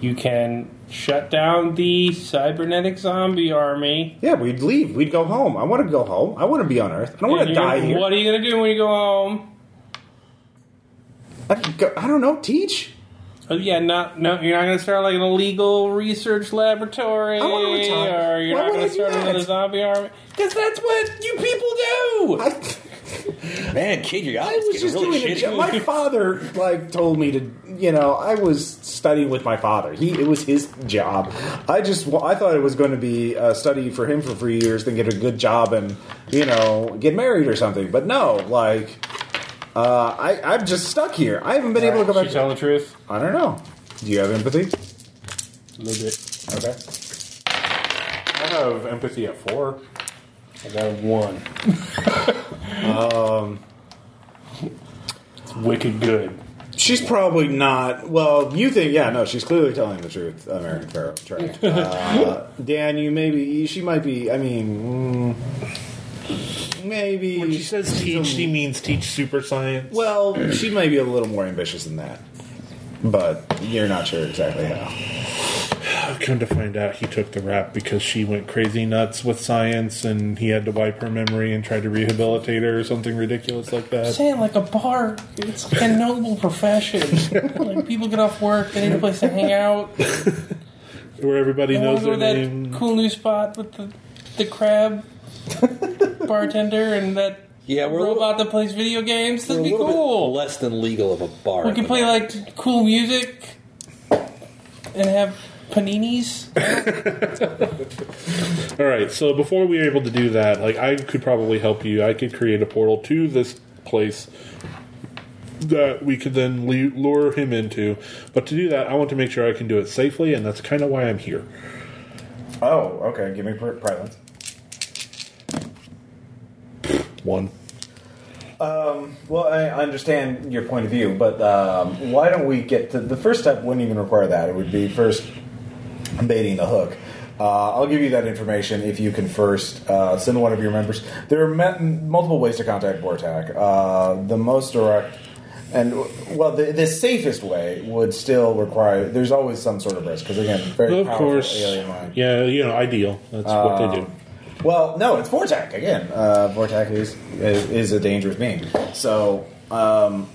Speaker 2: You can shut down the cybernetic zombie army.
Speaker 1: Yeah, we'd leave. We'd go home. I want to go home. I want to be on Earth. I don't want
Speaker 2: And
Speaker 1: to
Speaker 2: you're
Speaker 1: die
Speaker 2: gonna-
Speaker 1: here.
Speaker 2: What are you going to do when you go home?
Speaker 1: I, could go- I don't know. Teach.
Speaker 2: Oh, yeah, not no. You're not going to start like an illegal research laboratory,
Speaker 1: I wanna retire.
Speaker 2: or you're
Speaker 1: Why
Speaker 2: not
Speaker 1: would I do
Speaker 2: going to start another
Speaker 1: that?
Speaker 2: zombie army because that's what you people do.
Speaker 1: I,
Speaker 3: Man, kid, your eyes
Speaker 1: I was
Speaker 3: getting
Speaker 1: just
Speaker 3: really
Speaker 1: doing a
Speaker 3: shitty.
Speaker 1: job. My father like told me to. You know, I was studying with my father. He it was his job. I just wa- I thought it was going to be a study for him for three years, then get a good job and you know get married or something. But no, like uh, I I'm just stuck here. I haven't been able to go back.
Speaker 2: Should you
Speaker 1: To,
Speaker 2: tell the truth?
Speaker 1: I don't know. Do you have empathy?
Speaker 2: A little bit.
Speaker 1: Okay.
Speaker 5: I have empathy at four.
Speaker 2: I got one. um, it's wicked good.
Speaker 1: She's probably not. Well, you think? Yeah, no, she's clearly telling the truth. American Pharaoh. Sorry. Uh, Dan, you maybe she might be. I mean, mm, maybe
Speaker 4: When she says teach, she means teach super science.
Speaker 1: Well, she might be a little more ambitious than that, but you're not sure exactly how.
Speaker 4: I've come to find out he took the rap because she went crazy nuts with science and he had to wipe her memory and try to rehabilitate her or something ridiculous like that.
Speaker 2: saying like a bar. It's like a noble profession. like people get off work, they need a place to hang out.
Speaker 4: Where everybody
Speaker 2: I
Speaker 4: knows
Speaker 2: want to
Speaker 4: their
Speaker 2: go to Oh, that
Speaker 4: name.
Speaker 2: cool new spot with the the crab bartender and that
Speaker 3: Yeah, we're a little-
Speaker 2: robot that plays video games.
Speaker 3: We're a
Speaker 2: That'd be
Speaker 3: little bit
Speaker 2: cool.
Speaker 3: less than legal of a bar.
Speaker 2: We could play like cool music and have paninis.
Speaker 4: All right, so before we were able to do that, like I could probably help you. I could create a portal to this place that we could then le- lure him into. But to do that, I want to make sure I can do it safely, and that's kind of why I'm here.
Speaker 1: Oh, okay. Give me presence.
Speaker 4: One.
Speaker 1: Um, Well, I understand your point of view, but um, why don't we get to the first step? Wouldn't even require that. It would be first baiting the hook. Uh, I'll give you that information if you can first uh, send one of your members. There are me- multiple ways to contact Vortac. Uh, the most direct and well, the, the safest way would still require. There's always some sort of risk because again, very
Speaker 4: Of
Speaker 1: powerful
Speaker 4: course.
Speaker 1: alien mind.
Speaker 4: Yeah, you know, ideal. That's what they do.
Speaker 1: Well, no, it's Vortac again. Uh, Vortac is, is is a dangerous being. So um,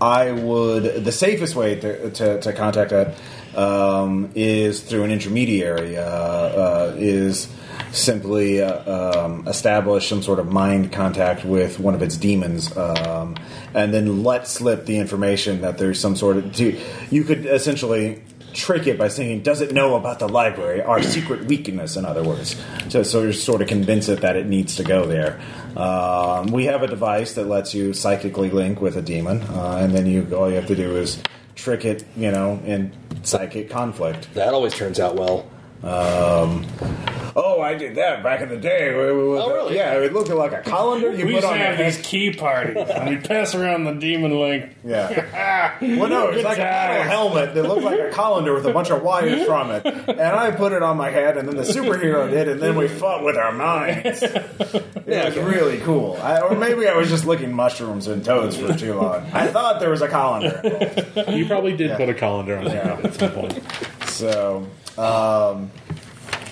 Speaker 1: I would the safest way to to, to contact that um, is through an intermediary. Uh, uh, is simply uh, um, establish some sort of mind contact with one of its demons, um, and then let slip the information that there's some sort of. To, you could essentially trick it by saying does it know about the library our secret weakness in other words to sort of, sort of convince it that it needs to go there um, we have a device that lets you psychically link with a demon uh, and then you all you have to do is trick it you know in psychic conflict
Speaker 3: That always turns out well.
Speaker 1: oh i did that back in the day oh,
Speaker 3: really?
Speaker 1: yeah it looked like a colander you put
Speaker 2: We used to
Speaker 1: on your
Speaker 2: have
Speaker 1: head.
Speaker 2: these key parties, and we pass around the demon link.
Speaker 1: Yeah. well, no, it was like a metal helmet that looked like a colander with a bunch of wires from it. And I put it on my head, and then the superhero did, and then we fought with our minds. It was really cool. I, or maybe I was just licking mushrooms and toads for too long. I thought there was a colander. involved.
Speaker 4: You probably did put a colander on
Speaker 1: Yeah.
Speaker 4: there at some point.
Speaker 1: So,
Speaker 4: All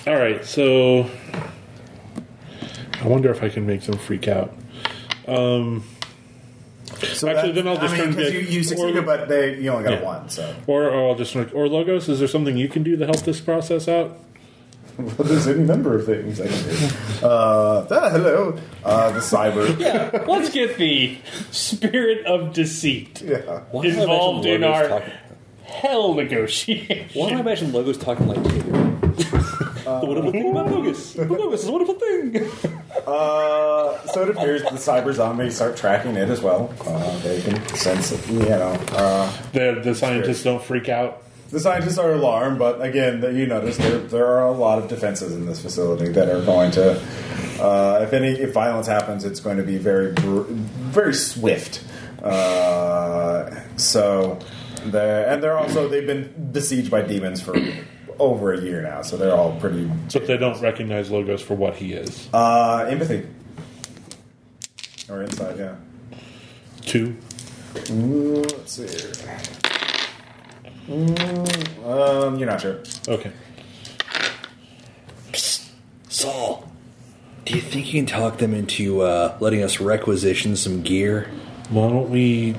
Speaker 4: right, so I wonder if I can make them freak out.
Speaker 1: so
Speaker 4: Actually,
Speaker 1: that-
Speaker 4: then I'll just
Speaker 1: I
Speaker 4: turn
Speaker 1: mean, 'cause
Speaker 4: big.
Speaker 1: you, you succeeded,
Speaker 4: Or-
Speaker 1: but they you only got
Speaker 4: Yeah.
Speaker 1: one. So,
Speaker 4: Or, or I'll just or logos. Is there something you can do to help this process out?
Speaker 1: well, there's any number of things I can do. Uh, ah, hello, uh, the cyber.
Speaker 2: Let's get the spirit of deceit
Speaker 1: yeah.
Speaker 3: Why do I imagine
Speaker 2: involved in
Speaker 3: logos
Speaker 2: our
Speaker 3: talking-
Speaker 2: hell negotiation.
Speaker 3: Why do I imagine logos talking like Taylor? the wonderful thing about logos. The logos is a wonderful thing.
Speaker 1: Uh, so it appears the cyber zombies start tracking it as well. Uh, they can sense it, you know. Uh,
Speaker 4: The the scientists don't freak out.
Speaker 1: the scientists are alarmed, but again, that you notice there, there are a lot of defenses in this facility that are going to, uh, if any if violence happens, it's going to be very br- very swift. Uh, so, they're, and they're also they've been besieged by demons for over a year now, so they're all pretty
Speaker 4: But they don't recognize logos for what he is.
Speaker 1: uh, empathy or inside, yeah.
Speaker 4: Two.
Speaker 1: Mm, let's see. here. Mm, um, you're not sure.
Speaker 4: Okay.
Speaker 3: Saul, do you think you can talk them into uh, letting us requisition some gear?
Speaker 4: Why don't we?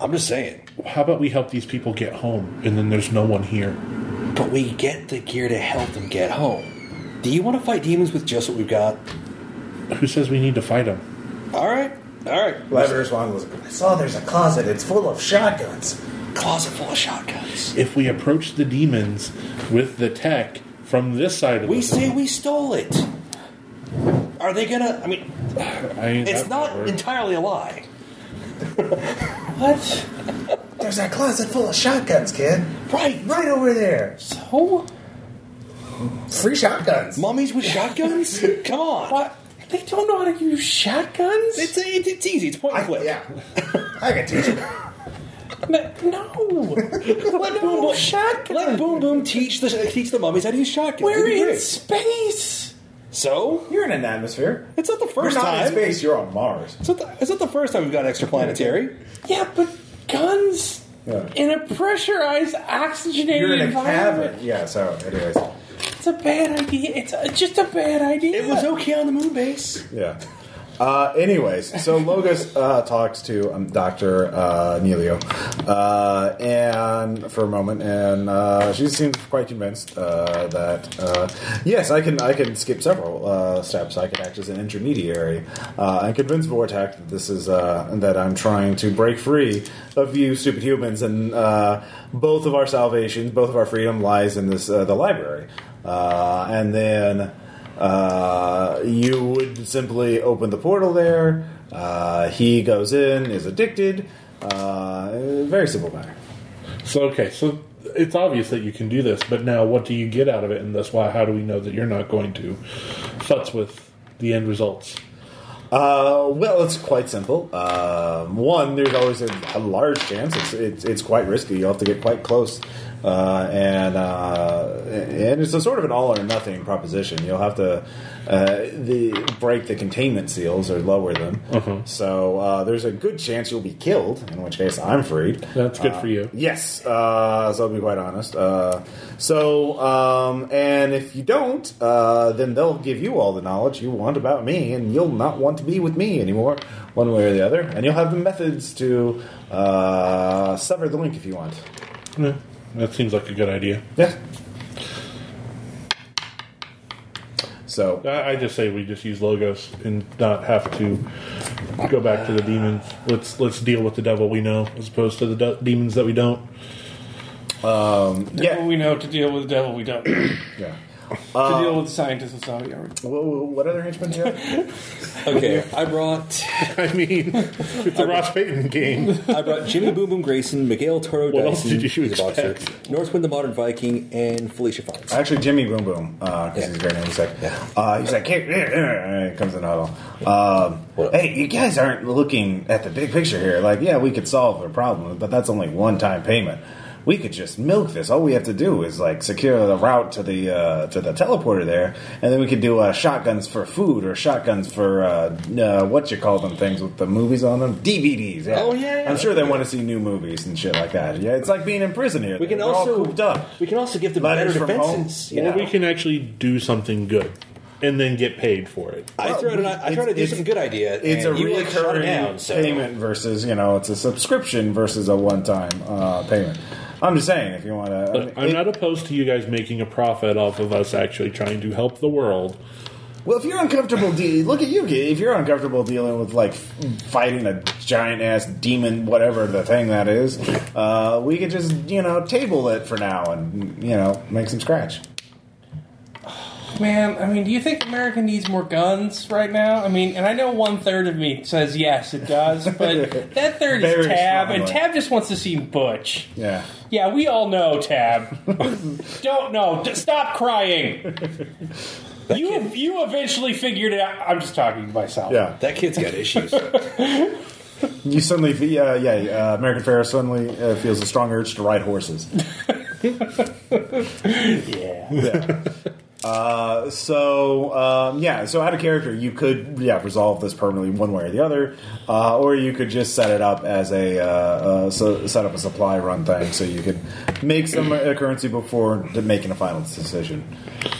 Speaker 3: I'm just saying.
Speaker 4: How about we help these people get home, and then there's no one here.
Speaker 3: But we get the gear to help them get home. Do you want to fight demons with just what we've got?
Speaker 4: Who says we need to fight them?
Speaker 3: All right, all right.
Speaker 1: Whoever responded was, I saw there's a closet. It's full of shotguns.
Speaker 3: Closet full of shotguns.
Speaker 4: If we approach the demons with the tech from this side of
Speaker 3: We
Speaker 4: the
Speaker 3: say we stole it. Are they gonna? I mean,
Speaker 4: I ain't
Speaker 3: it's
Speaker 4: that
Speaker 3: not
Speaker 4: bored.
Speaker 3: entirely a lie. what?
Speaker 1: There's a closet full of shotguns, kid.
Speaker 3: Right.
Speaker 1: Right over there.
Speaker 3: So,
Speaker 1: Free shotguns.
Speaker 3: mummies with shotguns? Come on.
Speaker 2: What? They don't know how to use shotguns?
Speaker 3: It's, it's it's easy. It's point and click.
Speaker 1: Yeah. I can teach you.
Speaker 2: no. Let
Speaker 3: Boom Boom-
Speaker 2: shotgun.
Speaker 3: Let Boom Boom teach the teach the mummies how to use shotguns.
Speaker 2: We're
Speaker 3: It'd be
Speaker 2: in
Speaker 3: great.
Speaker 2: space.
Speaker 3: So
Speaker 1: You're in an atmosphere.
Speaker 3: it's not the
Speaker 1: You're
Speaker 3: 1st
Speaker 1: not
Speaker 3: time.
Speaker 1: in space. You're on Mars.
Speaker 3: It's not, the, it's not the first time we've got extraplanetary.
Speaker 2: Yeah, but guns
Speaker 1: Yeah.
Speaker 2: in a pressurized, oxygenated
Speaker 1: You're in a
Speaker 2: environment.
Speaker 1: cavern. Yeah. So, anyways,
Speaker 2: It's a bad idea. It's a, just a bad idea.
Speaker 3: It was okay on the moon base.
Speaker 1: yeah. Uh, anyways, so Logos uh, talks to um, Doctor uh, Nelio, uh, and for a moment, and uh, she seems quite convinced uh, that uh, yes, I can I can skip several uh, steps. I can act as an intermediary uh, and convince Vortac that this is uh, that I'm trying to break free of you stupid humans, and uh, both of our salvations, both of our freedom lies in this uh, the library, uh, and then. Uh, you would simply open the portal there. Uh, he goes in, is addicted. Uh, very simple matter.
Speaker 4: So okay, so it's obvious that you can do this, but now what do you get out of it? And that's why how do we know that you're not going to futz with the end results?
Speaker 1: Uh, well, it's quite simple. Um, one, there's always a, a large chance. It's, it's it's quite risky. You'll have to get quite close, uh, and uh, and it's a sort of an all or nothing proposition. You'll have to uh, the break the containment seals or lower them. So uh, there's a good chance you'll be killed. In which case, I'm freed.
Speaker 4: That's good for you.
Speaker 1: Yes, uh, so I'll be quite honest. Uh, so, um, and if you don't, uh, then they'll give you all the knowledge you want about me, and you'll not want to be with me anymore, one way or the other. And you'll have the methods to uh, sever the link if you want.
Speaker 3: Uh,
Speaker 4: Yeah, that seems like a good idea.
Speaker 1: Yeah. So,
Speaker 4: I, I just say we just use logos and not have to go back to the demons. Let's let's deal with the devil we know as opposed to the de- demons that we don't.
Speaker 1: um, yeah.
Speaker 2: We know to deal with the devil, we don't. to
Speaker 1: yeah. Uh,
Speaker 2: deal with the scientists, it's not our
Speaker 1: Whoa, what other henchmen do you have?
Speaker 3: Okay, I brought
Speaker 4: I mean, it's a Ross Payton game.
Speaker 3: I brought Jimmy Boom Boom Grayson, Miguel Toro
Speaker 4: What else
Speaker 3: Dyson,
Speaker 4: did you
Speaker 3: he's a boxer,
Speaker 4: expect?
Speaker 3: Northwind the Modern Viking, and Felicia Fox.
Speaker 1: Actually, Jimmy Boom Boom, because
Speaker 3: Yeah.
Speaker 1: he's very name. He's like,
Speaker 3: Yeah.
Speaker 1: uh, he's like, hey, eh, eh, eh, comes in the huddle. Um,
Speaker 3: What?
Speaker 1: hey, you guys aren't looking at the big picture here. Like, yeah, we could solve their problem, but that's only one time payment. We could just milk this. All we have to do is like secure the route to the uh, to the teleporter there, and then we could do uh, shotguns for food or shotguns for uh, uh, what you call them things with the movies on them, DVDs. Yeah.
Speaker 3: Oh, yeah.
Speaker 1: I'm sure they want to see new movies and shit like that. Yeah, it's like being in prison here.
Speaker 3: We can
Speaker 1: They're all
Speaker 3: also
Speaker 1: cooped up.
Speaker 3: we can also give them
Speaker 1: Letters
Speaker 3: better
Speaker 1: from home.
Speaker 3: defenses. you
Speaker 4: Or
Speaker 3: know.
Speaker 4: we can actually do something good and then get paid for it.
Speaker 3: I
Speaker 1: Well,
Speaker 3: threw out an, I
Speaker 1: it's-
Speaker 3: tried to do
Speaker 1: it's-
Speaker 3: some good idea.
Speaker 1: it's a
Speaker 3: and you like shut it
Speaker 1: recurring
Speaker 3: down, so.
Speaker 1: payment versus you know it's a subscription versus a one time uh, payment. I'm just saying if you want to,
Speaker 4: But I'm not opposed to you guys making a profit off of us actually trying to help the world.
Speaker 1: well, if you're uncomfortable, de- look at you. If you're uncomfortable dealing with like f- fighting a giant ass demon, whatever the thing that is, uh, we could just you know table it for now and you know make some scratch.
Speaker 2: Man, I mean, do you think America needs more guns right now? I mean, and I know one third of me says yes, it does, but that third
Speaker 1: Very
Speaker 2: is Tab, and
Speaker 1: strongly.
Speaker 2: Tab just wants to see Butch.
Speaker 1: Yeah.
Speaker 2: Yeah, we all know, Tab. Don't know. D- stop crying. You you eventually figured it out. I'm just talking to myself.
Speaker 1: Yeah,
Speaker 3: That kid's got issues.
Speaker 1: you suddenly, fe- uh, yeah, uh, American Pharaoh suddenly uh, feels a strong urge to ride horses.
Speaker 2: Yeah.
Speaker 1: Uh, so um, yeah, so out of character, you could yeah resolve this permanently one way or the other, uh, or you could just set it up as a uh, uh, so set up a supply run thing, so you could make some uh, currency before d- making a final decision.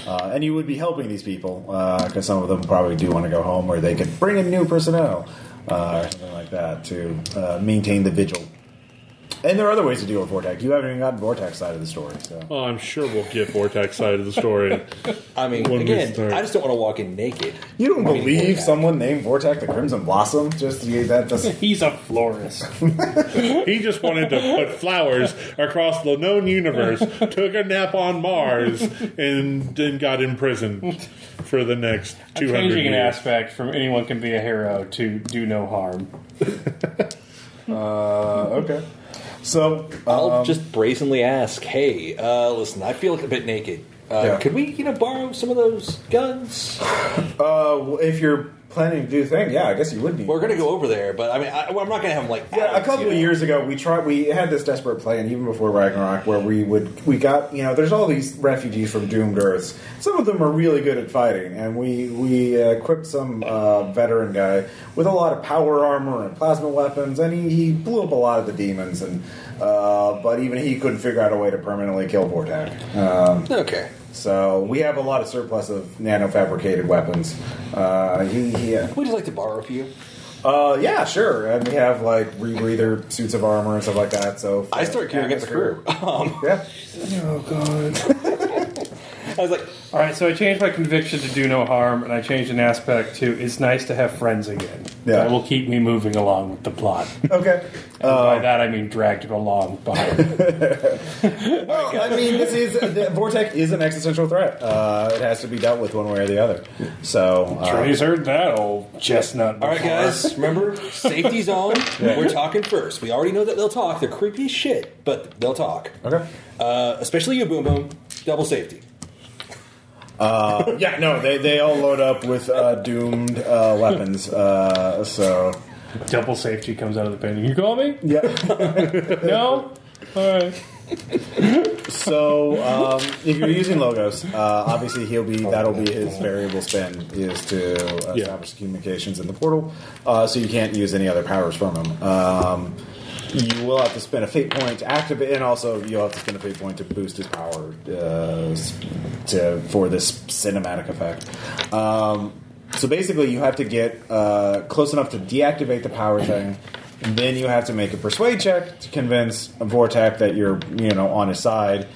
Speaker 1: Uh, and you would be helping these people because some of them probably do want to go home, or they could bring in new personnel uh, or something like that to uh, maintain the vigil. And there are other ways to deal with Vortex. You haven't even gotten Vortex side of the story, so.
Speaker 4: Well, Oh, I'm sure we'll get Vortex side of the story.
Speaker 3: I mean,
Speaker 4: When we
Speaker 3: again,
Speaker 4: start.
Speaker 3: I just don't want to walk in naked.
Speaker 1: You don't
Speaker 3: Waiting for
Speaker 1: believe
Speaker 3: that.
Speaker 1: someone named Vortex the Crimson Blossom? Just you, that doesn't.
Speaker 2: He's a florist.
Speaker 4: he just wanted to put flowers across the known universe, took a nap on Mars, and then got imprisoned for the next 200
Speaker 2: Changing an
Speaker 4: years.
Speaker 2: aspect from anyone can be a hero to do no harm.
Speaker 1: Uh, okay. So
Speaker 3: I'll
Speaker 1: um,
Speaker 3: just brazenly ask, "Hey, uh, listen, I feel a bit naked. Uh,
Speaker 1: Yeah.
Speaker 3: Could we, you know, borrow some of those guns?
Speaker 1: uh, well, if you're planning to do a thing, yeah, I guess you would be.
Speaker 3: We're gonna go over there, but I mean, I, I'm not gonna have them like
Speaker 1: Yeah,
Speaker 3: out,
Speaker 1: a couple
Speaker 3: you
Speaker 1: of
Speaker 3: know.
Speaker 1: years ago, we tried. We had this desperate plan, even before Ragnarok, where we would we got you know. There's all these refugees from doomed Earths. Some of them are really good at fighting, and we we uh, equipped some uh, veteran guy with a lot of power armor and plasma weapons, and he, he blew up a lot of the demons. And uh, but even he couldn't figure out a way to permanently kill Vortak. Um,
Speaker 3: Okay,
Speaker 1: so we have a lot of surplus of nanofabricated weapons. Uh, he, he uh,
Speaker 3: we'd just like to borrow a few.
Speaker 1: uh, yeah, sure. And we have like rebreather suits of armor and stuff like that. So
Speaker 3: I start gearing up the crew. Um,
Speaker 1: Yeah.
Speaker 3: I was like,
Speaker 2: All right, so I changed my conviction to do no harm, and I changed an aspect to it's nice to have friends again.
Speaker 1: Yeah.
Speaker 2: That will keep me moving along with the plot.
Speaker 1: Okay.
Speaker 2: And
Speaker 1: Oh.
Speaker 2: by that I mean dragged along behind.
Speaker 1: Well, I mean, this is the Vortex is an existential threat. Uh, it has to be dealt with one way or the other. So uh,
Speaker 2: Trey's heard that old chestnut.
Speaker 3: all
Speaker 2: Before.
Speaker 3: right, guys, remember safety zone. We're talking first. We already know that they'll talk. They're creepy as shit, but they'll talk.
Speaker 1: okay.
Speaker 3: Uh, especially you, Boom Boom. Double safety.
Speaker 1: Uh, yeah, no, they, they all load up with uh, doomed uh, weapons. Uh, so
Speaker 2: Double safety comes out of the painting. You call me?
Speaker 1: yeah.
Speaker 2: No. All right.
Speaker 1: So, um, if you're using logos, uh, obviously he'll be that'll be his variable spin is to uh,
Speaker 4: Yeah.
Speaker 1: establish communications in the portal. Uh, so you can't use any other powers from him. Um, you will have to spend a fate point to activate, and also you'll have to spend a fate point to boost his power uh, s- to for this cinematic effect. Um, so basically, you have to get uh, close enough to deactivate the power thing. And then you have to make a persuade check to convince Vortak that you're, you know, on his side.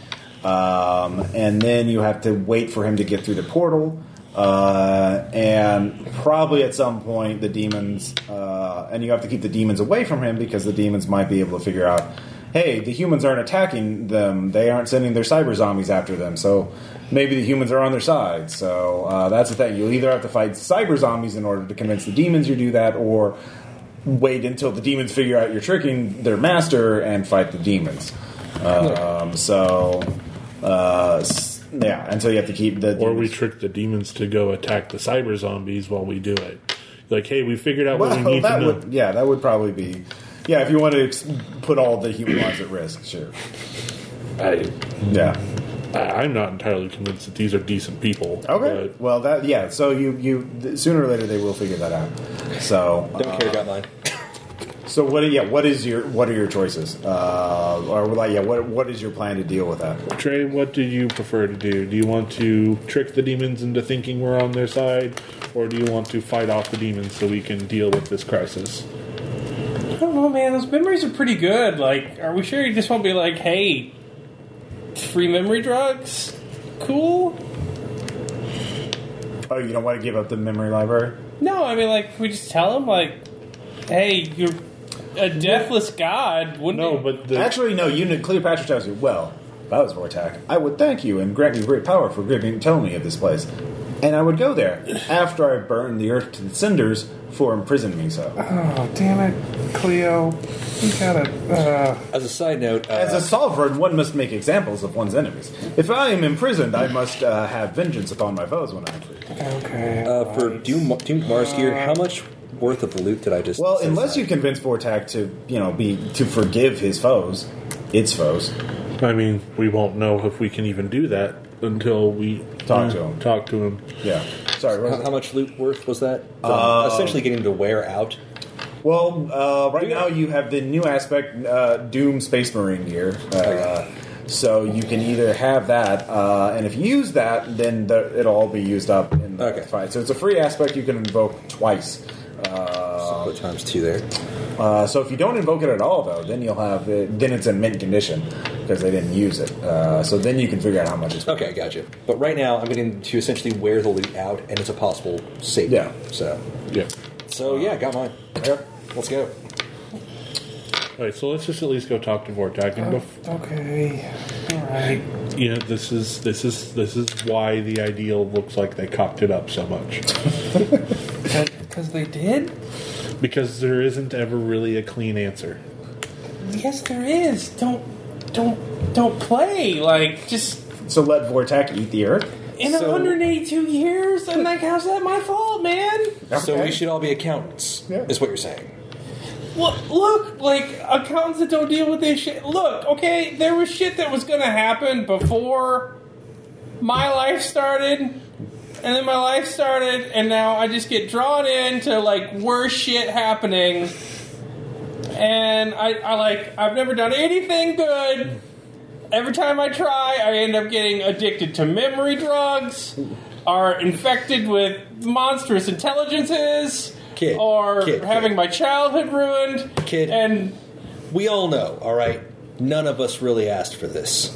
Speaker 1: Um, and then you have to wait for him to get through the portal. Uh, and probably at some point, the demons, uh, and you have to keep the demons away from him because the demons might be able to figure out hey, the humans aren't attacking them. They aren't sending their cyber zombies after them. So maybe the humans are on their side. So uh, that's the thing. You'll either have to fight cyber zombies in order to convince the demons you do that, or wait until the demons figure out you're tricking their master and fight the demons. Um, so, uh, s- yeah, and so you have to keep the.
Speaker 4: Or we
Speaker 1: demons-
Speaker 4: trick the demons to go attack the cyber zombies while we do it. Like, hey, we figured out what we
Speaker 1: well,
Speaker 4: need to
Speaker 1: that
Speaker 4: know.
Speaker 1: would yeah, that would probably be. Yeah, if you want to ex- put all the human lives at risk, sure.
Speaker 4: I,
Speaker 1: Yeah.
Speaker 4: I- I'm not entirely convinced that these are decent people.
Speaker 1: Okay.
Speaker 4: but-
Speaker 1: well, that yeah. So you you th- sooner or later they will figure that out. So
Speaker 3: Don't
Speaker 1: uh,
Speaker 3: care about mine.
Speaker 1: so what? Yeah. What is your what are your choices? Uh, or like yeah. What what is your plan to deal with that?
Speaker 4: Trey, what do you prefer to do? Do you want to trick the demons into thinking we're on their side, or do you want to fight off the demons so we can deal with this crisis?
Speaker 2: I don't know, man. Those memories are pretty good. Like, are we sure you just won't be like, hey, free memory drugs? Cool.
Speaker 1: Oh, you don't want to give up the memory library.
Speaker 2: No, I mean, like, we just tell him, like, hey, you're a deathless god, wouldn't
Speaker 4: No,
Speaker 2: it?
Speaker 4: but the,
Speaker 1: Actually, no. You know, Cleopatra tells you. Well, if I was Vortak, I would thank you and grant you great power for giving telling me of this place, and I would go there after I burned the earth to the cinders for imprisoning me. So,
Speaker 4: Uh-huh.
Speaker 2: Oh, damn it, Cleo. You gotta. Uh...
Speaker 3: As a side note, uh,
Speaker 1: As a sovereign, one must make examples of one's enemies. If I am imprisoned, I must uh, have vengeance upon my foes when I am free.
Speaker 2: Okay.
Speaker 3: uh, for Doom, Doomed Mars gear, how much worth of loot did I just?
Speaker 1: Well,
Speaker 3: set
Speaker 1: unless
Speaker 3: aside?
Speaker 1: you convince Vortak to, you know, be to forgive his foes, its foes.
Speaker 4: I mean, we won't know if we can even do that until we uh,
Speaker 1: Talk to him.
Speaker 4: Talk to him.
Speaker 1: Yeah. Sorry. what was
Speaker 3: How, how much loot worth was that?
Speaker 1: Uh,
Speaker 3: Um, essentially getting to wear out.
Speaker 1: it? Well, uh, right now you have the new aspect, uh, Doom Space Marine gear. Uh, so you can either have that, uh, and if you use that, then the, it'll all be used up in the
Speaker 3: Okay.
Speaker 1: fight. So it's a free aspect you can invoke twice.
Speaker 3: So put times two there.
Speaker 1: Uh, so if you don't invoke it at all, though, then you'll have it, then it's in mint condition because they didn't use it. Uh, so then you can figure out how much it's worth.
Speaker 3: Okay, gotcha. But right now, I'm getting to essentially wear the loot out, and it's a possible save.
Speaker 1: Yeah.
Speaker 3: So,
Speaker 4: Yeah.
Speaker 3: so yeah, got mine.
Speaker 1: Yep.
Speaker 3: Let's go.
Speaker 4: All right, so let's just at least go talk to Vortag.
Speaker 2: Uh-huh.
Speaker 4: And bef-
Speaker 2: Okay. All right.
Speaker 4: you know, this is this is this is why the ideal looks like they cocked it up so much,
Speaker 2: Because they did?
Speaker 4: because there isn't ever really a clean answer.
Speaker 2: Yes, there is. Don't, don't, don't play. Like, just
Speaker 1: So let Vortac eat the earth.
Speaker 2: in
Speaker 3: So-
Speaker 2: 182 years? I'm like, how's that my fault, man?
Speaker 3: So
Speaker 1: Okay.
Speaker 3: we should all be accountants,
Speaker 1: Yeah.
Speaker 3: is what you're saying.
Speaker 2: Look, look, like, accountants that don't deal with this shit. Look, okay, there was shit that was going to happen before my life started, and then my life started, and now I just get drawn into, like, worse shit happening. And I, I like, I've never done anything good. Every time I try, I end up getting addicted to memory drugs, are infected with monstrous intelligences,
Speaker 3: Kid,
Speaker 2: or
Speaker 3: kid,
Speaker 2: having
Speaker 3: kid.
Speaker 2: my childhood ruined.
Speaker 3: Kid.
Speaker 2: And
Speaker 3: We all know, all right? None of us really asked for this.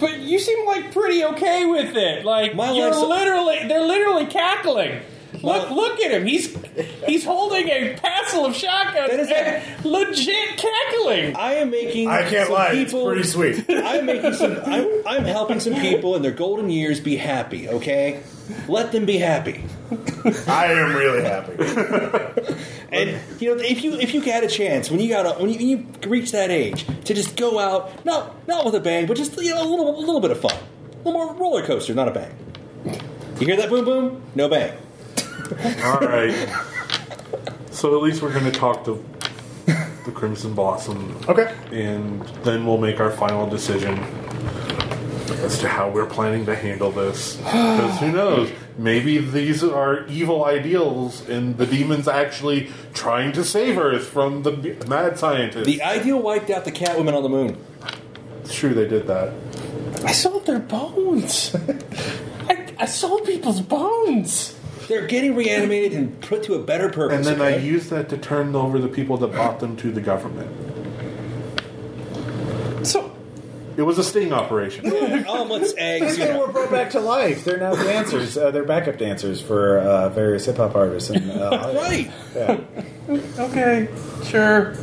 Speaker 2: but you seem like pretty okay with it. Like
Speaker 3: My
Speaker 2: you're
Speaker 3: life's-
Speaker 2: literally they're literally cackling. Look
Speaker 3: My-
Speaker 2: look at him. He's he's holding a passel of shotguns
Speaker 3: That is-
Speaker 2: and legit cackling.
Speaker 3: I am making.
Speaker 1: I can't
Speaker 3: some
Speaker 1: lie.
Speaker 3: People,
Speaker 1: It's pretty sweet.
Speaker 3: I'm making some. I'm, I'm helping some people in their golden years be happy. Okay, let them be happy.
Speaker 1: I am really happy.
Speaker 3: And you know, if you if you had a chance when you got a, when, you, when you reach that age to just go out, not not with a bang, but just you know, a little a little bit of fun, a little more roller coaster, not a bang. You hear that boom boom? No bang.
Speaker 5: All right. so at least we're going to talk to the Crimson Blossom,
Speaker 1: Okay.
Speaker 5: and then we'll make our final decision as to how we're planning to handle this. Because who knows? Maybe these are evil ideals, and the demons actually trying to save Earth from the b- mad scientist.
Speaker 3: The ideal wiped out the cat women on the moon.
Speaker 5: it's true, they did that.
Speaker 2: I sold their bones. I, I sold people's bones.
Speaker 3: They're getting reanimated and put to a better
Speaker 5: And
Speaker 3: purpose.
Speaker 5: then I
Speaker 3: okay?
Speaker 5: used that to turn over the people that bought them to the government.
Speaker 2: So
Speaker 5: It was a sting operation.
Speaker 3: omelets, eggs. You
Speaker 1: They
Speaker 3: know.
Speaker 1: were brought back to life. They're now dancers. Uh, they're backup dancers for uh, various hip hop artists. And, uh,
Speaker 3: Right.
Speaker 2: okay, sure.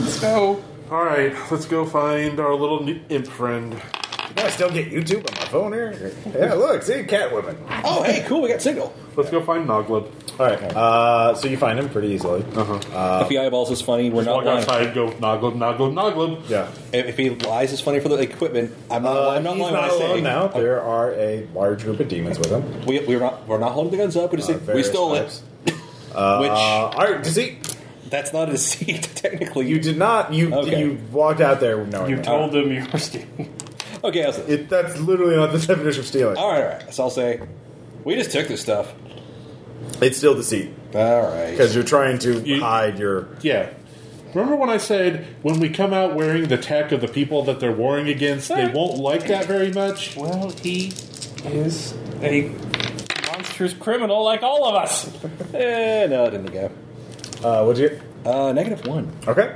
Speaker 2: Let's go.
Speaker 5: All right, let's go find our little new imp friend.
Speaker 1: Can I still get YouTube on my phone here? Yeah, look, see, Catwoman.
Speaker 3: Oh, hey, cool. We got single.
Speaker 5: Let's go find Noglub.
Speaker 1: All right. Uh, so you find him pretty easily.
Speaker 3: if he eyeballs is funny, we're not
Speaker 5: Uh, Walk
Speaker 3: lying.
Speaker 5: outside, go Noglub, Noglub, Noglub.
Speaker 1: Yeah.
Speaker 3: If if he lies is funny for the equipment, I'm not.
Speaker 1: Uh,
Speaker 3: Uh, I'm not
Speaker 1: he's
Speaker 3: lying. when
Speaker 1: not
Speaker 3: I say- Uh, Oh.
Speaker 1: alone now. There are a large group of demons with him.
Speaker 3: We, we're not. We're not holding the guns up. We just
Speaker 1: Uh,
Speaker 3: say we
Speaker 1: various
Speaker 3: stole
Speaker 1: types.
Speaker 3: it, which.
Speaker 1: Uh, all right, see,
Speaker 3: That's not a deceit, technically.
Speaker 1: you did not. You
Speaker 3: Okay.
Speaker 1: you walked out there knowing
Speaker 2: You
Speaker 1: that. Uh,
Speaker 2: told them you were stealing.
Speaker 3: Okay, I was, all
Speaker 1: It, that's literally not the definition of stealing.
Speaker 3: right, all right. So I'll say, we just took this stuff.
Speaker 1: It's still deceit
Speaker 3: All right.
Speaker 1: because you're trying to
Speaker 4: You-
Speaker 1: hide your.
Speaker 4: Yeah. Remember when I said when we come out wearing the tech of the people that they're warring against, they won't like that very much?
Speaker 2: Well, he is a monstrous criminal like all of us.
Speaker 3: Eh, no, it didn't go.
Speaker 1: Uh, what'd you?
Speaker 3: Uh, negative one.
Speaker 1: Okay.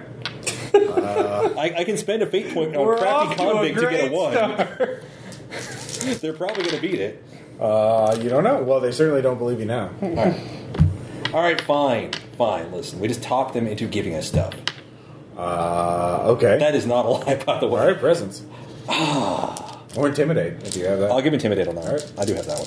Speaker 3: I, I can spend a fate point on
Speaker 2: We're
Speaker 3: a crappy
Speaker 2: off to a
Speaker 3: convict to, get
Speaker 2: great
Speaker 3: a one.
Speaker 2: start.
Speaker 3: They're probably going to beat it.
Speaker 1: Uh, you don't know. Well, they certainly don't believe you now.
Speaker 3: All right. all right, fine, fine. Listen, we just talked them into giving us stuff.
Speaker 1: Uh, okay.
Speaker 3: That is not a lie, by the
Speaker 1: All
Speaker 3: way.
Speaker 1: right, presence. or intimidate if you have that.
Speaker 3: I'll give intimidate on that.
Speaker 1: All right.
Speaker 3: I do have that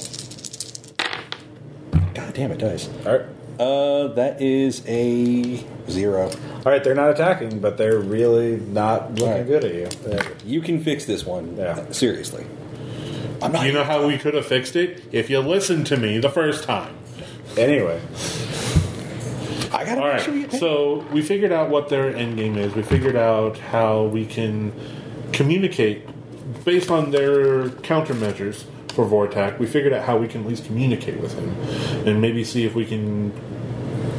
Speaker 3: one. God damn it, dice.
Speaker 1: All right.
Speaker 3: Uh, that is a zero.
Speaker 1: All right, they're not attacking, but they're really not looking
Speaker 3: right.
Speaker 1: good at you. They're-
Speaker 3: You can fix this one.
Speaker 1: Yeah.
Speaker 3: Seriously. I'm not.
Speaker 4: You know how we could have fixed it if you listened to me the first time.
Speaker 1: Anyway,
Speaker 3: I gotta
Speaker 4: All
Speaker 3: make sure we
Speaker 4: right.
Speaker 3: get paid.
Speaker 4: So we figured out what their end game is. We figured out how we can communicate
Speaker 5: based on their countermeasures for Vortak, we figured out how we can at least communicate with him and maybe see if we can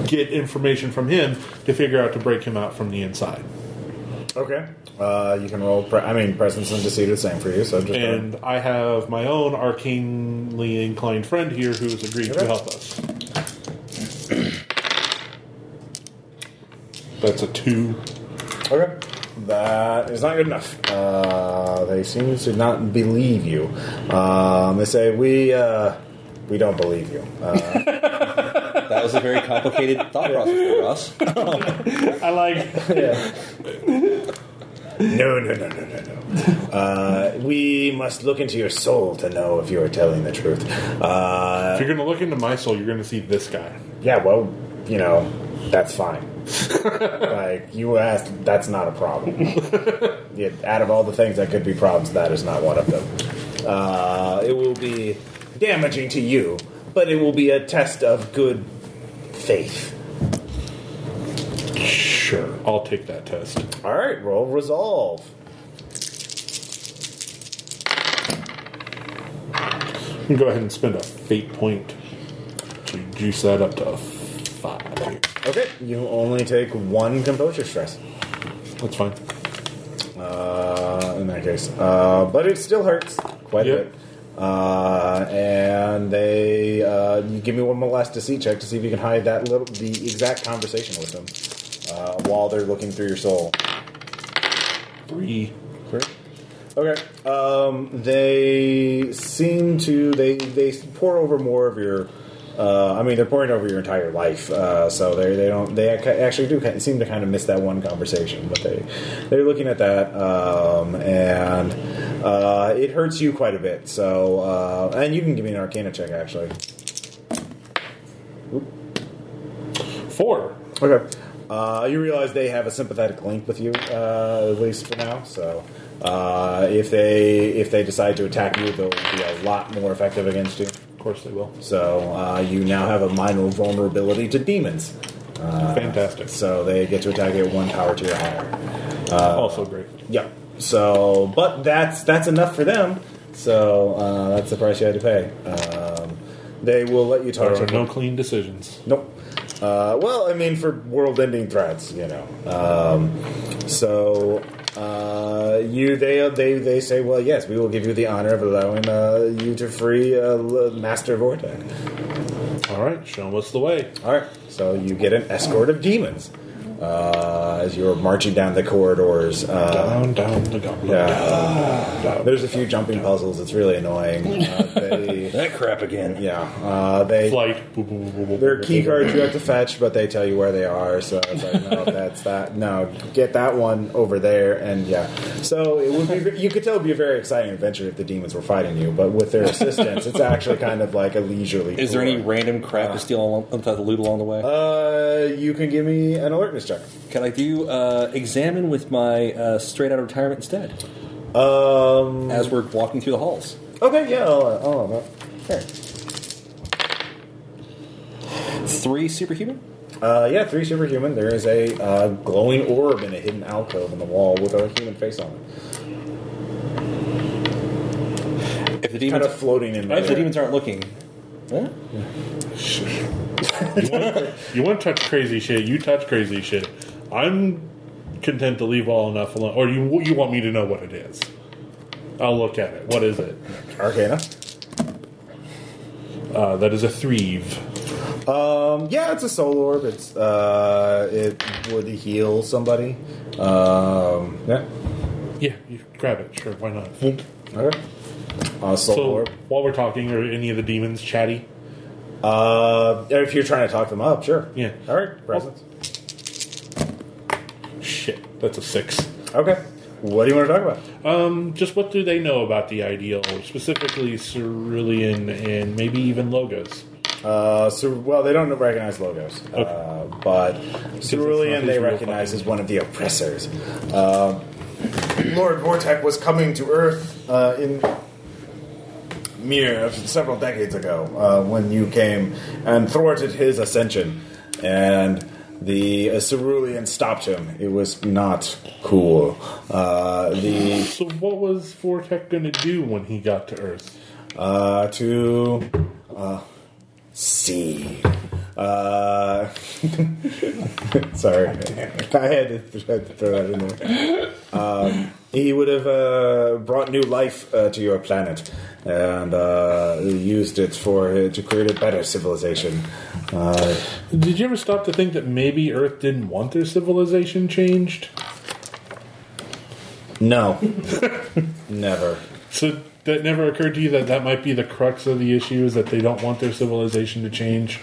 Speaker 5: get information from him to figure out to break him out from the inside.
Speaker 1: Okay. Uh, you can roll. Pre- I mean, presence and deceit are the same for you. So just
Speaker 5: And I have my own arcanely inclined friend here who has agreed to
Speaker 1: Okay.
Speaker 5: help us. That's a two.
Speaker 1: Okay. That is not good enough. Uh, they seem to not believe you. Um, they say we uh, we don't believe you. Uh,
Speaker 3: That was a very complicated thought process for us.
Speaker 2: I like
Speaker 1: no, no, no, no, no, no. Uh, we must look into your soul to know if you are telling the truth. Uh,
Speaker 5: If you're going to look into my soul, you're going to see this guy.
Speaker 1: yeah, well, you know, that's fine. like you asked, that's not a problem. yeah, out of all the things that could be problems, that is not one of them. Uh, it will be damaging to you, but it will be a test of good faith.
Speaker 5: Sure, I'll take that test.
Speaker 1: All right, roll resolve.
Speaker 5: Go ahead and spend a fate point to juice that up to a five.
Speaker 1: Okay, you only take one composure stress.
Speaker 5: That's fine.
Speaker 1: Uh, in that case, uh, but it still hurts quite
Speaker 5: Yep.
Speaker 1: a bit. Uh, and they uh, you give me one more last deceit check to see if you can hide that little the exact conversation with them uh, while they're looking through your soul.
Speaker 5: Three.
Speaker 1: Okay. Um, they seem to they they pour over more of your. Uh, I mean, they're pouring over your entire life, uh, so they they don't they ac- actually do kind seem to kind of miss that one conversation, but they they're looking at that, um, and uh, it hurts you quite a bit. So, uh, and you can give me an Arcana check actually.
Speaker 5: Four.
Speaker 1: Okay. Uh, you realize they have a sympathetic link with you, uh, at least for now. So, uh, if they if they decide to attack you, they'll be a lot more effective against you.
Speaker 5: Of course they will.
Speaker 1: So, uh, you now have a minor vulnerability to demons.
Speaker 5: Fantastic.
Speaker 1: So they get to attack you at one power to your higher.
Speaker 5: also great.
Speaker 1: Yep. So, but that's that's enough for them. So uh, that's the price you had to pay. Um, they will let you talk
Speaker 5: There
Speaker 1: to
Speaker 5: are no clean decisions.
Speaker 1: Nope. Uh, well, I mean, for world-ending threats, you know. Um, so uh, you, they, they, they say, well, yes, we will give you the honor of allowing uh, you to free uh, L- Master Vortex.
Speaker 5: All right, show us the way.
Speaker 1: All right. So you get an escort of demons uh, as you're marching down the corridors. Uh,
Speaker 5: Down, down the goblet. Down, down.
Speaker 1: There's a few jumping puzzles. It's really annoying. Uh, they,
Speaker 3: That crap again.
Speaker 1: yeah. Uh, they.
Speaker 5: Flight. Boop, boop, boop, boop, boop,
Speaker 1: There are
Speaker 5: boop,
Speaker 1: key
Speaker 5: boop.
Speaker 1: cards you have to fetch, but they tell you where they are. So it's like, no, that's that. No, get that one over there, and yeah. So it would be. You could tell it'd be a very exciting adventure if the demons were fighting you, but with their assistance, it's actually kind of like a leisurely.
Speaker 3: Is there
Speaker 1: tour.
Speaker 3: any random crap to steal along, to loot along the way?
Speaker 1: Uh, you can give me an alertness check.
Speaker 3: Can I do uh, examine with my uh, straight out of retirement instead
Speaker 1: Um.
Speaker 3: as we're walking through the halls?
Speaker 1: Okay. Yeah. I'll, I'll allow that.
Speaker 3: Three superhuman?
Speaker 1: Uh, yeah, three superhuman. There is a uh, glowing orb in a hidden alcove in the wall with a human face on it,
Speaker 3: If the
Speaker 1: kind
Speaker 3: demons,
Speaker 1: of floating in.
Speaker 3: if the
Speaker 1: there.
Speaker 3: demons aren't looking, huh?
Speaker 5: You want to touch crazy shit? You touch crazy shit. I'm content to leave all enough alone. Or you you want me to know what it is? I'll look at it. What is it?
Speaker 1: Arcana.
Speaker 5: Uh, that is a threeve.
Speaker 1: Um, yeah, it's a soul orb. It's uh, it would heal somebody. Um, yeah.
Speaker 5: Yeah, you grab it. Sure, why not?
Speaker 1: Okay. Uh, soul
Speaker 5: So
Speaker 1: orb.
Speaker 5: while we're talking, are any of the demons chatty?
Speaker 1: Uh, if you're trying to talk them up, sure.
Speaker 5: Yeah.
Speaker 1: All right. Presence.
Speaker 5: Shit, that's a six.
Speaker 1: Okay. What do you want to talk about?
Speaker 5: Um, just what do they know about the ideal, specifically Cerulean and maybe even logos?
Speaker 1: Uh, so, well, they don't recognize logos, uh, but Cerulean
Speaker 5: his
Speaker 1: they
Speaker 5: real
Speaker 1: recognize
Speaker 5: fucking
Speaker 1: as one of the oppressors. Um Lord Vortek was coming to Earth uh, in mere several decades ago uh, when you came and thwarted his ascension, and The uh, cerulean stopped him. It was not cool. Uh, the
Speaker 5: So what was Vortec going to do when he got to Earth?
Speaker 1: uh, to uh, see. Uh, sorry, I had to, had to throw that in there. Um, he would have uh, brought new life uh, to your planet and uh, used it for to create a better civilization. Uh,
Speaker 5: Did you ever stop to think that maybe Earth didn't want their civilization changed?
Speaker 1: no, never.
Speaker 5: So that never occurred to you that that might be the crux of the issue is that they don't want their civilization to change.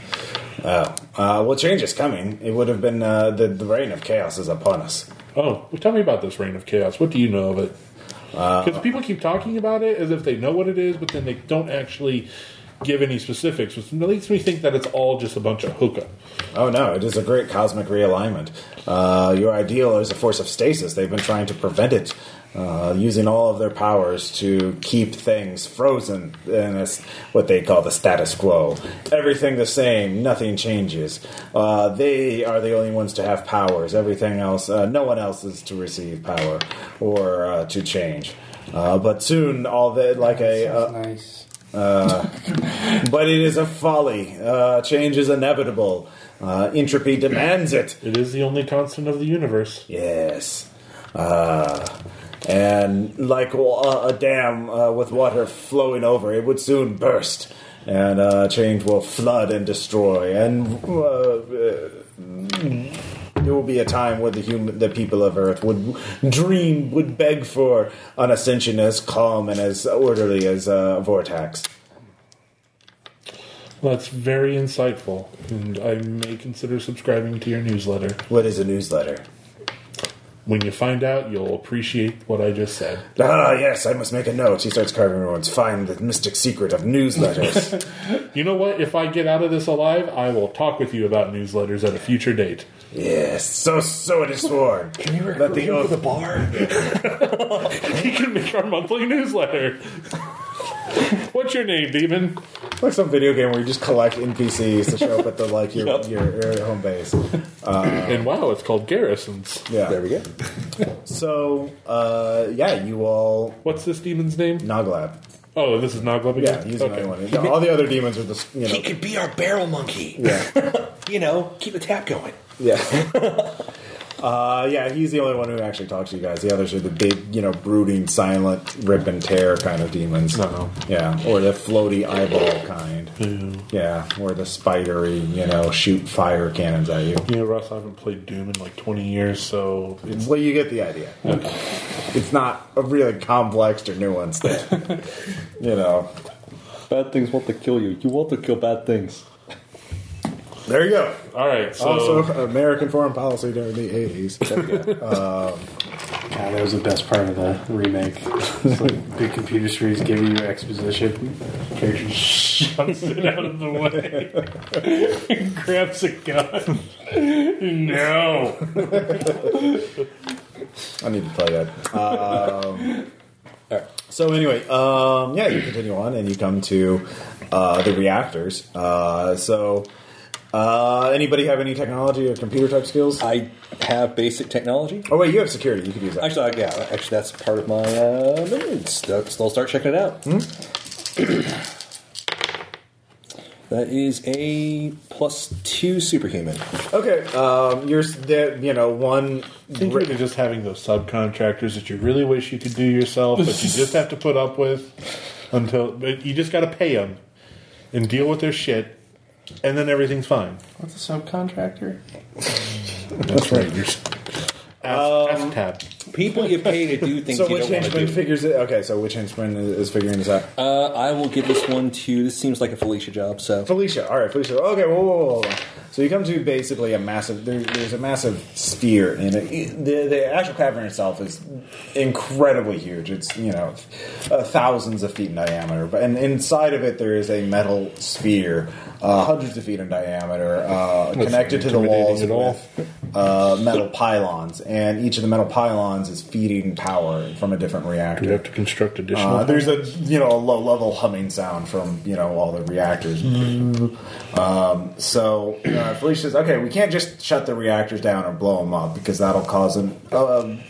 Speaker 1: Oh, uh, well, change is coming. It would have been uh, the, the reign of chaos is upon us.
Speaker 5: Oh, well, tell me about this reign of chaos. What do you know of it? Because people keep talking about it as if they know what it is, but then they don't actually give any specifics, which makes me think that it's all just a bunch of hookah.
Speaker 1: Oh no, it is a great cosmic realignment. Uh, your ideal is a force of stasis. They've been trying to prevent it, uh, using all of their powers to keep things frozen in a s what they call the status quo. Everything the same, nothing changes. Uh, they are the only ones to have powers. Everything else, uh, no one else is to receive power or uh, to change. Uh, but soon, all the like a uh,
Speaker 6: Sounds nice.
Speaker 1: but it is a folly. Uh, change is inevitable. Uh, entropy demands it.
Speaker 5: It is the only constant of the universe.
Speaker 1: Yes. Uh, and like wa- a dam uh, with water flowing over, it would soon burst. And uh, change will flood and destroy. And uh, uh, there will be a time where the human, the people of Earth would dream, would beg for an ascension as calm and as orderly as uh, Vortex.
Speaker 5: Well, that's very insightful, and I may consider subscribing to your newsletter.
Speaker 1: What is a newsletter?
Speaker 5: When you find out, you'll appreciate what I just said.
Speaker 1: Ah, yes, I must make a note. He starts carving roads. Find the mystic secret of newsletters.
Speaker 5: You know what? If I get out of this alive, I will talk with you about newsletters at a future date.
Speaker 1: yes, so so it is sworn. Can you Let the oath.
Speaker 3: bar?
Speaker 5: You can make our monthly newsletter. What's your name, Demon?
Speaker 1: Like some video game where you just collect NPCs to show up at the like your your, your home base.
Speaker 5: and wow, it's called Garrison's.
Speaker 1: Yeah.
Speaker 3: There we go.
Speaker 1: So, uh, yeah, you all
Speaker 5: What's this demon's name?
Speaker 1: Noglab.
Speaker 5: Oh, this is Noglub
Speaker 1: Yeah,
Speaker 5: again?
Speaker 1: he's the
Speaker 5: okay.
Speaker 1: only one. Yeah, all the other demons are just you
Speaker 3: He
Speaker 1: know.
Speaker 3: could be our barrel monkey. you know, keep the tap going.
Speaker 1: Yeah. Uh, yeah, he's the only one who actually talks to you guys. The others are the big, you know, brooding, silent, rip and tear kind of demons.
Speaker 5: No.
Speaker 1: Yeah, or the floaty eyeball kind. Yeah, or the spidery, you know, shoot fire cannons at you.
Speaker 5: You know, Russ, I haven't played Doom in like 20 years, so it's
Speaker 1: Well, you get the idea. It's not a really complex or nuanced thing. you know,
Speaker 3: Bad things want to kill you. You want to kill bad things.
Speaker 1: there you go.
Speaker 5: all right. So
Speaker 3: Oh.
Speaker 1: also, American foreign policy during the 80s.
Speaker 6: Yeah, that was the best part of the remake. It's like big computer screens giving you exposition. Characters.
Speaker 7: Punts it out of the way. Grabs a gun. no.
Speaker 1: I need to play that. Um, so anyway, um, yeah, you continue on and you come to uh, the reactors. Uh, so, uh, anybody have any technology or computer type skills?
Speaker 3: I have basic technology.
Speaker 1: Oh wait, you have security. You could use that.
Speaker 3: Actually, I- yeah, actually, that's part of my uh, maintenance. So I'll start checking it out. that is a plus two superhuman.
Speaker 1: Okay, um, you're s- there. You know, one.
Speaker 5: think you're just having those subcontractors that you really wish you could do yourself, but you just have to put up with until but you just got to pay them and deal with their shit, and then everything's fine.
Speaker 6: What's a subcontractor?
Speaker 5: That's right. You're um, tab.
Speaker 3: People get paid to do things
Speaker 1: So
Speaker 3: you
Speaker 1: which
Speaker 3: don't want to
Speaker 1: henchman
Speaker 3: do.
Speaker 1: figures it? Okay, so which henchman is, is figuring this out?
Speaker 3: Uh, I will give this one to. This seems like a Felicia job. So
Speaker 1: Felicia. All right, Felicia. Okay, whoa, whoa, whoa, whoa. So you come to basically a massive. There, there's a massive sphere, and it, the the actual cavern itself is incredibly huge. It's you know uh, thousands of feet in diameter, but and inside of it there is a metal sphere uh, hundreds of feet in diameter, uh, connected to the
Speaker 4: intimidating
Speaker 1: walls
Speaker 4: at all.
Speaker 1: with uh, metal pylons, and each of the metal pylons is feeding power from a different reactor.
Speaker 4: We have to construct additional.
Speaker 1: Uh, there's a you know a low level humming sound from you know all the reactors. Um, so uh, Felicia says, "Okay, we can't just shut the reactors down or blow them up because that'll cause an um,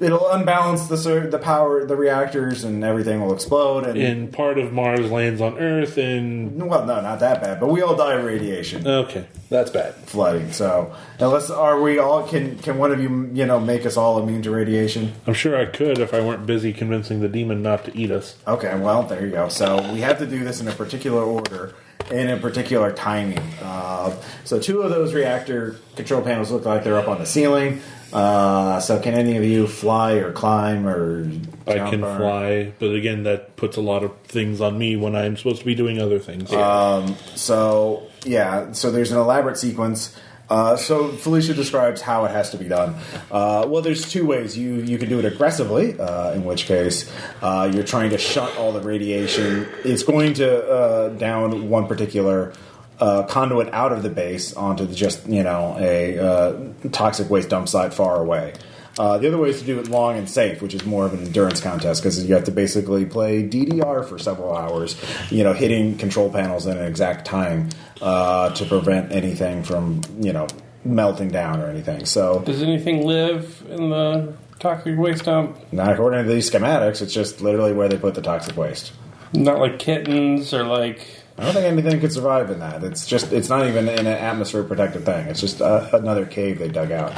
Speaker 1: it'll unbalance the cer- the power the reactors and everything will explode and."
Speaker 4: and part of Mars lands on Earth, and
Speaker 1: well, no, not that bad, but we all die of radiation
Speaker 5: Uh.
Speaker 4: okay,
Speaker 3: That's bad.
Speaker 1: flooding. So, unless are we all can can one of you you know make us all immune to radiation?
Speaker 4: I'm sure I could if I weren't busy convincing the demon not to eat us.
Speaker 1: Okay, well, there you go. So we have to do this in a particular order and in particular timing. Uh, so two of those reactor control panels look like they're up on the ceiling. Uh, so can any of you fly or climb or?
Speaker 4: I
Speaker 1: jump
Speaker 4: can
Speaker 1: or-
Speaker 4: fly, but again, that puts a lot of things on me when I'm supposed to be doing other things.
Speaker 1: Uh, So yeah, so there's an elaborate sequence. Uh, so Felicia describes how it has to be done. Uh, well, there's two ways you you can do it aggressively, uh, in which case uh, you're trying to shut all the radiation. It's going to uh, down one particular uh, conduit out of the base onto the just you know a uh, toxic waste dump site far away. Uh, the other way is to do it long and safe, which is more of an endurance contest because you have to basically play DDR for several hours, you know, hitting control panels at an exact time uh, to prevent anything from, you know, melting down or anything. So,
Speaker 2: Does anything live in the toxic waste dump?
Speaker 1: not according to these schematics, it's just literally where they put the toxic waste.
Speaker 2: Not like kittens or like.
Speaker 1: I don't think anything could survive in that. It's just, it's not even in an atmosphere protected thing. It's just uh, another cave they dug out.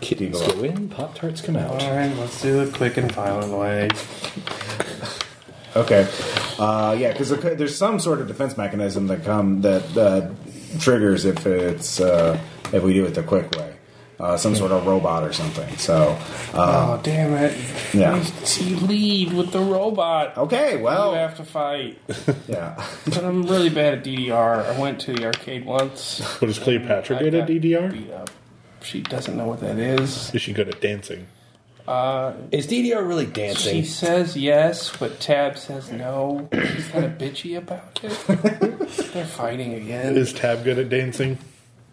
Speaker 6: Kittens go in, Pop Tarts come out.
Speaker 2: Alright, let's do the quick and violent way.
Speaker 1: Okay, uh, yeah, because there's some sort of defense mechanism that come that uh, triggers if it's uh, if we do it the quick way, uh, some sort of robot or something. So, uh,
Speaker 2: Oh, damn it.
Speaker 1: Yeah. Oh.
Speaker 2: You lead with the robot.
Speaker 1: okay,
Speaker 2: You
Speaker 1: well,
Speaker 2: have to fight.
Speaker 1: yeah,
Speaker 2: But I'm really bad at DDR. I went to the arcade once.
Speaker 4: what does Cleopatra
Speaker 2: I
Speaker 4: good at
Speaker 2: got
Speaker 4: DDR?
Speaker 2: beat up. She doesn't know what that is.
Speaker 4: Is she good at dancing?
Speaker 3: Is DDR really
Speaker 2: She
Speaker 3: dancing?
Speaker 2: says yes, but Tab says no. She's kind of bitchy about it. They're fighting again.
Speaker 4: Is Tab good at dancing?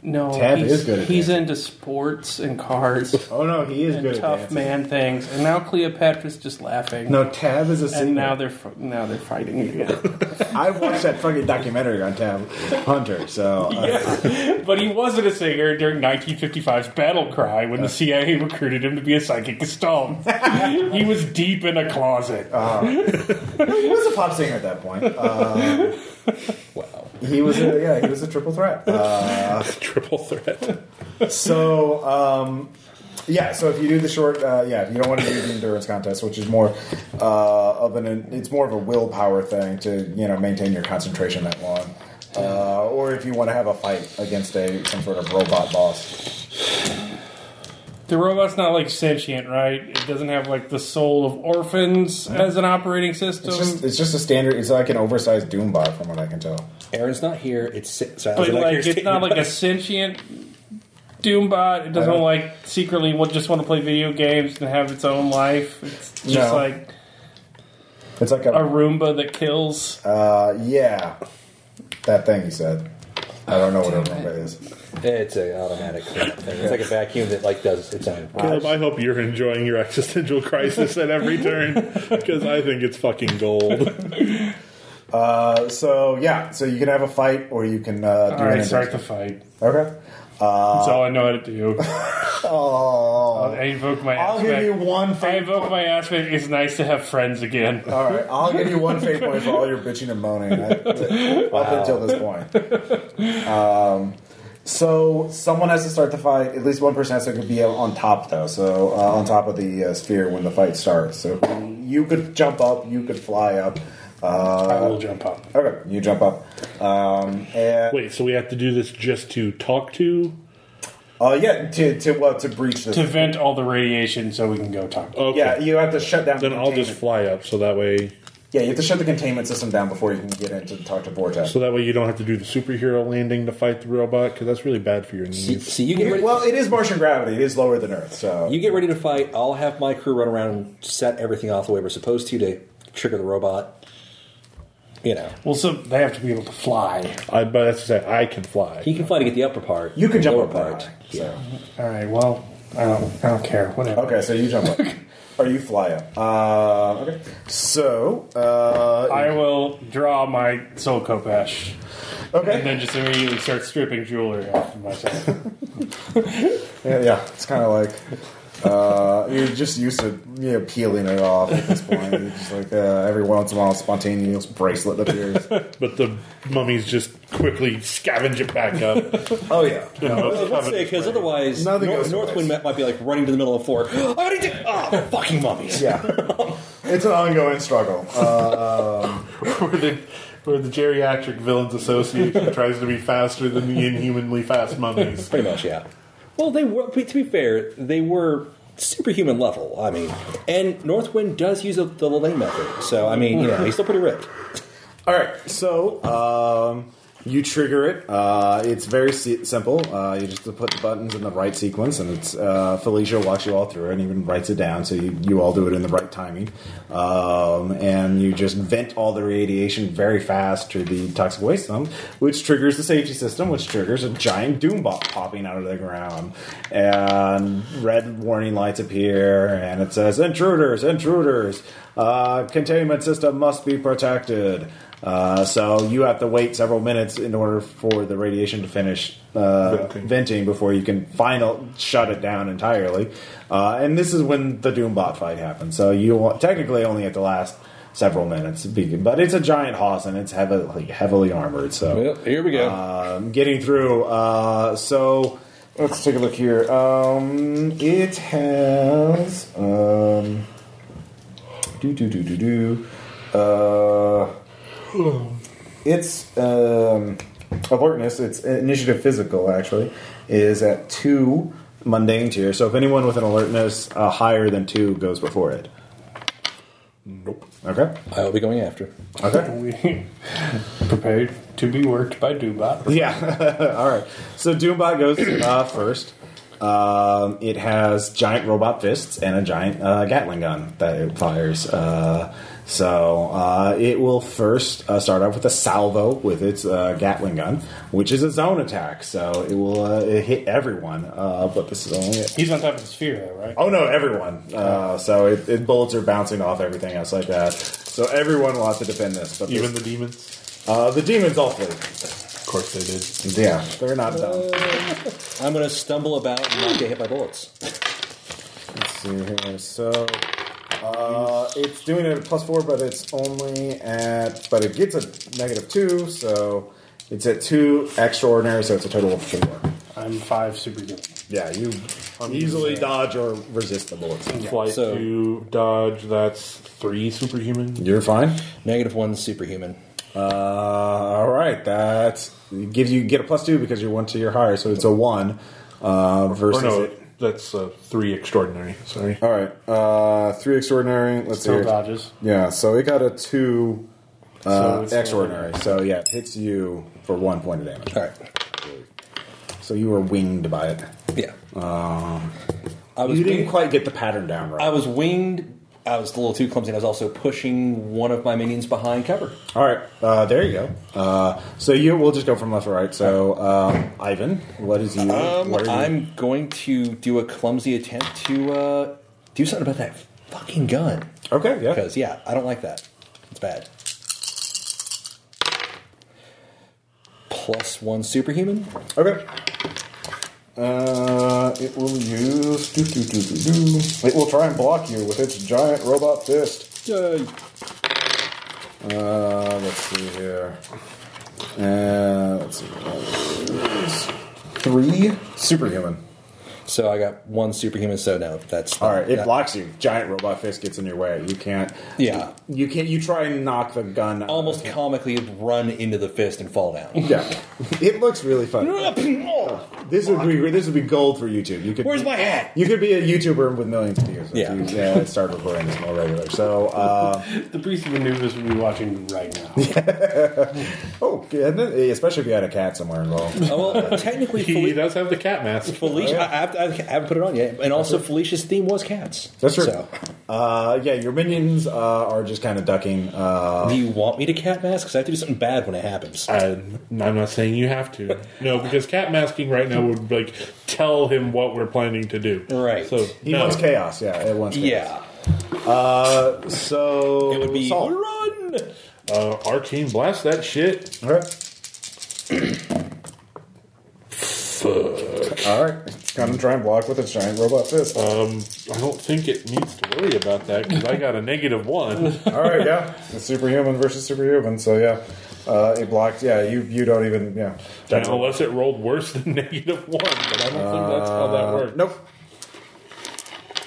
Speaker 2: No,
Speaker 1: Tab
Speaker 2: he's,
Speaker 1: is good at
Speaker 2: he's into sports and cars
Speaker 1: oh no, he is
Speaker 2: and
Speaker 1: good at
Speaker 2: tough
Speaker 1: dancing.
Speaker 2: man things. And now Cleopatra's just laughing.
Speaker 1: No, Tab is a singer.
Speaker 2: and now they're fi- now they're fighting again.
Speaker 1: I watched that fucking documentary on Tab Hunter. So, uh,
Speaker 2: but he wasn't a singer during 1955's Battle Cry when the CIA recruited him to be a psychic Gestalt. he was deep in a closet.
Speaker 1: Uh. he was a pop singer at that point. Um,
Speaker 3: Wow.
Speaker 1: he was, a, yeah, he was a triple threat. Uh,
Speaker 4: Triple threat.
Speaker 1: So, um, yeah. So if you do the short, uh, yeah, if you don't want to do the endurance contest, which is more uh, of an, it's more of a willpower thing to you know maintain your concentration that long. Uh, or if you want to have a fight against a some sort of robot boss,
Speaker 2: The robot's not like sentient, right? It doesn't have like the soul of orphans as an operating system.
Speaker 1: Mm-hmm. it's just it's just a standard. It's like an oversized Doombot, from what I can tell.
Speaker 3: Aaron's not here. It sounds
Speaker 2: but
Speaker 3: like,
Speaker 2: like,
Speaker 3: you're
Speaker 2: it's not
Speaker 3: sitting-
Speaker 2: like a sentient Doombot. It doesn't
Speaker 1: don't-
Speaker 2: like secretly wa- just want to play video games and have its own life. It's just
Speaker 1: No.
Speaker 2: like
Speaker 1: It's like
Speaker 2: a
Speaker 1: a
Speaker 2: Roomba that kills.
Speaker 1: uh, yeah, that thing you said. I don't know what a Roomba is.
Speaker 3: It's an automatic cleanup thing. It's like a vacuum that like does its own.
Speaker 4: Caleb, I hope you're enjoying your existential crisis at every turn because I think it's fucking gold.
Speaker 1: Uh, so yeah, so you can have a fight, or you can uh, do
Speaker 2: All right,
Speaker 1: an
Speaker 2: start
Speaker 1: endurance.
Speaker 2: the fight.
Speaker 1: Okay. Uh,
Speaker 2: That's all I know how to do.
Speaker 1: Oh,
Speaker 2: I invoke my
Speaker 1: I'll give you
Speaker 2: aspect.
Speaker 1: one.
Speaker 2: I
Speaker 1: Fate
Speaker 2: invoke my aspect. It's nice to have friends again.
Speaker 1: All right, I'll give you one fate point for all your bitching and moaning uh, up until this point. Um, so someone has to start the fight. At least one person has to be on top, though. So uh, on top of the uh, sphere when the fight starts. So you could jump up, you could fly up.
Speaker 6: I
Speaker 1: Uh,
Speaker 6: will jump up.
Speaker 1: okay, you jump up. Um, and
Speaker 4: Wait, so we have to do this just to talk to?
Speaker 1: uh, yeah, to to well, to breach this.
Speaker 2: To vent all the radiation so we can go talk.
Speaker 4: Okay.
Speaker 1: yeah, you have to shut down.
Speaker 4: Then
Speaker 1: the
Speaker 4: I'll just
Speaker 1: containment.
Speaker 4: fly up so that way
Speaker 1: yeah, you have to shut the containment system down before you can get in to talk to Vortex.
Speaker 4: so that way you don't have to do the superhero landing to fight the robot because that's really bad for your
Speaker 3: See,
Speaker 4: knees.
Speaker 3: see, you get ready.
Speaker 1: well, it is Martian gravity. It is lower than Earth, so
Speaker 3: you get ready to fight. I'll have my crew run around and set everything off the way we're supposed to to trigger the robot. you know,
Speaker 2: Well, so they have to be able to fly.
Speaker 4: I, but that's to say, I can fly.
Speaker 3: he can fly to get the upper part.
Speaker 1: You can
Speaker 3: the
Speaker 1: jump
Speaker 3: lower
Speaker 1: up that
Speaker 3: part.
Speaker 1: high,
Speaker 3: Yeah.
Speaker 2: All right. Well, I don't. I don't care. Whatever.
Speaker 1: Okay, so you jump up. or you fly up. Uh, okay. So, uh,
Speaker 2: I will draw my soul kopesh and
Speaker 1: okay.
Speaker 2: then just immediately start stripping jewelry off of myself.
Speaker 1: Yeah, yeah, it's kind of like. Uh, you're just used to you know, peeling it off at this point. It's just like uh, every once in a while, a spontaneous bracelet appears.
Speaker 4: But the mummies just quickly scavenge it back up.
Speaker 1: oh yeah,
Speaker 3: Let's say because otherwind
Speaker 1: Nothing
Speaker 3: Nor-
Speaker 1: goes to
Speaker 3: Northwind might, might be like running to the middle of the floor. I need to. Oh, fucking mummies.
Speaker 1: yeah. It's an ongoing struggle. Uh,
Speaker 5: where the where the geriatric villains association tries to be faster than the inhumanly fast mummies.
Speaker 3: Pretty much, yeah. Well, they were. To be fair, they were superhuman level. I mean, and Northwind does use a, the Lillane method, so I mean, you know, he's still pretty ripped.
Speaker 1: All right, so um, you trigger it. Uh, it's very si- simple. Uh, you just put the buttons in the right sequence, and it's uh, Felicia walks you all through it and even writes it down, so you, you all do it in the right timing. Um, and you just vent all the radiation very fast to the toxic waste dump, which triggers the safety system, which triggers a giant doom bomb popping out of the ground. And red warning lights appear, and it says, "Intruders! Intruders! Uh, containment system must be protected." Uh, so you have to wait several minutes in order for the radiation to finish uh, venting.
Speaker 5: Venting.
Speaker 1: before you can final shut it down entirely. Uh, and this is when the Doombot fight happens. So you wa- technically only at the last several minutes, be- but it's a giant hoss and it's heavily heavily armored. So
Speaker 3: here we go.
Speaker 1: um, getting through. Uh, so let's take a look here. Um, it has um, do do do do do. Uh, it's um, alertness. It's initiative physical actually is at two mundane tier. So if anyone with an alertness uh, higher than two goes before it. Nope. Okay.
Speaker 3: I will be going after.
Speaker 1: Okay.
Speaker 2: We prepared to be worked by Dubot.
Speaker 1: Yeah. All right. So Doombot goes uh, first. Um, it has giant robot fists and a giant uh, Gatling gun that it fires. Uh, so uh, it will first uh, start off with a salvo with its uh, Gatling gun, which is a zone attack. So it will uh, hit everyone, uh, but this is only
Speaker 2: He's on top of the sphere, though, right?
Speaker 1: Oh no, everyone. Uh, so it, it bullets are bouncing off everything else like that. So everyone will have to defend this. But
Speaker 5: Even
Speaker 1: even
Speaker 5: the demons.
Speaker 1: uh, the demons all flee.
Speaker 5: Of course they did.
Speaker 1: Yeah, they're not dumb.
Speaker 3: I'm going to stumble about and not get hit by bullets.
Speaker 1: Let's see here. So uh, it's doing it at plus four, but it's only at but it gets a negative two, so it's at two extraordinary, so it's a total of four.
Speaker 6: I'm five super good.
Speaker 1: Yeah, you easily dodge or resist the bullets.
Speaker 5: Flight
Speaker 3: so-
Speaker 5: to dodge. That's three superhuman.
Speaker 1: You're fine.
Speaker 3: Negative one, superhuman.
Speaker 1: Uh, all right, that gives you get a plus two because you're one to your higher, so it's a one uh, versus.
Speaker 5: Or no,
Speaker 1: it-
Speaker 5: that's uh, three extraordinary. Sorry.
Speaker 1: All right, uh, three extraordinary. Let's see.
Speaker 6: Still
Speaker 1: here.
Speaker 6: dodges.
Speaker 1: Yeah, so it got a two
Speaker 6: So
Speaker 1: uh,
Speaker 6: it's-
Speaker 1: extraordinary. So yeah, it hits you for one point of damage.
Speaker 3: All right.
Speaker 1: So you were winged by it.
Speaker 3: Yeah. I was
Speaker 1: Um, You didn't
Speaker 3: winged-
Speaker 1: quite get the pattern down right.
Speaker 3: I was winged. I was a little too clumsy. and I was also pushing one of my minions behind cover.
Speaker 1: All right, uh, there you go. Uh, so you, we'll just go from left to right. So um, Ivan, what is you?
Speaker 3: Um,
Speaker 1: what are you-
Speaker 3: I'm going to do a clumsy attempt to uh, do something about that fucking gun.
Speaker 1: okay. Yeah.
Speaker 3: Because, yeah, I don't like that. It's bad. Plus one superhuman.
Speaker 1: Okay. Uh, it will use. Do, do, do, do, do. It will try and block you with its giant robot fist. Uh, let's see here. Uh, let's see. what that is. Three superhuman.
Speaker 3: So I got one superhuman, so no, that's.
Speaker 1: All right, it
Speaker 3: that-
Speaker 1: blocks you. Giant robot fist gets in your way. You can't.
Speaker 3: Yeah.
Speaker 1: You can't. You try and knock the gun. out.
Speaker 3: Almost comically run into the fist and fall down.
Speaker 1: Yeah. It looks really fun. This would be this would be gold for YouTube. You could.
Speaker 3: Where's my hat?
Speaker 1: You could be a YouTuber with millions of views. if
Speaker 3: Yeah.
Speaker 1: You, yeah. Start recording this more regular. So. Uh,
Speaker 2: The priest of Anubis would be watching right now.
Speaker 1: oh, and then, especially if you had a cat somewhere involved.
Speaker 3: Oh, well, technically,
Speaker 4: He
Speaker 3: Felicia,
Speaker 4: does have the cat mask.
Speaker 3: Felicia, I have have, I haven't put it on yet. And also, Felicia's theme was cats.
Speaker 1: That's true.
Speaker 3: So,
Speaker 1: Uh, yeah, your minions uh, are just kind of ducking. Uh,
Speaker 3: do you want me to cat mask? Because I have to do something bad when it happens.
Speaker 5: Uh, I'm not saying you have to. No, because cat masking right now would like tell him what we're planning to do.
Speaker 3: Right.
Speaker 5: So
Speaker 1: he
Speaker 5: no.
Speaker 1: wants chaos. Yeah, it wants. Chaos.
Speaker 3: Yeah.
Speaker 1: Uh, so
Speaker 3: It would be
Speaker 1: Saul.
Speaker 3: run.
Speaker 5: uh, arcane blast that shit.
Speaker 1: All right. All right. It's going to try and block with its giant robot fist.
Speaker 5: I don't think it needs to worry about that because I got a negative one.
Speaker 1: All right. Yeah. It's superhuman versus superhuman. So yeah, uh, it blocked. Yeah. You you don't even yeah.
Speaker 5: Now, unless it rolled worse than negative one, but I don't think that's how that
Speaker 1: Uh,
Speaker 5: works.
Speaker 1: nope.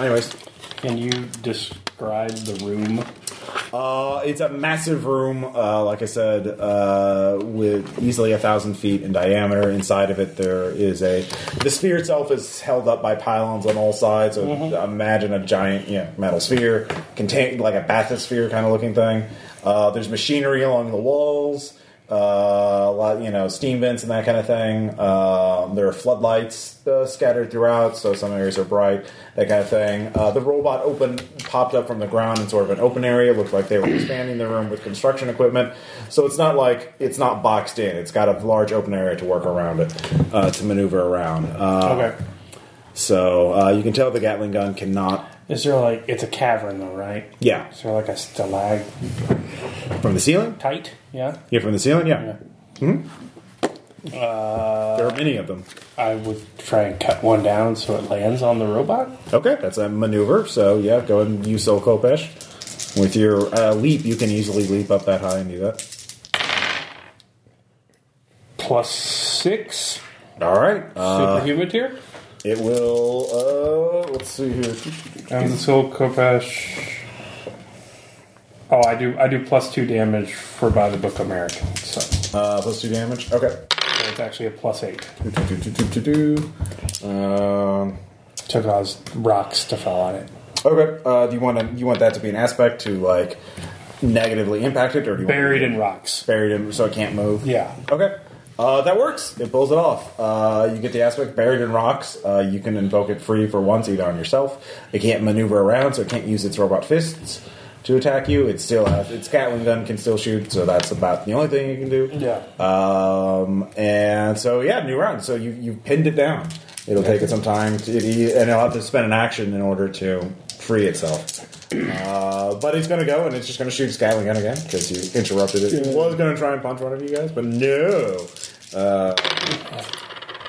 Speaker 1: Anyways,
Speaker 8: Can you describe the room?
Speaker 1: uh, it's a massive room. Uh, like I said, uh, with easily a thousand feet in diameter. Inside of it, there is a the sphere itself is held up by pylons on all sides. So imagine a giant yeah, metal sphere contained like a bathysphere kind of looking thing. Uh, there's machinery along the walls. uh, a lot, you know, steam vents and that kind of thing. Um, there are floodlights uh, scattered throughout, so some areas are bright, that kind of thing. Uh, the robot open popped up from the ground in sort of an open area. It looked like they were expanding the room with construction equipment, so it's not like it's not boxed in. It's got a large open area to work around it uh, to maneuver around. Uh,
Speaker 6: Okay.
Speaker 1: So uh, you can tell the Gatling gun cannot.
Speaker 6: Is there like it's a cavern though, right?
Speaker 1: Yeah,
Speaker 6: Is there like a stalactite?
Speaker 1: from the ceiling.
Speaker 6: Yeah.
Speaker 1: Yeah, from the ceiling.
Speaker 6: Yeah.
Speaker 1: Yeah, there are many of them.
Speaker 6: I would try and cut one down so it lands on the robot.
Speaker 1: Okay, that's a maneuver. So yeah, go ahead and use Soul Kopesh. With your uh, leap, you can easily leap up that high and do that.
Speaker 6: Plus six
Speaker 1: All right. Uh,
Speaker 6: superhuman tier.
Speaker 1: it will. Uh, let's see here.
Speaker 6: And so Kopesh. Oh, I do. I do plus two damage for by the book American. So, so
Speaker 1: Uh, plus two damage. Okay.
Speaker 6: it's actually a plus eight.
Speaker 1: Do, do, do, do, do, do. Um,
Speaker 6: To cause rocks to fall on it.
Speaker 1: okay. Uh, do you want to? You want that to be an aspect to like negatively impact it, or do you
Speaker 6: Buried
Speaker 1: want
Speaker 6: in rocks.
Speaker 1: buried in so it can't move?
Speaker 6: Yeah.
Speaker 1: Okay. Uh, that works. It pulls it off. Uh, you get the aspect buried in rocks. Uh, you can invoke it free for once, either on yourself. It can't maneuver around, so it can't use its robot fists to attack you. It still has its Gatling gun can still shoot, so that's about the only thing it can do.
Speaker 6: Yeah.
Speaker 1: Um, and so yeah, new round. So you you pinned it down. It'll take it some time, to, and it'll have to spend an action in order to free itself. Uh, but it's gonna go, and it's just gonna shoot Gatling gun again because you interrupted it. It was gonna try and punch one of you guys, but no. Uh,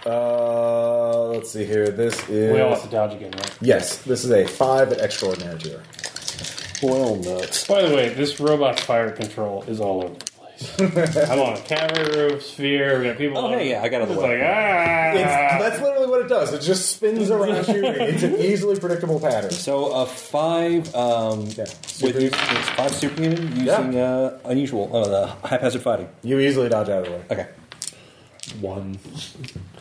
Speaker 1: uh, let's see here. This is
Speaker 6: We all have to dodge again, right?
Speaker 1: yes. This is a five at extraordinary tier.
Speaker 3: Well, nuts.
Speaker 6: By the way, this robot's fire control is all over the place. I'm on a cavern roof sphere. We got people.
Speaker 3: Oh,
Speaker 6: on-
Speaker 3: hey, yeah, I got out of the
Speaker 6: It's
Speaker 3: way.
Speaker 6: like ah.
Speaker 1: It's, that's literally what it does. It just spins around shooting. It's an easily predictable pattern.
Speaker 3: So uh, five um, with
Speaker 1: Super-
Speaker 3: using, it's five superhuman
Speaker 1: Yeah.
Speaker 3: using uh, unusual uh, the haphazard fighting.
Speaker 1: You easily dodge out of the way.
Speaker 3: Okay.
Speaker 5: One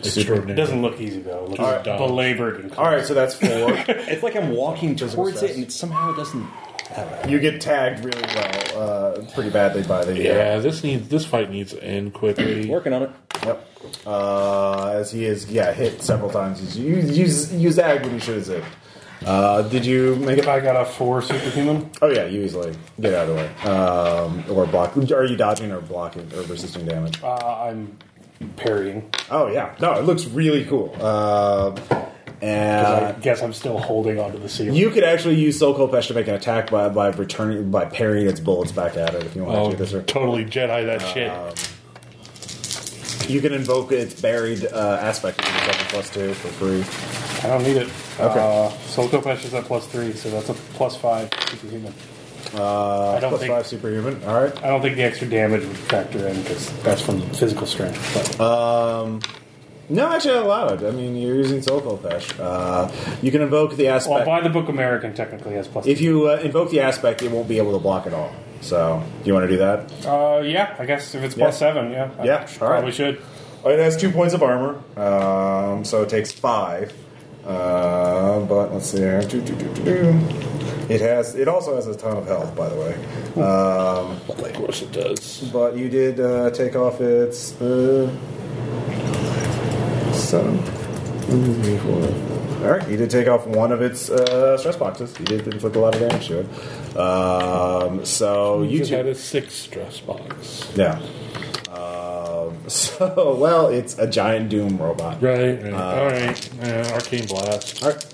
Speaker 5: extraordinary.
Speaker 6: it doesn't look easy though. It looks
Speaker 1: All right.
Speaker 6: belabored and
Speaker 1: All right, so that's four.
Speaker 3: It's like I'm walking towards
Speaker 1: stress.
Speaker 3: it, and it somehow doesn't. I don't know.
Speaker 1: you get tagged really well, uh, pretty badly by the.
Speaker 5: Yeah, this needs this fight needs to end quickly.
Speaker 3: Working on it.
Speaker 1: Yep. Uh, as he is, yeah, hit several times. He's use use use ag when he should have zipped. Uh, did you make it?
Speaker 6: I got a four superhuman.
Speaker 1: Oh yeah, you easily get out of the way. Um, or block? Are you dodging or blocking or resisting damage?
Speaker 6: Uh, I'm parrying.
Speaker 1: Oh yeah, no, it looks really cool. Uh,
Speaker 6: I
Speaker 1: and
Speaker 6: guess I'm still holding onto the
Speaker 1: Uh,
Speaker 6: ceiling.
Speaker 1: you could actually use Soul Kopesh to make an attack by by returning by parrying its bullets back at it if you want
Speaker 5: Oh,
Speaker 1: to do this. Or,
Speaker 5: totally Jedi that shit.
Speaker 1: You can invoke its buried uh, aspect if you get a plus two for free.
Speaker 6: I don't need it.
Speaker 1: Okay.
Speaker 6: Uh, Soul Kopesh is at plus three, so that's a plus five superhuman.
Speaker 1: Uh,
Speaker 6: I don't
Speaker 1: plus
Speaker 6: think-
Speaker 1: five superhuman. All right.
Speaker 6: I don't think the extra damage would factor in because that's from physical strength. But
Speaker 1: No, actually, I allowed. I mean, you're using Soul Kopesh. Uh, you can invoke the
Speaker 6: well,
Speaker 1: aspect.
Speaker 6: by the book, American technically has plus.
Speaker 1: if you uh, invoke the aspect, it won't be able to block at all. So, you want to do that?
Speaker 6: Uh, yeah, I guess if it's
Speaker 1: Yeah.
Speaker 6: plus seven, yeah, I
Speaker 1: Yeah, all right.
Speaker 6: probably should.
Speaker 1: Oh, It has two points of armor, um, so it takes five. Uh, but let's see here. Doo, doo, doo, doo, doo. It has. It also has a ton of health, by the way. Um,
Speaker 5: Of course it does.
Speaker 1: But you did uh, take off its uh, seven. One, two, three, four, All right, you did take off one of its uh, stress boxes. You did inflict a lot of damage to it. Um, so you
Speaker 4: You've
Speaker 1: two,
Speaker 4: had a six stress box.
Speaker 1: yeah. Um, so well, it's a giant doom robot.
Speaker 4: Right. right. All right. Uh, arcane blast.
Speaker 1: All right,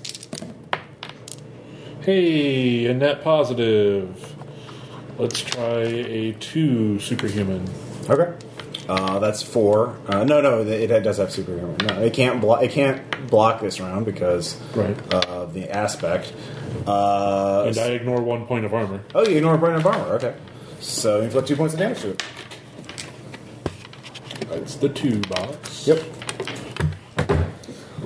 Speaker 4: Hey, a net positive. Let's try a two superhuman.
Speaker 1: okay. Uh, that's four. Uh, no, no, it, it does have superhuman. No, it can't block. It can't block this round because
Speaker 4: Right.
Speaker 1: of the aspect. Uh,
Speaker 4: And I ignore one point of armor.
Speaker 1: Oh, you ignore Brandon Barmer. Okay. So you inflict two points of damage to it.
Speaker 4: That's the two box.
Speaker 1: Yep.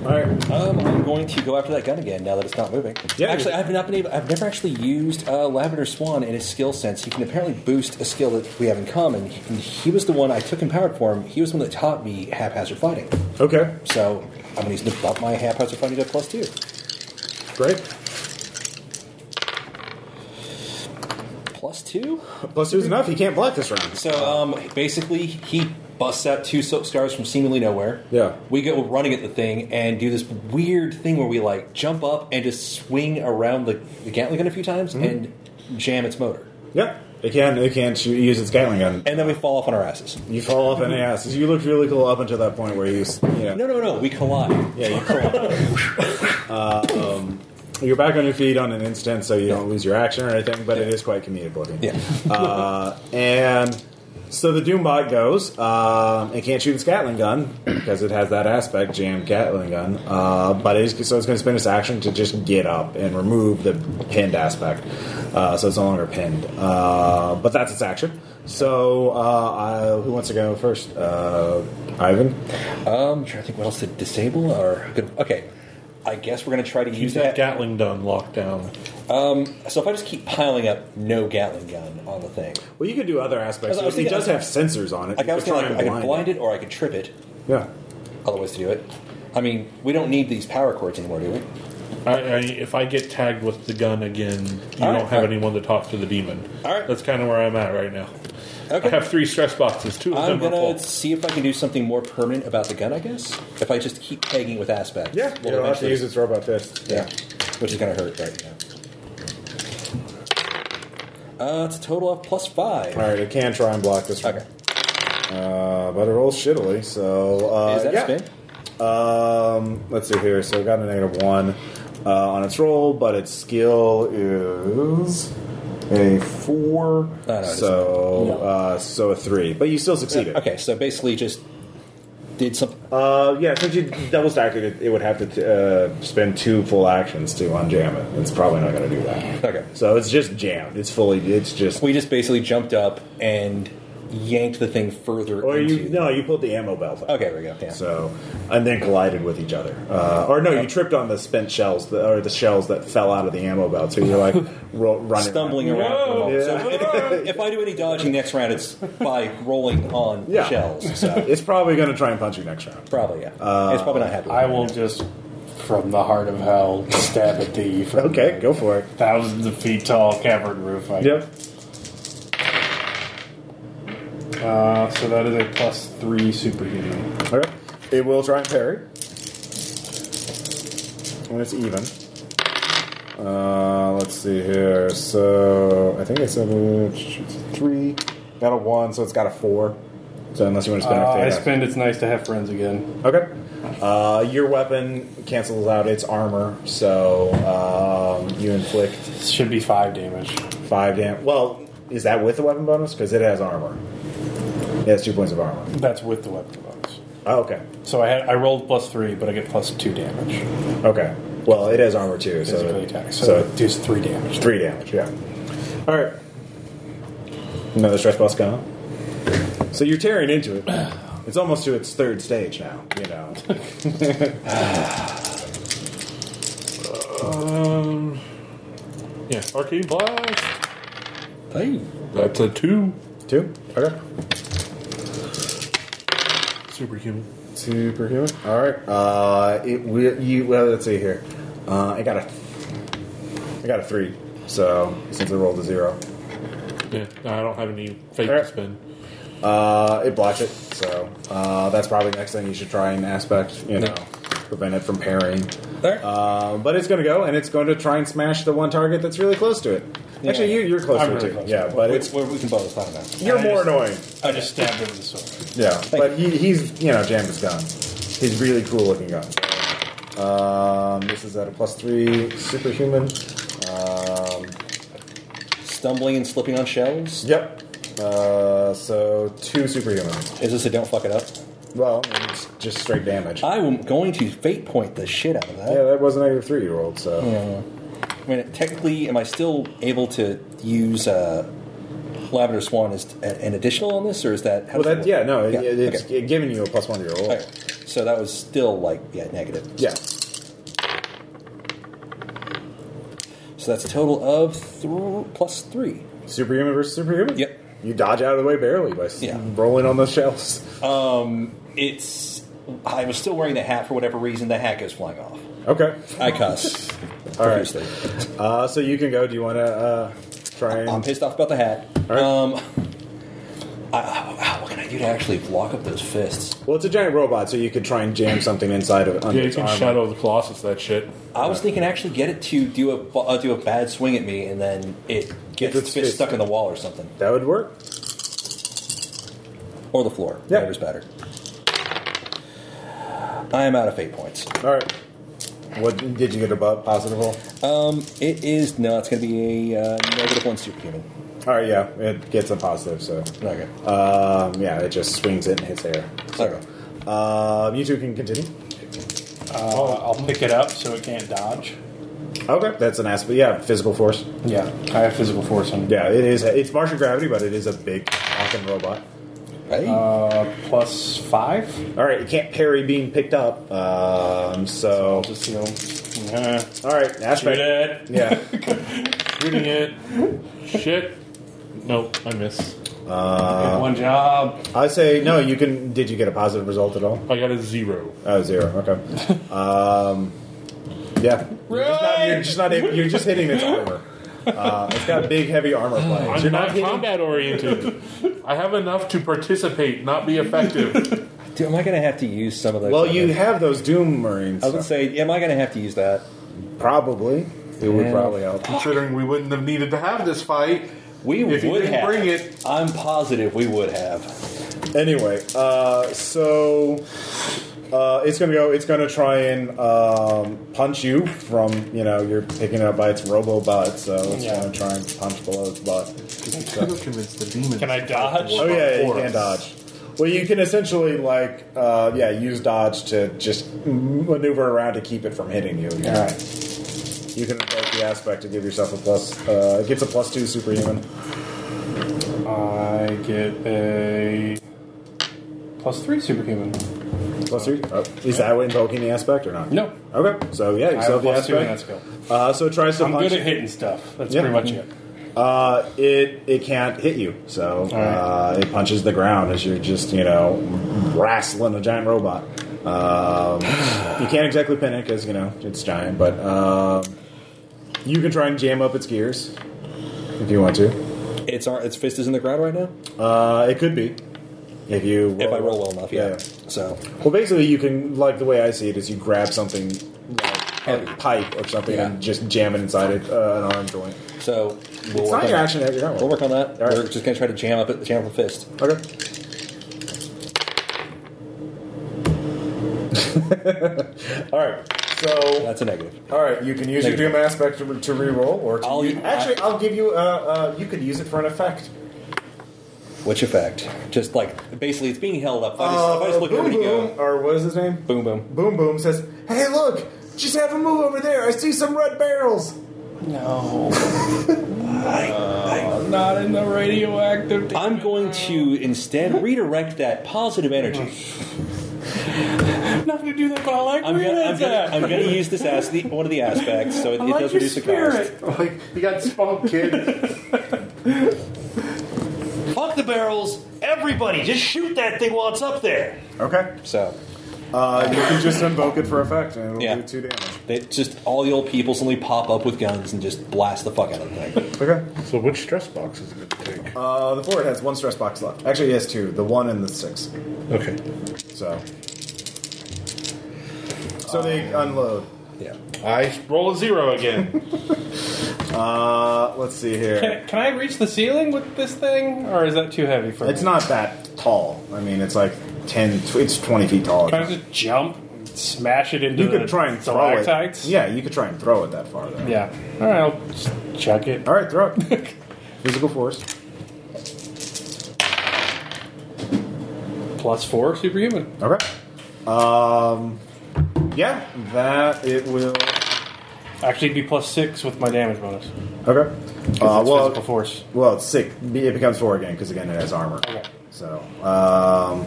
Speaker 1: All right.
Speaker 3: Um, I'm going to go after that gun again now that it's not moving.
Speaker 1: Yeah.
Speaker 3: actually, I've not been able. I've never actually used uh, Lavender Swan in his skill sense. He can apparently boost a skill that we have in common. He, and he was the one I took empowered for him. He was the one that taught me haphazard fighting.
Speaker 1: Okay.
Speaker 3: So I'm going to use up my haphazard fighting to plus two,
Speaker 1: Great.
Speaker 3: plus two.
Speaker 1: Plus two is enough. You can't block this round.
Speaker 3: So um, basically, he busts out two silk scars from seemingly nowhere.
Speaker 1: Yeah.
Speaker 3: We go running at the thing and do this weird thing where we like jump up and just swing around the, the gantlet gun a few times and jam its motor.
Speaker 1: Yep. It can. It can shoot, use its Gatling gun.
Speaker 3: And then we fall off on our asses.
Speaker 1: You fall off in the ass. You looked really cool up until that point where you. s- Yeah.
Speaker 3: No, no, no, we collide.
Speaker 1: Yeah. You fall. Uh, um, you're back on your feet on an instant, so you don't lose your action or anything. But it is quite comedic looking.
Speaker 3: Yeah.
Speaker 1: uh, and so the Doombot goes. Um, it can't shoot its Gatling gun because it has that aspect, jammed Gatling gun. Uh, but it is, so it's going to spend its action to just get up and remove the pinned aspect. Uh, so it's no longer pinned. Uh, but that's its action. So uh, I, who wants to go first? Uh, Ivan.
Speaker 3: Um, trying to think what else to disable or good. Okay, I guess we're gonna try to
Speaker 4: Use
Speaker 3: use
Speaker 4: that
Speaker 3: that.
Speaker 4: Gatling gun lockdown.
Speaker 3: so if I just keep piling up no Gatling gun on the thing,
Speaker 1: Well, you could do other aspects.
Speaker 3: I was
Speaker 1: it
Speaker 3: thinking-
Speaker 1: does have sensors on it.
Speaker 3: like
Speaker 1: You
Speaker 3: I was
Speaker 1: could
Speaker 3: thinking,
Speaker 1: try
Speaker 3: like, I
Speaker 1: and
Speaker 3: could blind it or I could trip it.
Speaker 1: Yeah.
Speaker 3: Other ways to do it. I mean, we don't need these power cords anymore, do we?
Speaker 4: I, I, if I get tagged with the gun again, you
Speaker 3: All right,
Speaker 4: don't have
Speaker 3: all right.
Speaker 4: anyone to talk to the demon.
Speaker 3: All right.
Speaker 4: That's kind of where I'm at right now.
Speaker 3: Okay.
Speaker 4: I have three stress boxes. Two of
Speaker 3: I'm
Speaker 4: them are
Speaker 3: gonna
Speaker 4: full.
Speaker 3: see if I can do something more permanent about the gun. I guess if I just keep pegging with aspect,
Speaker 1: Yeah.
Speaker 3: we'll
Speaker 1: It'll have to
Speaker 3: eventually-
Speaker 1: use its robot fist.
Speaker 3: yeah, which is gonna hurt right now. Uh, it's a total of plus five.
Speaker 1: All right, it can try and block this. round.
Speaker 3: Okay,
Speaker 1: Uh, but it rolls shittily, so uh,
Speaker 3: is that
Speaker 1: yeah.
Speaker 3: a spin?
Speaker 1: Um, let's see here. So it got a negative one uh, on its roll, but its skill is a four.
Speaker 3: Oh, no, it
Speaker 1: so
Speaker 6: doesn't. No.
Speaker 1: uh, so a three, but you still succeeded.
Speaker 3: Okay, so basically just did something.
Speaker 1: Uh, yeah, since you double stacked it, it, it would have to uh, spend two full actions to unjam it. It's probably not going to do that.
Speaker 3: Okay.
Speaker 1: So it's just jammed. It's fully. It's just.
Speaker 3: We just basically jumped up and yanked the thing further.
Speaker 1: Or
Speaker 3: into
Speaker 1: Oh, you
Speaker 3: the-
Speaker 1: no, you pulled the ammo belt. out.
Speaker 3: Okay, there we go. Yeah.
Speaker 1: So, and then collided with each other. Uh, or no, you tripped on the spent shells that, or the shells that fell out of the ammo belt. So you're like ro- running,
Speaker 3: Stumbling around. for a
Speaker 4: Whoa!
Speaker 3: moment. So if, if I do any dodging next round, it's by rolling on
Speaker 1: Yeah.
Speaker 3: shells. So
Speaker 1: It's probably going to try and punch you next round.
Speaker 3: probably, yeah. it's probably not happening.
Speaker 6: I will just, from the heart of hell, stab at thee. From
Speaker 1: Okay,
Speaker 6: the
Speaker 1: go for it.
Speaker 6: Thousands of feet tall cavern roof. I- Uh, so that is a plus three superhuman.
Speaker 1: All right. It will try and parry. When it's even. Uh, let's see here. So I think it's a three. Got a one, so it's got a four. So unless you want to spend
Speaker 6: Uh,
Speaker 1: a
Speaker 6: I
Speaker 1: fate
Speaker 6: spend it's nice to have friends again.
Speaker 1: Okay. Uh, your weapon cancels out its armor, so um, you inflict
Speaker 6: Should be five damage.
Speaker 1: five damage. Well, is that with the weapon bonus? Because it has armor. It has two points of armor.
Speaker 6: That's with the weapon bonus.
Speaker 1: Oh, okay.
Speaker 6: So I had I rolled plus three, but I get plus two damage.
Speaker 1: Okay. Well, it has armor too, so,
Speaker 6: Physically attack. So,
Speaker 1: so
Speaker 6: it does three damage.
Speaker 1: three damage. Yeah. All right. Another stress boss gone. So you're tearing into it. It's almost to its third stage now. You know.
Speaker 4: Um, yeah, arcane blast.
Speaker 3: Hey.
Speaker 4: That's a two
Speaker 1: two. Okay.
Speaker 4: superhuman.
Speaker 1: Superhuman. All right. Uh, it will. You well. Let's see here. Uh, I got a. I got a three. So since I rolled a zero,
Speaker 4: Yeah, I don't have any fake
Speaker 1: All right.
Speaker 4: to spend.
Speaker 1: uh, it blocks it. So uh, that's probably the next thing you should try and aspect. You know, prevent it from parrying.
Speaker 3: All right.
Speaker 1: Uh, but it's going to go, and it's going to try and smash the one target that's really close to it. Actually, you, you're close
Speaker 2: I'm
Speaker 1: to
Speaker 2: really
Speaker 1: it too.
Speaker 2: close.
Speaker 1: Yeah, but
Speaker 3: we,
Speaker 1: it's
Speaker 3: we, we can blow this out now.
Speaker 1: you're
Speaker 2: I
Speaker 1: more
Speaker 2: just-
Speaker 1: annoying.
Speaker 2: I just stabbed him with a sword.
Speaker 1: Yeah,
Speaker 3: Thank
Speaker 1: but he, he's you know jammed his gun. He's really cool looking gun. Um, this is at a plus three superhuman. Um,
Speaker 3: Stumbling and slipping on shells.
Speaker 1: yep. Uh, so two superhuman.
Speaker 3: Is this a don't fuck it up?
Speaker 1: Well, it's just straight damage.
Speaker 3: I am going to fate point the shit out of that.
Speaker 1: yeah, that was a negative three year old. So
Speaker 3: I mean, technically, am I still able to use uh, Lavender Swan as a- an additional on this, or is that? How
Speaker 1: well,
Speaker 3: does
Speaker 1: that
Speaker 3: work?
Speaker 1: yeah no it,
Speaker 3: yeah.
Speaker 1: it- it's
Speaker 3: okay.
Speaker 1: it giving you a plus one year old.
Speaker 3: Okay. So that was still like yeah negative.
Speaker 1: Yeah.
Speaker 3: So that's a total of th- plus three.
Speaker 1: Superhuman versus superhuman.
Speaker 3: Yep.
Speaker 1: You dodge out of the way barely by s
Speaker 3: Yeah.
Speaker 1: rolling on those shells.
Speaker 3: It's I was still wearing the hat for whatever reason. The hat goes flying off.
Speaker 1: Okay.
Speaker 3: I cuss
Speaker 1: All right.
Speaker 3: profusely.
Speaker 1: Uh, so you can go. Do you want to uh, try and?
Speaker 3: I'm pissed off about the hat.
Speaker 1: All right.
Speaker 3: Um, I, I- what can I do to actually block up those fists?
Speaker 1: Well, it's a giant robot, so you could try and jam something inside of under
Speaker 5: Yeah, you
Speaker 1: its
Speaker 5: can
Speaker 1: armor.
Speaker 5: shadow the Colossus, that shit.
Speaker 3: I was thinking actually get it to do a uh, do a bad swing at me, and then it gets
Speaker 1: its
Speaker 3: its fist
Speaker 1: fist.
Speaker 3: stuck in the wall or something,
Speaker 1: That would work.
Speaker 3: or the floor.
Speaker 1: Yeah.
Speaker 3: Whatever's better. I am out of fate points.
Speaker 1: All right. What did you get above positive roll?
Speaker 3: Um, it is no. It's going to be a uh, negative one superhuman.
Speaker 1: All right, yeah, it gets a positive. So,
Speaker 3: Okay.
Speaker 1: um, yeah, it just swings it and hits air.
Speaker 3: Okay.
Speaker 1: Um, you two can continue. Oh.
Speaker 2: Uh, I'll pick it up so it can't dodge.
Speaker 1: Okay, that's an aspect. Yeah, physical force.
Speaker 6: Yeah, I have physical force on.
Speaker 1: Yeah, it is. It's Martian gravity, but it is a big fucking robot.
Speaker 3: Hey.
Speaker 6: Uh, plus five.
Speaker 1: All right, you can't parry being picked up. Um, so,
Speaker 6: I'll just you know.
Speaker 2: Uh,
Speaker 1: all right,
Speaker 2: shoot
Speaker 1: aspect.
Speaker 2: it.
Speaker 1: Yeah.
Speaker 4: Shooting it. Shit. Nope, I miss.
Speaker 1: Uh,
Speaker 2: Good one job.
Speaker 1: I say no. You can. Did you get a positive result at all?
Speaker 4: I got a zero.
Speaker 1: Oh, zero. Okay. Um, yeah. You're just, not, you're just not able- You're just hitting its armor. Uh, it's got big, heavy armor plates.
Speaker 4: I'm not combat oriented. I have enough to participate, not be effective.
Speaker 3: Dude, am I going to have to use some of those?
Speaker 1: Well, you
Speaker 3: other-
Speaker 1: have those Doom Marines.
Speaker 3: I would say, am I going to have to use that?
Speaker 1: probably. It would
Speaker 3: Yeah.
Speaker 1: probably help.
Speaker 5: Considering we wouldn't have needed to have this fight.
Speaker 3: We
Speaker 5: If you
Speaker 3: would
Speaker 5: didn't
Speaker 3: have.
Speaker 5: bring it-
Speaker 3: I'm positive we would have.
Speaker 1: Anyway, uh, so uh, it's gonna go. It's gonna try and um, punch you from you know you're picking up by its robo butt, so it's
Speaker 2: Yeah.
Speaker 1: gonna try and punch below its butt.
Speaker 5: Could have convinced the demons.
Speaker 2: Can I dodge?
Speaker 1: Oh yeah, you
Speaker 5: for
Speaker 1: can
Speaker 5: us.
Speaker 1: dodge. Well, you can essentially like uh, yeah use dodge to just m- maneuver around to keep it from hitting you.
Speaker 6: All right.
Speaker 1: You can invoke the aspect to give yourself a plus. Uh, it gets a plus two superhuman.
Speaker 6: I get a plus three superhuman.
Speaker 1: Plus three. Oh, is that what invoking the aspect or not?
Speaker 6: No.
Speaker 1: Okay. So yeah, you
Speaker 6: I
Speaker 1: still have the
Speaker 6: have plus two in that
Speaker 1: aspect.
Speaker 6: skill.
Speaker 1: Uh, so it tries to
Speaker 2: I'm
Speaker 1: punch.
Speaker 2: good at hitting stuff. That's
Speaker 1: Yeah.
Speaker 2: pretty much it.
Speaker 1: uh, it it can't hit you, so uh, it punches the ground as you're just you know wrestling a giant robot. Um, you can't exactly pin it because you know it's giant, but um, you can try and jam up its gears if you want to.
Speaker 3: Its ar- its fist is in the ground right now.
Speaker 1: Uh, it could be if you
Speaker 3: if I roll well enough, yeah.
Speaker 1: yeah.
Speaker 3: So
Speaker 1: Well, basically, you can like the way I see it is you grab something like a
Speaker 3: Heavy.
Speaker 1: pipe or something
Speaker 3: Yeah.
Speaker 1: and just jam it inside it, uh, an arm joint.
Speaker 3: so we'll
Speaker 1: It's
Speaker 3: work
Speaker 1: not
Speaker 3: on
Speaker 1: your
Speaker 3: that.
Speaker 1: action. You're not
Speaker 3: We'll work on that.
Speaker 1: All right.
Speaker 3: We're just gonna try to jam up it, jam up the fist.
Speaker 1: Okay. all right. So,
Speaker 3: That's a negative.
Speaker 1: all right, you can use your
Speaker 3: Negative.
Speaker 1: doom aspect to, to re-roll, or to
Speaker 3: I'll-
Speaker 1: use- actually, I'll give you. Uh, uh, you could use it for an effect.
Speaker 3: Which effect? Just like basically, it's being held up. If I just, if I
Speaker 1: Uh,
Speaker 3: just look at
Speaker 1: boom
Speaker 3: it,
Speaker 1: boom,
Speaker 3: go
Speaker 1: or what is his name?
Speaker 3: boom, boom.
Speaker 1: Boom boom says, "Hey, look! Just have a move over there. I see some red barrels."
Speaker 2: Not in the radioactive.
Speaker 3: I'm going to instead redirect that positive energy.
Speaker 2: I'm not going to do that, but I like
Speaker 3: I'm
Speaker 2: where
Speaker 3: gonna, I'm
Speaker 2: that's
Speaker 3: gonna,
Speaker 2: at.
Speaker 3: I'm gonna use this as the, one of the aspects, so it,
Speaker 2: I
Speaker 3: it
Speaker 2: like
Speaker 3: does
Speaker 2: your
Speaker 3: reduce
Speaker 2: spirit.
Speaker 3: the
Speaker 5: Like, you got spunk, kid.
Speaker 3: cost. Fuck the barrels, everybody! Just shoot that thing while it's up there.
Speaker 1: Okay.
Speaker 3: So
Speaker 1: Uh, you can just invoke it for effect, and it'll
Speaker 3: Yeah.
Speaker 1: do two damage.
Speaker 3: they just all the old people suddenly pop up with guns and just blast the fuck out of the thing.
Speaker 1: Okay.
Speaker 4: So which stress box is it going to take?
Speaker 1: Uh, the four has one stress box left. Actually, it has two. The one and the six.
Speaker 4: Okay.
Speaker 2: Um,
Speaker 1: So. So they unload.
Speaker 3: Yeah.
Speaker 1: I
Speaker 2: Roll a zero again.
Speaker 1: uh, let's see here.
Speaker 2: can, can I reach the ceiling with this thing, or is that too heavy for
Speaker 1: It's
Speaker 2: me?
Speaker 1: not that tall. I mean, it's like ten. tw- It's twenty feet tall.
Speaker 2: Can I just jump, and smash it into
Speaker 1: You
Speaker 2: the
Speaker 1: could try and throw it.
Speaker 2: stalactites?
Speaker 1: Yeah, you could try and throw it that far. Though.
Speaker 2: Yeah. All right, I'll just chuck it.
Speaker 1: All right, throw it. Physical force.
Speaker 2: Plus four, superhuman.
Speaker 1: Okay. Um, yeah, that it will.
Speaker 2: Actually, it'd be plus six with my damage bonus.
Speaker 6: Uh,
Speaker 1: Okay.
Speaker 2: 'cause
Speaker 1: Uh,
Speaker 2: it's
Speaker 1: well,
Speaker 2: physical force.
Speaker 1: well, it's sick. It becomes four again because again it has armor.
Speaker 2: Okay.
Speaker 1: So, um,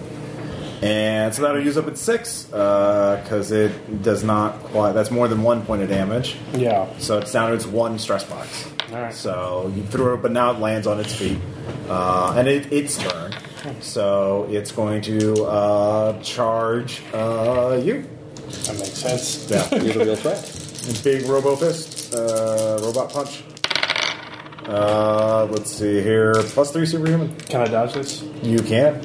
Speaker 1: and so that'll use up its six because it does not quite. That's more than one point of damage.
Speaker 2: Yeah.
Speaker 1: So it's down to its one stress box.
Speaker 2: All right.
Speaker 1: So you threw it, but now it lands on its feet, uh, and it, its turn. So it's going to uh, charge uh, you.
Speaker 2: That makes sense.
Speaker 1: Yeah.
Speaker 3: Here's a real threat.
Speaker 1: Big Robo Fist, uh, Robot Punch. Uh, let's see here. Plus three superhuman.
Speaker 2: Can I dodge this?
Speaker 1: You can.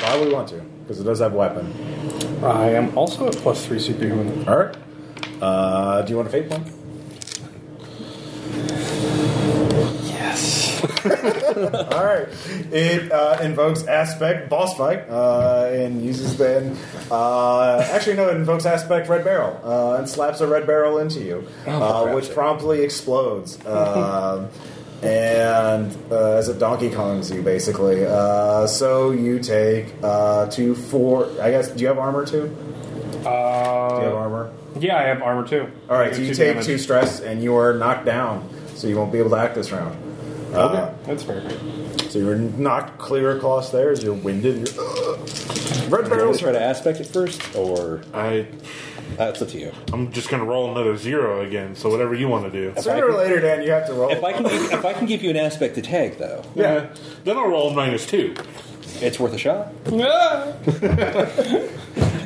Speaker 1: Probably want to, because it does have weapon.
Speaker 2: I am also at plus three superhuman.
Speaker 1: Alright. Uh, do you want a fate point?
Speaker 2: Yes.
Speaker 1: All right. It uh, invokes aspect boss fight uh, and uses then. Uh, actually, no, it invokes aspect red barrel uh, and slaps a red barrel into you, uh, which promptly explodes. Um and uh, as it Donkey Kongs you, basically. Uh, so you take uh, two, four. I guess, do you have armor too? Do you have
Speaker 2: Uh,
Speaker 1: armor?
Speaker 2: yeah, I have armor too.
Speaker 1: All right,
Speaker 2: I
Speaker 1: so
Speaker 2: do
Speaker 1: you take
Speaker 2: damage.
Speaker 1: two stress and you are knocked down, so you won't be able to act this round.
Speaker 2: Okay,
Speaker 1: Uh,
Speaker 2: that's fair.
Speaker 1: So you're not clear across there as you're winded. You're, uh, red
Speaker 3: Do you want
Speaker 1: barrels.
Speaker 3: to try to aspect it first, or
Speaker 5: I
Speaker 3: that's up to you.
Speaker 5: I'm just gonna roll another zero again. So whatever you want to do.
Speaker 1: Sooner or later, Dan, you have to roll.
Speaker 3: If I can, give, if I can give you an aspect to tag, though,
Speaker 1: yeah.
Speaker 5: Then I'll roll minus two.
Speaker 3: it's worth a shot.
Speaker 2: Ah!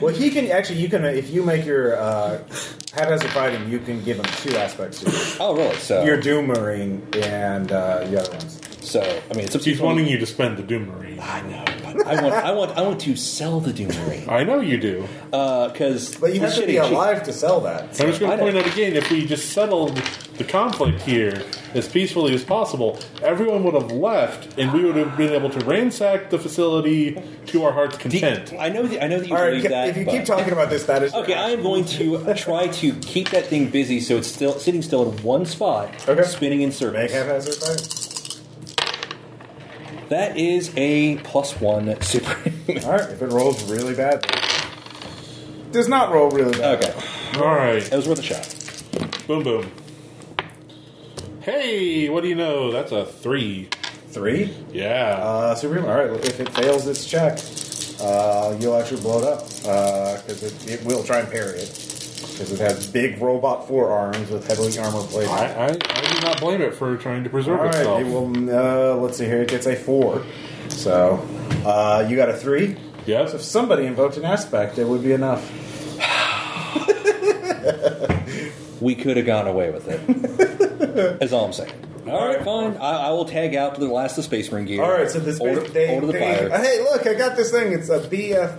Speaker 1: Well, he can actually. You can if you make your uh, haphazard fighting, you can give him two aspects. To you.
Speaker 3: Oh, really? So,
Speaker 1: Your doom marine and uh, the other ones.
Speaker 3: so I mean, it's up to
Speaker 5: She's
Speaker 3: you.
Speaker 5: wanting you to spend the Doom Marine.
Speaker 3: I know. but I want. I want. I want to sell the Doom Marine Uh,
Speaker 5: I know you do.
Speaker 3: because.
Speaker 1: But you have to be alive to sell that.
Speaker 5: I'm just going
Speaker 3: I
Speaker 5: to
Speaker 3: know.
Speaker 5: point out again if we just settled the conflict here as peacefully as possible, everyone would have left and we would have been able to ransack the facility to our heart's content.
Speaker 3: I know. That, I know that you
Speaker 1: All right.
Speaker 3: believe that.
Speaker 1: if you
Speaker 3: but-
Speaker 1: keep talking about this, that is
Speaker 3: Okay, I am going to try to keep that thing busy so it's still sitting still in one spot,
Speaker 1: Okay.
Speaker 3: spinning in
Speaker 1: Make
Speaker 3: circles.
Speaker 1: haphazard fighting.
Speaker 3: That is a plus one super.
Speaker 1: All right. If it rolls really bad, does not roll really bad.
Speaker 3: okay,
Speaker 5: All right.
Speaker 3: that was worth a shot.
Speaker 5: Boom, boom. Hey, what do you know? That's a three.
Speaker 1: Three.
Speaker 5: Yeah.
Speaker 1: Uh, Supreme, all right. If it fails its check, uh, you'll actually blow it up because it, it will try and parry it because it has big robot forearms with heavily armor plating.
Speaker 5: I, I, I do not blame it for trying to
Speaker 1: All
Speaker 5: preserve
Speaker 1: right,
Speaker 5: itself.
Speaker 1: it will. Uh, let's see here. It gets a four, so uh, you got a three. So if
Speaker 5: Yes.
Speaker 1: somebody invoked an aspect, it would be enough.
Speaker 3: We could have gone away with it. That's all I'm saying. All right, fine. I, I will tag out to the last of Space Marine gear.
Speaker 1: All right, so this
Speaker 3: Order-
Speaker 1: big thing.
Speaker 3: order the
Speaker 1: thing- Uh,
Speaker 3: fire.
Speaker 1: hey, look, I got this thing. It's a BF.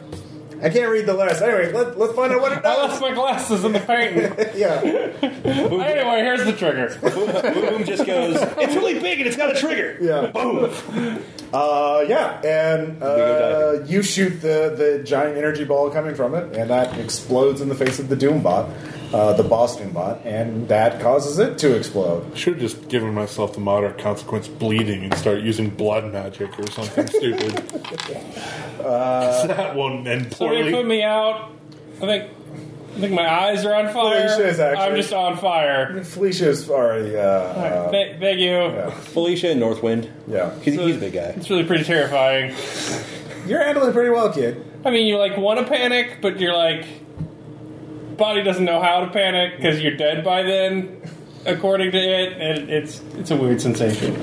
Speaker 1: I can't read the letters. Anyway, let, let's find out what it
Speaker 2: I
Speaker 1: does.
Speaker 2: lost my glasses in the painting.
Speaker 1: yeah,
Speaker 2: anyway, here's the trigger.
Speaker 3: Boom just goes. It's really big and it's got a trigger.
Speaker 1: yeah.
Speaker 3: Boom.
Speaker 1: Uh, yeah, and
Speaker 3: go
Speaker 1: uh, you shoot the, the giant energy ball coming from it, and that explodes in the face of the Doombot, uh, the boss Doombot, and that causes it to explode.
Speaker 5: Should have just given myself the moderate consequence bleeding and start using blood magic or something stupid.
Speaker 1: Uh,
Speaker 5: that won't end
Speaker 2: So they
Speaker 5: poorly.
Speaker 2: put me out. I think. I think my eyes are on fire.
Speaker 1: Felicia is actually-
Speaker 2: I'm just on fire.
Speaker 1: Felicia's already. Uh, uh,
Speaker 2: Th- thank you.
Speaker 3: Felicia and Northwind.
Speaker 1: yeah.
Speaker 3: He's, he's a big guy.
Speaker 2: It's really pretty terrifying.
Speaker 1: You're handling pretty well, kid.
Speaker 2: I mean, you like want to panic, but you're like body doesn't know how to panic because you're dead by then, according to it, and it's it's a weird sensation.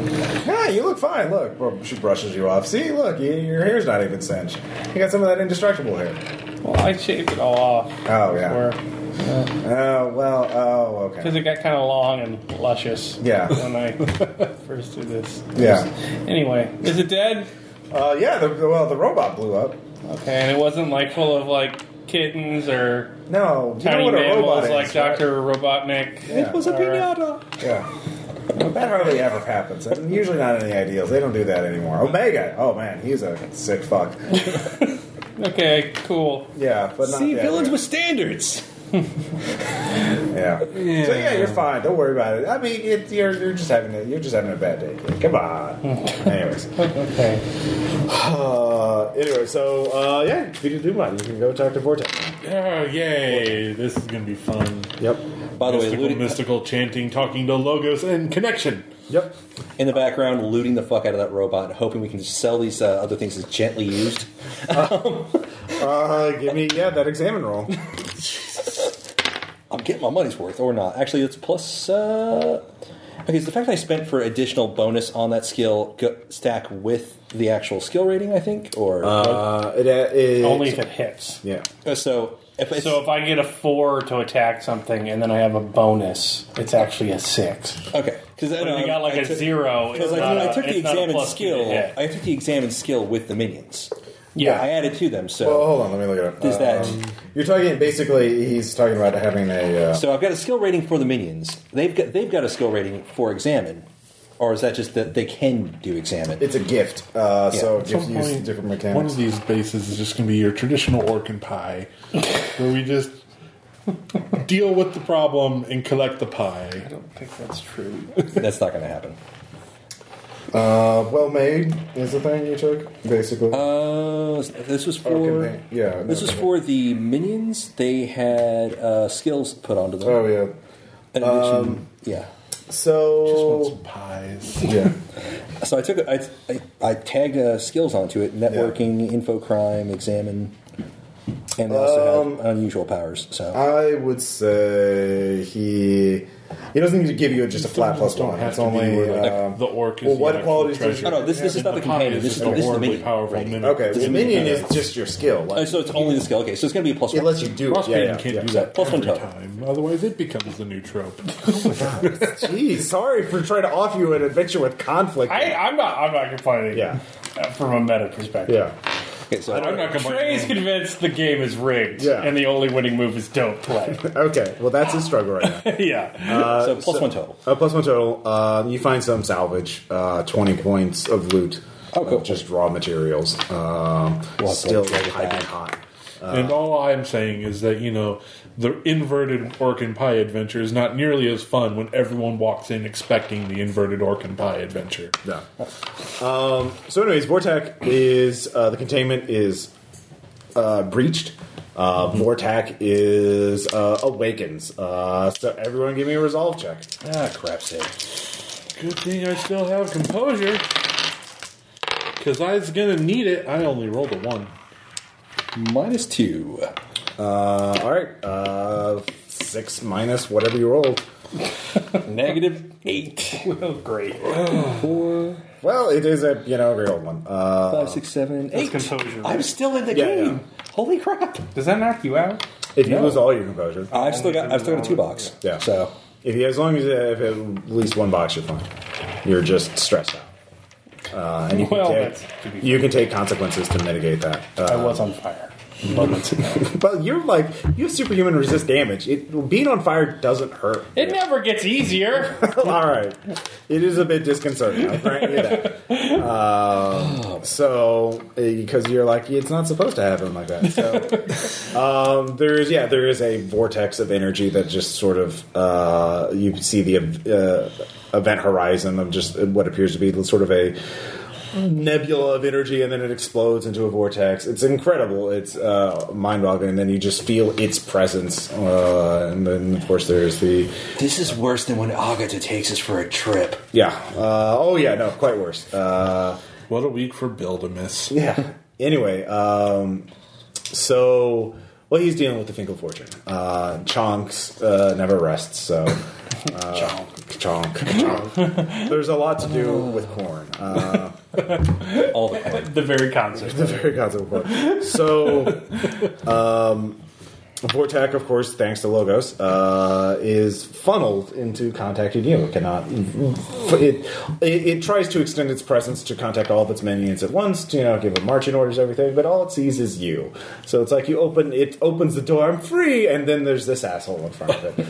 Speaker 1: Yeah, you look fine. Look, Well, she brushes you off. See, look, you, your hair's not even singed. You got some of that indestructible hair.
Speaker 2: Well, I shaved it all off,
Speaker 1: Oh, yeah.
Speaker 2: or
Speaker 1: Oh, well, oh, okay.
Speaker 2: because it got kind of long and luscious.
Speaker 1: Yeah.
Speaker 2: when I first did this.
Speaker 1: Yeah.
Speaker 2: Anyway, is it dead?
Speaker 1: Uh, yeah, the, well, the robot blew up.
Speaker 2: Okay, and it wasn't like full of like kittens or
Speaker 1: No, you know
Speaker 2: tiny
Speaker 1: what a robot
Speaker 2: mammals
Speaker 1: is,
Speaker 2: like
Speaker 1: right?
Speaker 2: Doctor Robotnik.
Speaker 1: Yeah.
Speaker 3: It was a
Speaker 2: All right.
Speaker 3: pinata.
Speaker 1: Yeah. Well, that hardly ever happens, and usually not in the ideals. They don't do that anymore. Omega, oh man, he's a sick fuck.
Speaker 2: Okay, cool.
Speaker 1: Yeah, but not
Speaker 3: See,
Speaker 1: the
Speaker 3: villains
Speaker 1: ideal.
Speaker 3: with standards.
Speaker 1: Yeah. So yeah, you're fine. Don't worry about it. I mean, it, you're you're just having a, you're just having a bad day. Kid. Come on. Anyways.
Speaker 2: Okay.
Speaker 1: Uh, anyway, so uh, yeah, Peter Dumont, you can go talk to Vortex.
Speaker 5: Oh, yay! This is gonna be fun.
Speaker 1: Yep.
Speaker 3: By the way,
Speaker 5: mystical,
Speaker 3: looting,
Speaker 5: mystical chanting, talking to logos, and connection.
Speaker 1: Yep.
Speaker 3: in the background, looting the fuck out of that robot, and hoping we can just sell these uh, other things as gently used.
Speaker 1: Uh, give me yeah that examine roll.
Speaker 3: I'm getting my money's worth, or not. Actually, it's plus. Uh, okay, so the fact I spent for additional bonus on that skill go, stack with the actual skill rating, I think, or
Speaker 1: Uh, it, uh, it
Speaker 2: Only if it hits.
Speaker 1: yeah.
Speaker 3: Uh, so. If it's,
Speaker 2: So if I get a four to attack something and then I have a bonus, it's actually a six.
Speaker 3: okay, um, because
Speaker 2: But if you got like
Speaker 3: a
Speaker 2: a zero, it's
Speaker 3: Because I,
Speaker 2: not
Speaker 3: I
Speaker 2: a-
Speaker 3: took the
Speaker 2: it's not a
Speaker 3: examined
Speaker 2: plus two to
Speaker 3: skill.
Speaker 2: hit.
Speaker 3: I took the examined skill with the minions.
Speaker 2: Yeah.
Speaker 3: I added to them. So
Speaker 1: Well, hold on. Let me look it up. Um,
Speaker 3: Is that-
Speaker 1: you're talking basically? He's talking about having a. Uh,
Speaker 3: So I've got a skill rating for the minions. They've got they've got a skill rating for examine, or is that just that they can do examine?
Speaker 1: it's a gift, uh,
Speaker 3: Yeah.
Speaker 1: so it
Speaker 5: At
Speaker 1: gives
Speaker 5: some
Speaker 1: you
Speaker 5: point,
Speaker 1: different
Speaker 5: One of
Speaker 1: mechanics.
Speaker 5: these bases is just going to be your traditional orc and pie, where we just deal with the problem and collect the pie.
Speaker 2: I don't think that's true.
Speaker 3: That's not going to happen.
Speaker 1: Uh, well made is the thing you took, basically.
Speaker 3: Uh, this was for
Speaker 1: Oh, Okay, ma- yeah, no,
Speaker 3: this was
Speaker 1: okay.
Speaker 3: for the minions. They had uh, skills put onto them.
Speaker 1: oh yeah.
Speaker 3: In addition-
Speaker 1: um,
Speaker 3: yeah.
Speaker 5: Just want
Speaker 1: So
Speaker 5: some pies.
Speaker 1: yeah.
Speaker 3: So I took I I, I tagged uh, skills onto it: networking, info crime, examine, and they also
Speaker 1: Um,
Speaker 3: have unusual powers. So
Speaker 1: I would say he he doesn't need to give you just a flat plus
Speaker 5: Don't
Speaker 1: one.
Speaker 5: have
Speaker 1: It's
Speaker 5: to be
Speaker 1: only
Speaker 5: where, like,
Speaker 1: um,
Speaker 5: the orc is
Speaker 1: well,
Speaker 5: the
Speaker 1: what
Speaker 5: actual
Speaker 1: qualities does-
Speaker 5: treasure.
Speaker 3: Oh, no, this- this is not the
Speaker 5: And pie
Speaker 3: companion. This
Speaker 5: just
Speaker 3: is-
Speaker 5: a
Speaker 3: this is the
Speaker 5: horribly
Speaker 3: minion
Speaker 5: powerful
Speaker 3: rating.
Speaker 5: minion.
Speaker 1: Okay, well, minion is just your skill.
Speaker 3: Uh,
Speaker 1: Like,
Speaker 3: so it's only the skill. Okay, so it's going to be a plus
Speaker 1: it
Speaker 3: one.
Speaker 1: lets you do it.
Speaker 5: Frostbitten
Speaker 1: Yeah,
Speaker 5: can't
Speaker 1: yeah,
Speaker 5: do
Speaker 1: yeah.
Speaker 5: that
Speaker 3: Plus one
Speaker 5: every
Speaker 3: total.
Speaker 5: time. Otherwise, it becomes the new trope.
Speaker 1: Jeez, sorry for trying to offer you an adventure with conflict.
Speaker 2: I, I'm not. I'm not complaining.
Speaker 1: Yeah.
Speaker 2: uh, From a meta perspective.
Speaker 1: yeah.
Speaker 3: Okay, so
Speaker 5: I'm not
Speaker 2: Trey's
Speaker 5: complaining.
Speaker 2: convinced the game is rigged,
Speaker 1: Yeah.
Speaker 2: and the only winning move is don't play.
Speaker 1: Okay, well, that's his struggle right now.
Speaker 2: yeah,
Speaker 3: so plus one total.
Speaker 1: Uh, plus one total. Uh, you find some salvage, uh, twenty points of loot.
Speaker 3: Oh, cool.
Speaker 1: of just raw materials. Um,
Speaker 3: Well,
Speaker 1: still
Speaker 3: don't
Speaker 1: like
Speaker 3: get
Speaker 1: piping
Speaker 3: that.
Speaker 1: hot.
Speaker 5: and all I'm saying is that you know the inverted orc and pie adventure is not nearly as fun when everyone walks in expecting the inverted orc and pie adventure.
Speaker 1: Yeah. Um, so, anyways, Vortac is uh, the containment is uh, breached. Uh,
Speaker 3: Mm-hmm.
Speaker 1: Vortac is uh, awakens. Uh, so, everyone, give me a resolve check.
Speaker 3: Ah, crap sake.
Speaker 5: Good thing I still have composure. Because I was going to need it. I only rolled a one.
Speaker 3: Minus two.
Speaker 1: Uh, all right, uh, six minus whatever you rolled.
Speaker 3: Negative eight.
Speaker 2: oh, great.
Speaker 3: Four,
Speaker 1: Well, it is a you know a old one. Uh,
Speaker 3: five, six, seven, eight.
Speaker 2: That's composure.
Speaker 3: I'm still in the
Speaker 1: Yeah,
Speaker 3: game. Holy crap!
Speaker 2: Does that knock you out?
Speaker 1: if you lose all your composure,
Speaker 3: I've still got I've still got a two box.
Speaker 1: Yeah.
Speaker 3: So
Speaker 1: if you, as long as you have at least one box, you're fine. You're just stressed out. Uh, and you can,
Speaker 2: Well, that's to be
Speaker 1: take, you can take consequences to mitigate that.
Speaker 2: I
Speaker 1: Uh,
Speaker 2: was on fire moments ago.
Speaker 1: but you're like you have superhuman resist damage. It, being on fire doesn't hurt.
Speaker 2: It never gets easier.
Speaker 1: All right, it is a bit disconcerting. I'll grant you that. Um, so, because you're like, it's not supposed to happen like that. So, um, there is, yeah, there is a vortex of energy that just sort of uh, you see the uh, event horizon of just what appears to be sort of a nebula of energy and then it explodes into a vortex it's incredible it's uh, mind-boggling and then you just feel its presence uh, and then of course there's the
Speaker 3: this is worse than when Agata takes us for a trip.
Speaker 1: yeah. Uh, oh, yeah. No, quite worse. Uh,
Speaker 5: What a week for Build a Miss.
Speaker 1: yeah. Anyway, um, so well, he's dealing with the Finkel fortune. Uh, Chonks uh, never rests, so uh, chonk, chonk. There's a lot to do with corn. Uh,
Speaker 3: All the
Speaker 2: the very concept.
Speaker 1: the very concept of corn. So, um, Vortac, of course, thanks to Logos, uh, is funneled into contacting you. It cannot. It, it it tries to extend its presence to contact all of its minions at once. To, you know, give it marching orders, everything. But all it sees is you. So it's like you open. It opens the door. I'm free, and then there's this asshole in front of it.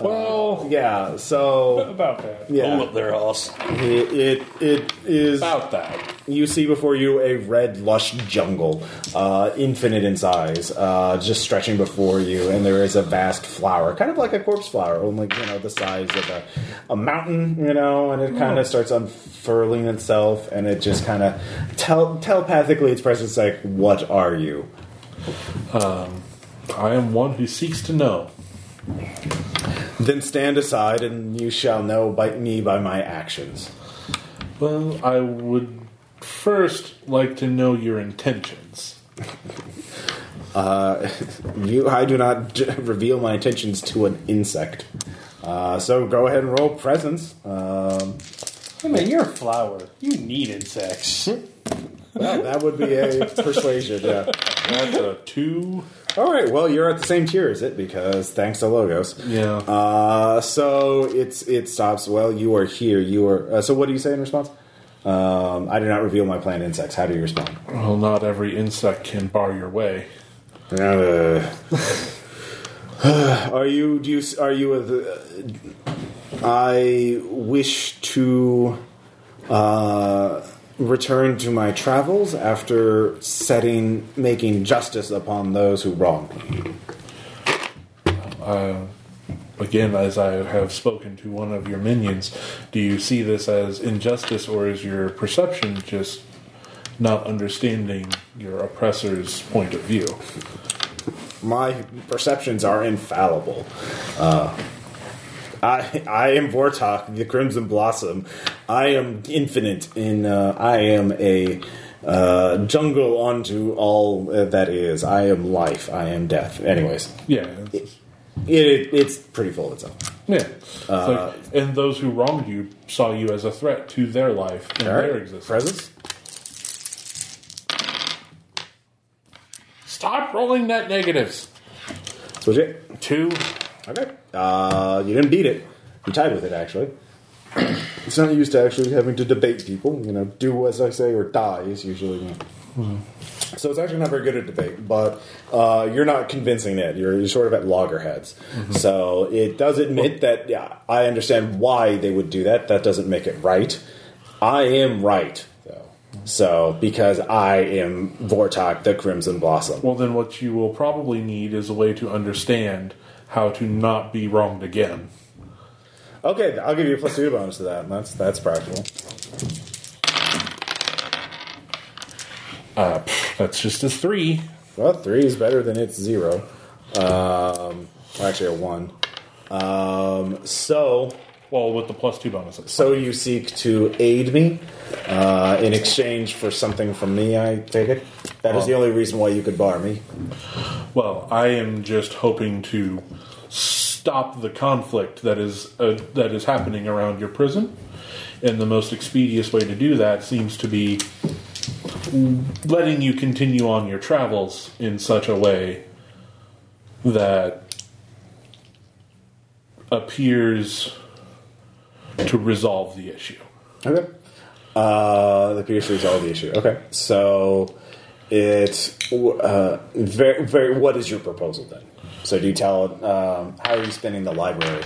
Speaker 1: well, yeah. So
Speaker 2: About that.
Speaker 3: Hold
Speaker 1: yeah,
Speaker 3: up there, Hoss.
Speaker 1: it it, it is
Speaker 3: About that.
Speaker 1: you see before you a red, lush jungle, uh, infinite in size, uh, just stretching before you, and there is a vast flower, kind of like a corpse flower, only you know the size of a, a mountain, you know, and it
Speaker 3: Hmm.
Speaker 1: kind of starts unfurling itself, and it just kind of tel- telepathically expresses it's like, "What are you?"
Speaker 5: I am one who seeks to know.
Speaker 1: Then stand aside, and you shall know by me by my actions.
Speaker 5: Well, I would first like to know your intentions.
Speaker 1: Uh, you, I do not j- reveal my intentions to an insect. Uh, so go ahead and roll presence. Um,
Speaker 2: Hey man, you're a flower. You need insects.
Speaker 1: well, that would be a persuasion. Yeah.
Speaker 5: That's a two.
Speaker 1: All right. Well, you're at the same tier as it because thanks to logos.
Speaker 5: Yeah.
Speaker 1: Uh, so it's it stops. Well, you are here. You are. Uh, so what do you say in response? Um, I do not reveal my planned insects. How do you respond?
Speaker 5: Well, not every insect can bar your way.
Speaker 1: Uh, are you? Do you? Are you? A, uh, I wish to uh, return to my travels after setting, making justice upon those who wrong me.
Speaker 5: Again, as I have spoken to one of your minions, do you see this as injustice or is your perception just not understanding your oppressor's point of view?
Speaker 1: My perceptions are infallible. Uh, I I am Vortok, the Crimson Blossom. I am infinite in. Uh, I am a uh, jungle onto all uh, that is. I am life. I am death. Anyways,
Speaker 5: Yeah. it's just-
Speaker 1: it, it's pretty full of itself.
Speaker 5: yeah. It's
Speaker 1: Uh,
Speaker 5: like- and those who wronged you saw you as a threat to their life and
Speaker 1: All
Speaker 5: their
Speaker 1: right,
Speaker 5: existence.
Speaker 1: presence.
Speaker 5: Stop rolling net negatives.
Speaker 1: Switch it.
Speaker 5: Two.
Speaker 1: Okay. Uh, you didn't beat it. You tied with it, actually. It's not used to actually having to debate people. You know, do as I say or die is usually. the- So it's actually not very good at debate, but uh, you're not convincing it. You're, you're sort of at loggerheads. So it does admit that, yeah, I understand why they would do that. That doesn't make it right. I am right, though. So, because I am Vortok, the Crimson Blossom.
Speaker 5: Well, then what you will probably need is a way to understand how to not be wronged again.
Speaker 1: Okay, I'll give you a plus two bonus to that. That's that's practical.
Speaker 5: Uh, pff, that's just a three.
Speaker 1: Well, three is better than its zero. Um, actually, a one. Um, so,
Speaker 5: Well, with the plus two bonuses.
Speaker 1: so you seek to aid me uh, in exchange for something from me. I take it. That is the only reason why you could bar me.
Speaker 5: Well, I am just hoping to stop the conflict that is uh, that is happening around your prison, and the most expedient way to do that seems to be letting you continue on your travels in such a way that appears to resolve the issue.
Speaker 1: Okay. Uh, the Peter is all the issue. Okay. So, it's uh, very, very. What is your proposal then? So, do you tell um, how are you spending the library?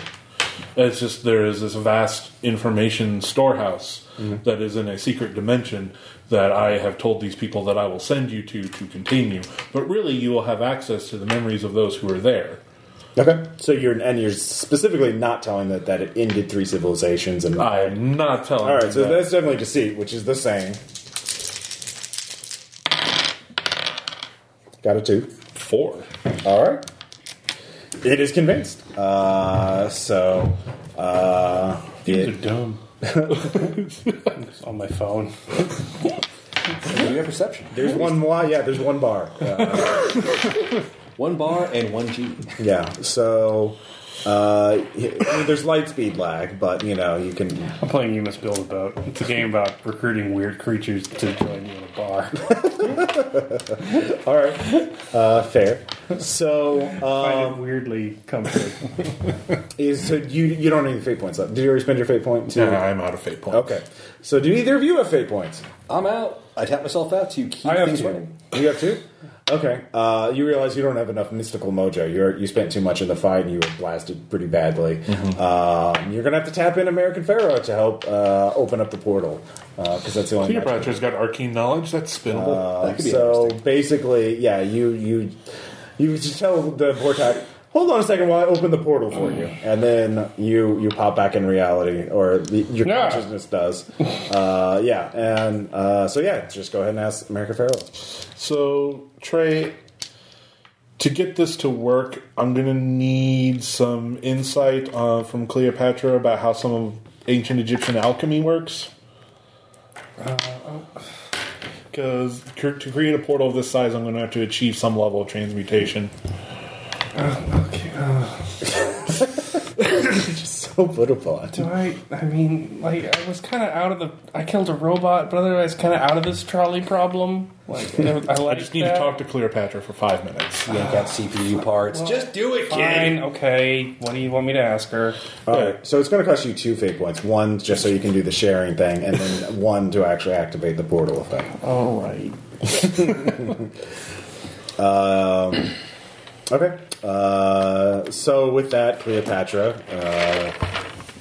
Speaker 5: It's just there is this vast information storehouse
Speaker 1: Mm-hmm.
Speaker 5: that is in a secret dimension that I have told these people that I will send you to to contain you. But really, you will have access to the memories of those who are there.
Speaker 1: Okay. So you're and you're specifically not telling that that it ended three civilizations and
Speaker 5: I am not telling.
Speaker 1: all
Speaker 5: you
Speaker 1: right. So
Speaker 5: that.
Speaker 1: that's definitely deceit, which is the same. Got a two.
Speaker 5: four.
Speaker 1: All right. It is convinced. Uh, so uh,
Speaker 6: These
Speaker 1: it-
Speaker 6: are dumb. it's on my phone.
Speaker 3: Do you have perception?
Speaker 1: there's one more. Yeah, there's one bar. Yeah.
Speaker 3: One bar and one G.
Speaker 1: Yeah. So Uh, I mean, there's light speed lag, but you know you can.
Speaker 6: I'm playing You Must Build a Boat. It's a game about recruiting weird creatures to join you in a bar.
Speaker 1: All right, uh, fair. So,
Speaker 6: I
Speaker 1: um,
Speaker 6: find it weirdly comforting.
Speaker 1: is, so you you don't need fate points left. Did you already spend your fate point?
Speaker 5: Yeah,
Speaker 1: To,
Speaker 5: I'm out of fate points.
Speaker 1: Okay. So, do either of you have fate points?
Speaker 3: I'm out. I tap myself out to keep
Speaker 1: I have
Speaker 3: things
Speaker 1: two.
Speaker 3: running.
Speaker 1: You have two. Okay. Uh, you realize you don't have enough mystical mojo. You're you spent too much in the fight and you were blasted pretty badly.
Speaker 3: Mm-hmm.
Speaker 1: Um, you're gonna have to tap in American Pharaoh to help uh, open up the portal because that's the only. magic-
Speaker 5: Cleopatra's got arcane knowledge. That's
Speaker 1: Uh,
Speaker 5: spinnable.
Speaker 3: That could be
Speaker 1: so
Speaker 3: interesting.
Speaker 1: basically, yeah, you you you just tell the vortex, hold on a second while I open the portal for
Speaker 3: Mm.
Speaker 1: you, and then you you pop back in reality, or the, your
Speaker 2: Yeah.
Speaker 1: consciousness does. Uh, yeah, and uh, so yeah, just go ahead and ask America Pharaoh.
Speaker 5: so, Trey, to get this to work, I'm going to need some insight uh, from Cleopatra about how some of ancient Egyptian alchemy works. Because to create a portal of this size, I'm going to have to achieve some level of transmutation.
Speaker 6: okay, uh,
Speaker 1: So beautiful.
Speaker 2: Do I? I mean, like, I was kind of out of the. I killed a robot, but otherwise, kind of out of this trolley problem. Like, I, I like
Speaker 5: I just need
Speaker 2: that.
Speaker 5: to talk to Cleopatra for five minutes.
Speaker 3: Yank out CPU parts. Just do it,
Speaker 2: Fine. Okay. What do you want me to ask her?
Speaker 1: All right, so it's going to cost you two fate points. One just so you can do the sharing thing, and then one to actually activate the portal effect.
Speaker 2: All right.
Speaker 1: Um, okay. Uh, so with that, Cleopatra uh,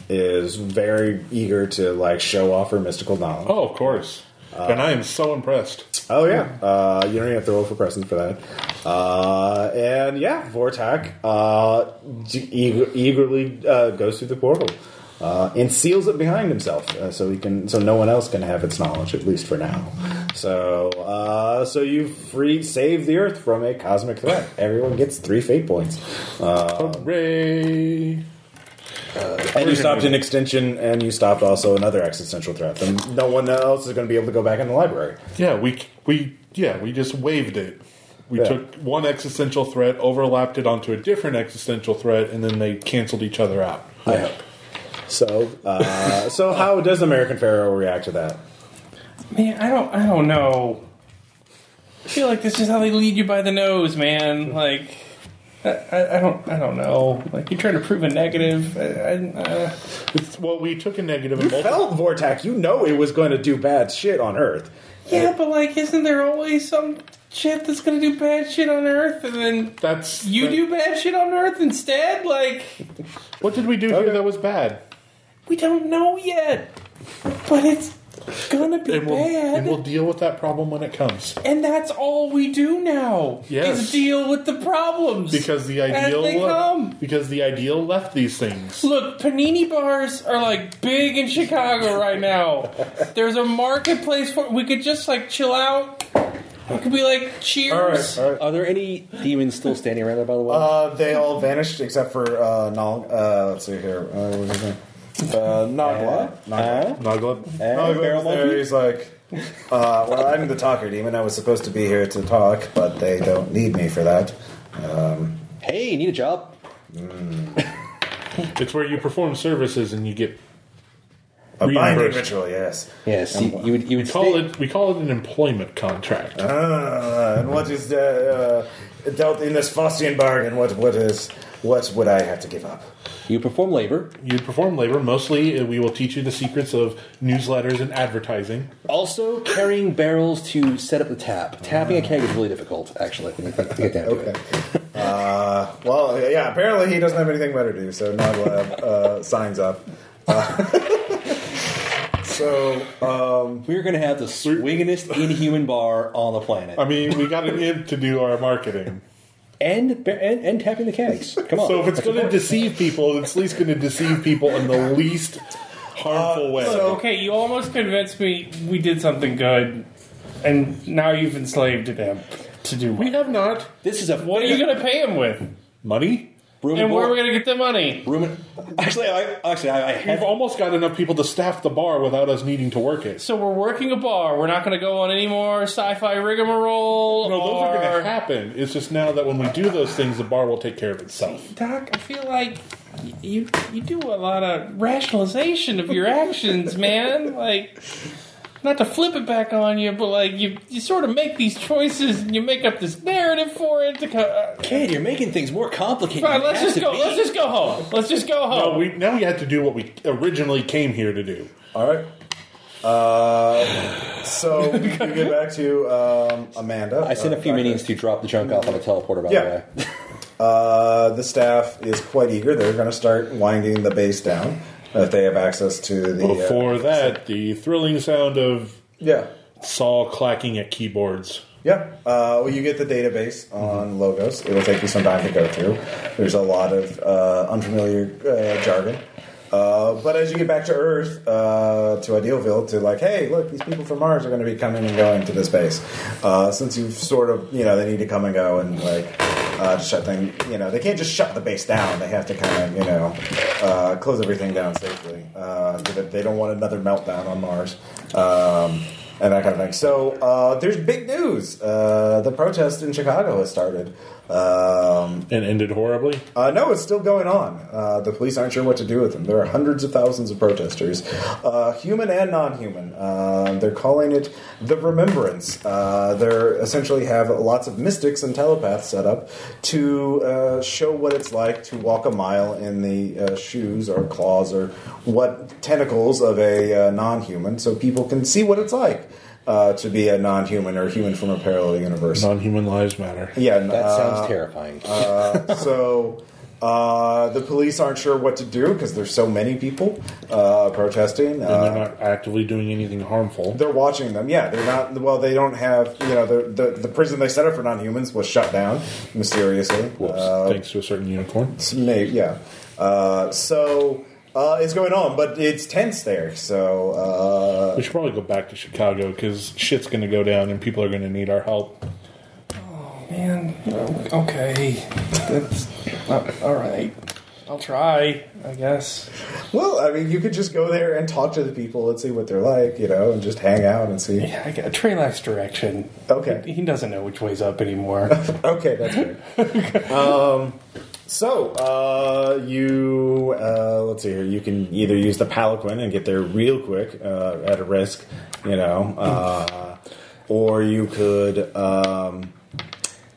Speaker 1: is very eager to like show off her mystical knowledge.
Speaker 5: Oh, of course. and I am so impressed.
Speaker 1: Oh yeah, uh, you don't even have to roll for presence for that. Uh, and yeah, Vortak uh, g- eager, eagerly uh, goes through the portal uh, and seals it behind himself, uh, so he can, so no one else can have its knowledge, at least for now. So, uh, so you free save the Earth from a cosmic threat. Everyone gets three fate points. Uh,
Speaker 5: Um, Hooray!
Speaker 1: and you stopped an extension, and you stopped also another existential threat. And no one else is going to be able to go back in the library.
Speaker 5: Yeah, we we yeah we just waived it. We
Speaker 1: Yeah.
Speaker 5: took one existential threat, overlapped it onto a different existential threat, and then they canceled each other out.
Speaker 3: I hope.
Speaker 1: So, uh, so how does American Pharaoh react to that?
Speaker 2: Man, I don't. I don't know. I feel like this is how they lead you by the nose, man. Like, I, I, I don't. I don't know. Like, you're trying to prove a negative. I, I, uh,
Speaker 5: It's, well, we took a negative
Speaker 1: You
Speaker 5: and multi-
Speaker 1: felt Vortac. You know it was going to do bad shit on Earth.
Speaker 2: yeah, but like, isn't there always some shit that's gonna do bad shit on Earth, and then
Speaker 5: That's
Speaker 2: you
Speaker 5: that-
Speaker 2: do bad shit on Earth instead? Like,
Speaker 5: What did we do here that was bad?
Speaker 2: we don't know yet, but it's gonna be
Speaker 5: And we'll,
Speaker 2: bad.
Speaker 5: and we'll deal with that problem when it comes.
Speaker 2: And that's all we do now
Speaker 5: Yes.
Speaker 2: is deal with the problems.
Speaker 5: Because the
Speaker 2: As
Speaker 5: ideal
Speaker 2: they
Speaker 5: le-
Speaker 2: come.
Speaker 5: because the ideal left these things.
Speaker 2: Look, panini bars are like big in Chicago right now. There's a marketplace for we could just like chill out. It could be like cheers.
Speaker 3: Are there any demons still standing around there, by the way?
Speaker 1: Uh, they all vanished except for uh, Nong. Uh, let's see here. Uh, what was his name? Uh, Nogla. Nogla.
Speaker 5: Nogla.
Speaker 1: Nogla was
Speaker 3: Uh, Barrel
Speaker 1: there.
Speaker 3: Monkey?
Speaker 1: He's like, uh, well, I'm the talker demon. I was supposed to be here to talk, but they don't need me for that. Um,
Speaker 3: hey, need a job?
Speaker 5: It's where you perform services and you get
Speaker 1: a binding
Speaker 5: Reimbursed.
Speaker 1: ritual, yes.
Speaker 3: Yes, you, you would. You would
Speaker 5: call
Speaker 3: stay-
Speaker 5: it. We call it an employment contract.
Speaker 1: Uh, and what is uh, uh, dealt in this Faustian bargain? What what is what would I have to give up?
Speaker 3: You perform labor.
Speaker 5: You perform labor. Mostly, uh, we will teach you the secrets of newsletters and advertising.
Speaker 3: Also, carrying barrels to set up the tap. Tapping a keg is really difficult, actually. When you think- to get down to it.
Speaker 1: Uh, well, yeah. Apparently, he doesn't have anything better to do, so Nogla uh, signs up. Uh, so um,
Speaker 3: We're going to have the swinginest inhuman bar on the planet,
Speaker 2: Um,
Speaker 5: I mean, we got an imp to do our marketing.
Speaker 3: and, ba- and and tapping the kegs. Come on.
Speaker 5: So if it's
Speaker 3: That's
Speaker 5: going to
Speaker 3: important.
Speaker 5: deceive people, it's at least going to deceive people in the least harmful way.
Speaker 2: Okay, you almost convinced me we did something good, and now you've enslaved them to do
Speaker 5: we
Speaker 2: what?
Speaker 5: have not
Speaker 3: this is a
Speaker 2: What are you gonna pay him with?
Speaker 5: money.
Speaker 3: Room
Speaker 2: And where are we
Speaker 3: board.
Speaker 2: going to get the money?
Speaker 3: Room and, actually, I actually I, I
Speaker 5: We've
Speaker 3: have
Speaker 5: almost got enough people to staff the bar without us needing to work it.
Speaker 2: So we're working a bar. We're not going to go on any more sci-fi rigmarole.
Speaker 5: No, those are going
Speaker 2: or-
Speaker 5: to happen. It's just now that when we do those things, the bar will take care of itself.
Speaker 2: Doc, I feel like y- you you do a lot of rationalization of your actions, man. Like, not to flip it back on you, but like you you sort of make these choices and you make up this narrative for it. To co- uh,
Speaker 3: kid. You're making things more complicated.
Speaker 2: all right,
Speaker 3: than
Speaker 2: let's
Speaker 3: it has
Speaker 2: just
Speaker 3: to
Speaker 2: go.
Speaker 3: be.
Speaker 2: Let's just go home. Let's just go home.
Speaker 5: Now Uh, we, now we have to do what we originally came here to do.
Speaker 1: All right. Uh, so you get back to um, Amanda.
Speaker 3: I sent a few
Speaker 1: Uh,
Speaker 3: minions to drop the junk off on a teleporter. By
Speaker 1: Yeah.
Speaker 3: the way,
Speaker 1: Uh, the staff is quite eager. They're going to start winding the base down if they have access to the. uh,
Speaker 5: Before that, the thrilling sound of
Speaker 1: yeah.
Speaker 5: Saul clacking at keyboards.
Speaker 1: Yeah. Uh, well, you get the database on logos. It'll take you some time to go through. There's a lot of uh, unfamiliar uh, jargon. Uh, but as you get back to Earth, uh, to Idealville, to like, hey, look, these people from Mars are going to be coming and going to this base. Uh, since you've sort of, you know, they need to come and go and like uh, just shut thing, you know, they can't just shut the base down. They have to kind of, you know, uh, close everything down safely. Uh, so that they don't want another meltdown on Mars. Um, and that kind of thing. So uh, there's big news. Uh, the protest in Chicago has started. Um,
Speaker 5: And ended horribly.
Speaker 1: uh, no, it's still going on. Uh, the police aren't sure what to do with them. There are hundreds of thousands of protesters, uh, human and non-human. Uh, they're calling it the Remembrance. Uh, they're essentially have lots of mystics and telepaths set up to uh, show what it's like to walk a mile in the uh, shoes or claws or what tentacles of a uh, non-human, so people can see what it's like uh, to be a non-human or human from a parallel universe.
Speaker 5: Non human lives matter.
Speaker 1: yeah,
Speaker 3: that
Speaker 1: uh,
Speaker 3: sounds terrifying.
Speaker 1: uh, so uh, the police aren't sure what to do because there's so many people uh, protesting.
Speaker 5: And
Speaker 1: Uh,
Speaker 5: they're not actively doing anything harmful.
Speaker 1: they're watching them. Yeah, they're not. Well, they don't have. You know, the the, the prison they set up for non-humans was shut down mysteriously.
Speaker 5: Whoops,
Speaker 1: Uh,
Speaker 5: thanks to a certain unicorn.
Speaker 1: it's may- yeah. Uh, so uh, it's going on, but it's tense there. So uh,
Speaker 5: We should probably go back to Chicago because shit's going to go down and people are going to need our help.
Speaker 2: Man, uh, okay, that's uh, all right. I'll try, I guess.
Speaker 1: well, I mean, you could just go there and talk to the people and see what they're like, you know, and just hang out and see.
Speaker 2: Yeah, I got Trey life's direction.
Speaker 1: Okay.
Speaker 2: he, he doesn't know which way's up anymore.
Speaker 1: Okay, that's good. um, so uh, you uh, let's see here. You can either use the palanquin and get there real quick uh, at a risk, you know, uh, or you could. Um,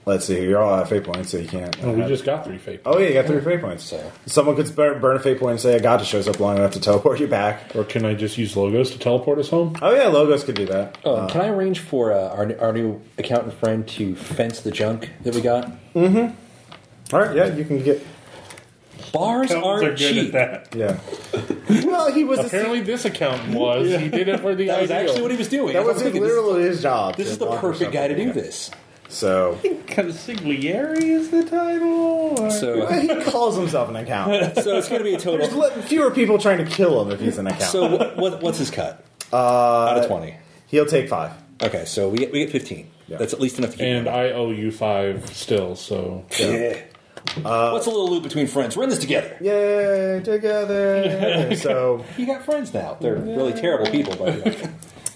Speaker 1: let's see. You're all out of fate points, so you can't. uh,
Speaker 5: And
Speaker 3: Oh.
Speaker 5: we just got three fake.
Speaker 1: oh yeah, you got three fate points. Someone could burn, burn a fate point and say, "I got to shows up long enough to teleport you back."
Speaker 5: Or can I just use logos to teleport us home?
Speaker 1: Oh yeah, logos could do that.
Speaker 3: Um, can I arrange for uh, our, our new accountant friend to fence the junk that we got?
Speaker 1: All right, yeah, you can get.
Speaker 3: Bars
Speaker 2: Accountants
Speaker 3: aren't cheap. That
Speaker 2: that.
Speaker 1: Yeah. well, he was a
Speaker 5: Apparently, this accountant was. He did it for the
Speaker 3: was
Speaker 5: ideal.
Speaker 3: actually what he was doing.
Speaker 1: that
Speaker 3: I
Speaker 1: was
Speaker 3: thinking, this-
Speaker 1: literally his job.
Speaker 3: This
Speaker 1: to
Speaker 3: is the
Speaker 1: block himself
Speaker 3: perfect guy to
Speaker 1: from
Speaker 3: do
Speaker 1: doing it.
Speaker 3: this.
Speaker 1: So
Speaker 2: Consigliere is the title. or-
Speaker 3: So,
Speaker 1: he calls himself an accountant.
Speaker 3: so it's going to be a
Speaker 1: There's
Speaker 3: total.
Speaker 1: li- fewer people trying to kill him if he's an accountant.
Speaker 3: So what, what, what's his cut?
Speaker 1: uh,
Speaker 3: Out of twenty.
Speaker 1: he'll take five.
Speaker 3: Okay, so we get we get fifteen.
Speaker 1: Yeah.
Speaker 3: That's at least enough. to keep
Speaker 5: And
Speaker 3: him.
Speaker 5: I owe you five still, so.
Speaker 3: yeah. What's a little loop between friends? We're in this together.
Speaker 1: Yay, together. so,
Speaker 3: You got friends now. They're really terrible people, by the way.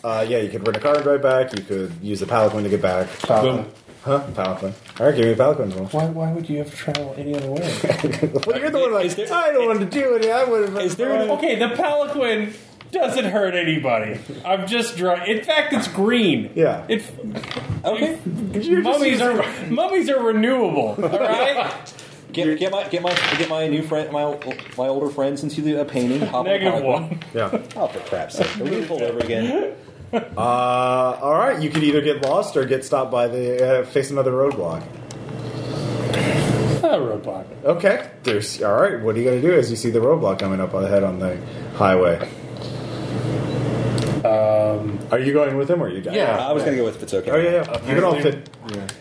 Speaker 1: uh, yeah, you could rent a car and drive back. You could use the palanquin to get back.
Speaker 5: Boom.
Speaker 1: Huh? Palanquin. All right, give me a palanquin. Well,
Speaker 2: Why, why would you have to travel any other way?
Speaker 1: you're the one like,
Speaker 3: Is there-
Speaker 1: I don't want to do it. I would have.
Speaker 3: Is there an-
Speaker 2: okay, the palanquin doesn't hurt anybody. I'm just drawing. In fact, it's green.
Speaker 1: Yeah.
Speaker 2: It,
Speaker 3: Okay,
Speaker 2: mummies are mummies are renewable. All right.
Speaker 3: get, get my get my get my new friend my ol- my older friend since you did a painting. Hop on a
Speaker 2: Negative
Speaker 3: polygon.
Speaker 2: one.
Speaker 1: Yeah.
Speaker 3: Oh, for crap's sake! Are we gonna pull over again?
Speaker 1: Uh, all right, you could either get lost or get stopped by the. Uh, face another roadblock.
Speaker 2: Ah, roadblock.
Speaker 1: Okay. There's. All right, what are you going to do as you see the roadblock coming up ahead on the highway? Um, are you going with him or are you guys?
Speaker 5: Yeah.
Speaker 3: I was gonna go with if it's okay.
Speaker 1: Oh yeah, yeah. You can all fit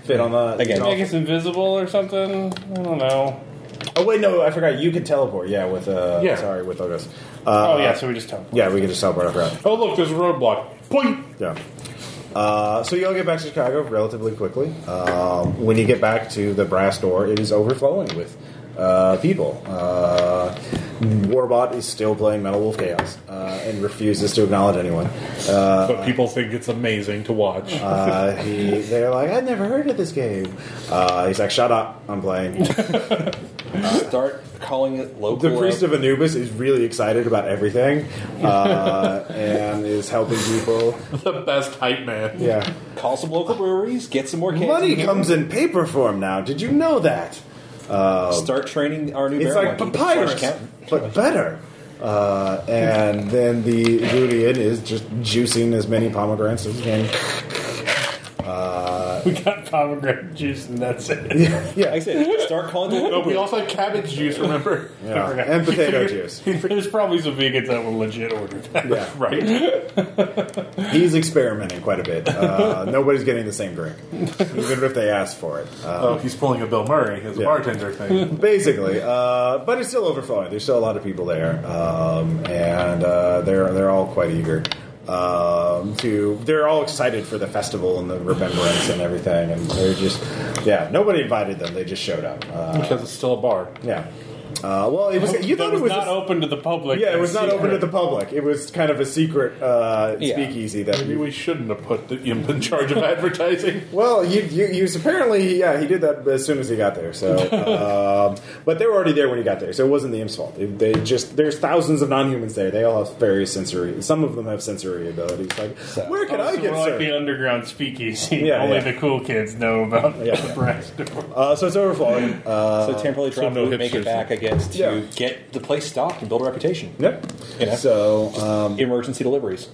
Speaker 1: fit on the
Speaker 3: Again.
Speaker 2: Make us invisible or something. I don't know.
Speaker 1: Oh wait, no, I forgot. You could teleport. Yeah, with uh,
Speaker 5: Yeah.
Speaker 1: sorry, with Otis.
Speaker 2: Oh
Speaker 1: Uh,
Speaker 2: yeah, so we just tell.
Speaker 1: yeah, we could just teleport. I forgot.
Speaker 5: Oh, look, there's a roadblock. Point!
Speaker 1: Yeah. Uh, so you all get back to Chicago relatively quickly. Um, when you get back to the brass door, it is overflowing with uh, people. Uh, Warbot is still playing Metal Wolf Chaos uh, and refuses to acknowledge anyone. Uh,
Speaker 4: But people think it's amazing to watch.
Speaker 1: uh, he, they're like, I've never heard of this game. Uh, he's like, shut up, I'm playing.
Speaker 3: Start calling it local.
Speaker 1: The priest
Speaker 3: uh,
Speaker 1: of Anubis is really excited about everything uh, and is helping people.
Speaker 5: the best hype man.
Speaker 1: Yeah,
Speaker 3: call some local breweries. Get some more cans.
Speaker 1: money
Speaker 3: in here,
Speaker 1: comes in paper form now. Did you know that? Uh,
Speaker 3: Um, Start training our new.
Speaker 1: it's
Speaker 3: barrel
Speaker 1: like
Speaker 3: monkey, the French
Speaker 1: papyrus,
Speaker 3: accountant.
Speaker 1: but better. Uh, and then the Druidian is just juicing as many pomegranates as he can.
Speaker 2: We got pomegranate juice and that's it.
Speaker 1: Yeah,
Speaker 3: Like I said, start calling the
Speaker 5: No,
Speaker 3: local
Speaker 5: we
Speaker 3: breweries.
Speaker 5: also had cabbage juice. Remember?
Speaker 1: yeah. and potato juice.
Speaker 2: There's probably some vegans that will legit order that.
Speaker 1: Yeah.
Speaker 5: Right.
Speaker 1: He's experimenting quite a bit. Uh, nobody's getting the same drink, even if they ask for it. Uh,
Speaker 5: Oh, he's pulling a Bill Murray as a
Speaker 1: Yeah.
Speaker 5: bartender thing.
Speaker 1: basically, uh, but it's still overflowing. There's still a lot of people there, um, and uh, they're they're all quite eager um, to. They're all excited for the festival and the remembrance and everything, and they're just yeah. Nobody invited them; they just showed up. Uh,
Speaker 5: Because it's still a bar.
Speaker 1: yeah. Uh, well, it was. You
Speaker 2: That
Speaker 1: thought
Speaker 2: was,
Speaker 1: it was.
Speaker 2: not
Speaker 1: a-
Speaker 2: open to the public.
Speaker 1: yeah, it was not
Speaker 2: Secret.
Speaker 1: open to the public. It was kind of a secret uh,
Speaker 3: Yeah.
Speaker 1: speakeasy that
Speaker 5: Maybe we shouldn't have put the imp in charge of advertising.
Speaker 1: Well, you, you, you was apparently, yeah, he did that as soon as he got there. So, um, but they were already there when he got there, so it wasn't the imp's fault. They, they just there's thousands of non-humans there. They all have various sensory. Some of them have sensory abilities. Like, where can
Speaker 2: Oh,
Speaker 1: I
Speaker 2: so
Speaker 1: get
Speaker 2: we're
Speaker 1: served?
Speaker 2: like the underground speakeasy.
Speaker 1: Yeah,
Speaker 2: Only
Speaker 1: yeah.
Speaker 2: the cool kids know about
Speaker 1: Yeah.
Speaker 2: the brass door.
Speaker 1: uh, so it's overflowing. Uh,
Speaker 3: So temporarily try
Speaker 4: no
Speaker 3: to make
Speaker 4: hipsters.
Speaker 3: it back, I guess, to
Speaker 1: Yeah.
Speaker 3: get the place stocked and build a reputation.
Speaker 1: yep.
Speaker 3: Yeah.
Speaker 1: So um,
Speaker 3: Emergency deliveries.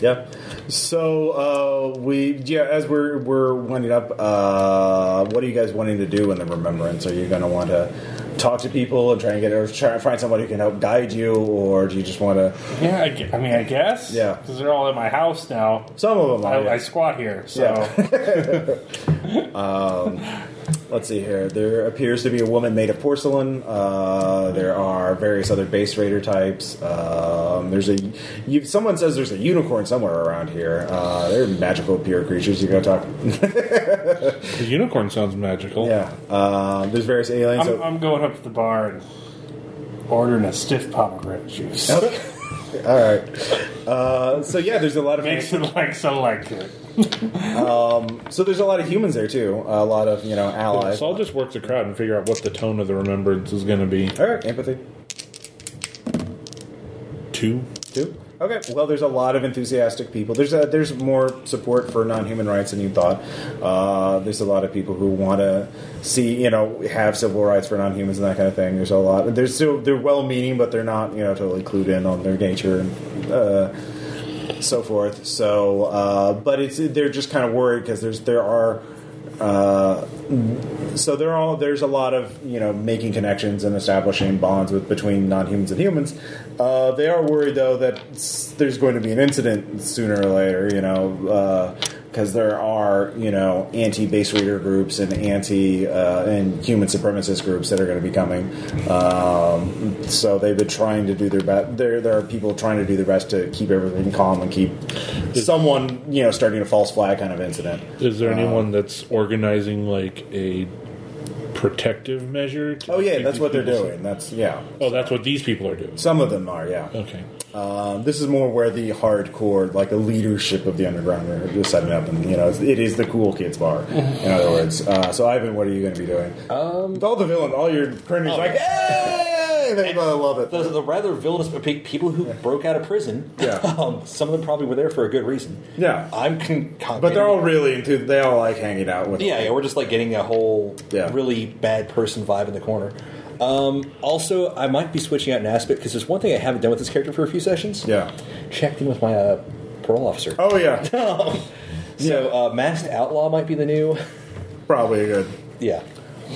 Speaker 1: Yeah. So uh, we yeah, as we're we're winding up, uh, what are you guys wanting to do in the remembrance? Are you going to want to talk to people and try and get or try and find somebody who can help guide you, or do you just want to?
Speaker 2: Yeah, I, gue- I mean, I guess.
Speaker 1: Yeah.
Speaker 2: Because they're all at my house now.
Speaker 1: Some of them.
Speaker 2: I,
Speaker 1: Are, yeah.
Speaker 2: I squat here, so
Speaker 1: Yeah. Let's see here. There appears to be a woman made of porcelain. Uh, there are various other base raider types. Um, there's a you, someone says there's a unicorn somewhere around here. Uh, they're magical pure creatures. You go talk.
Speaker 4: the unicorn sounds magical.
Speaker 1: Yeah. Uh, there's various aliens.
Speaker 2: I'm, I'm going up to the bar and ordering a stiff pomegranate juice.
Speaker 1: Oh. All right. Uh, so yeah, there's a lot of
Speaker 2: Makes it like so like it.
Speaker 1: so there's a lot of humans there too. A lot of you know allies.
Speaker 4: So I'll just work the crowd and figure out what the tone of the remembrance is going to be.
Speaker 1: All right, empathy
Speaker 4: Two.
Speaker 1: too. Okay. Well, there's a lot of enthusiastic people. There's a, there's more support for non-human rights than you thought. Uh, there's a lot of people who want to see you know have civil rights for non-humans and that kind of thing. There's a lot. There's still they're well-meaning, but they're not you know totally clued in on their nature and. Uh, so forth. So, uh, but it's they're just kind of worried because there's there are. Uh, so there are there's a lot of you know making connections and establishing bonds with between non-humans and humans. Uh, they are worried though that s- there's going to be an incident sooner or later. You know because there are you know anti-base reader groups and anti uh, and human supremacist groups that are going to be coming. Um, so they've been trying to do their best. There there are people trying to do their best to keep everything calm and keep someone you know starting a false flag kind of incident.
Speaker 4: Is
Speaker 1: Uh,
Speaker 4: there anyone that's organizing like a protective measure? to
Speaker 1: Oh yeah,
Speaker 4: keep
Speaker 1: that's
Speaker 4: these
Speaker 1: what they're
Speaker 4: people
Speaker 1: doing. That's yeah.
Speaker 4: safe? Oh, that's what these people are doing.
Speaker 1: Some of them are, yeah.
Speaker 4: Okay.
Speaker 1: Um, this is more where the hardcore, like the leadership of the underground, are just setting up, and you know, it's, it is the cool kids bar. In other words, uh, so Ivan, what are you going to be doing? Um, all the villain, all your printers, like, hey, they uh, love it.
Speaker 3: oh, The, the rather villainous pe- people who broke out of prison.
Speaker 1: Yeah.
Speaker 3: um, some of them probably were there for a good reason.
Speaker 1: Yeah.
Speaker 3: I'm con- con-
Speaker 1: But they're all really into. They all like hanging out with.
Speaker 3: Yeah, yeah, we're just like getting a whole
Speaker 1: Yeah.
Speaker 3: really bad person vibe in the corner. Um, also, I might be switching out an aspect because there's one thing I haven't done with this character for a few sessions.
Speaker 1: Yeah.
Speaker 3: checked in with my uh, parole officer.
Speaker 1: Oh yeah,
Speaker 3: so, uh, masked outlaw might be the new.
Speaker 1: probably good.
Speaker 3: yeah.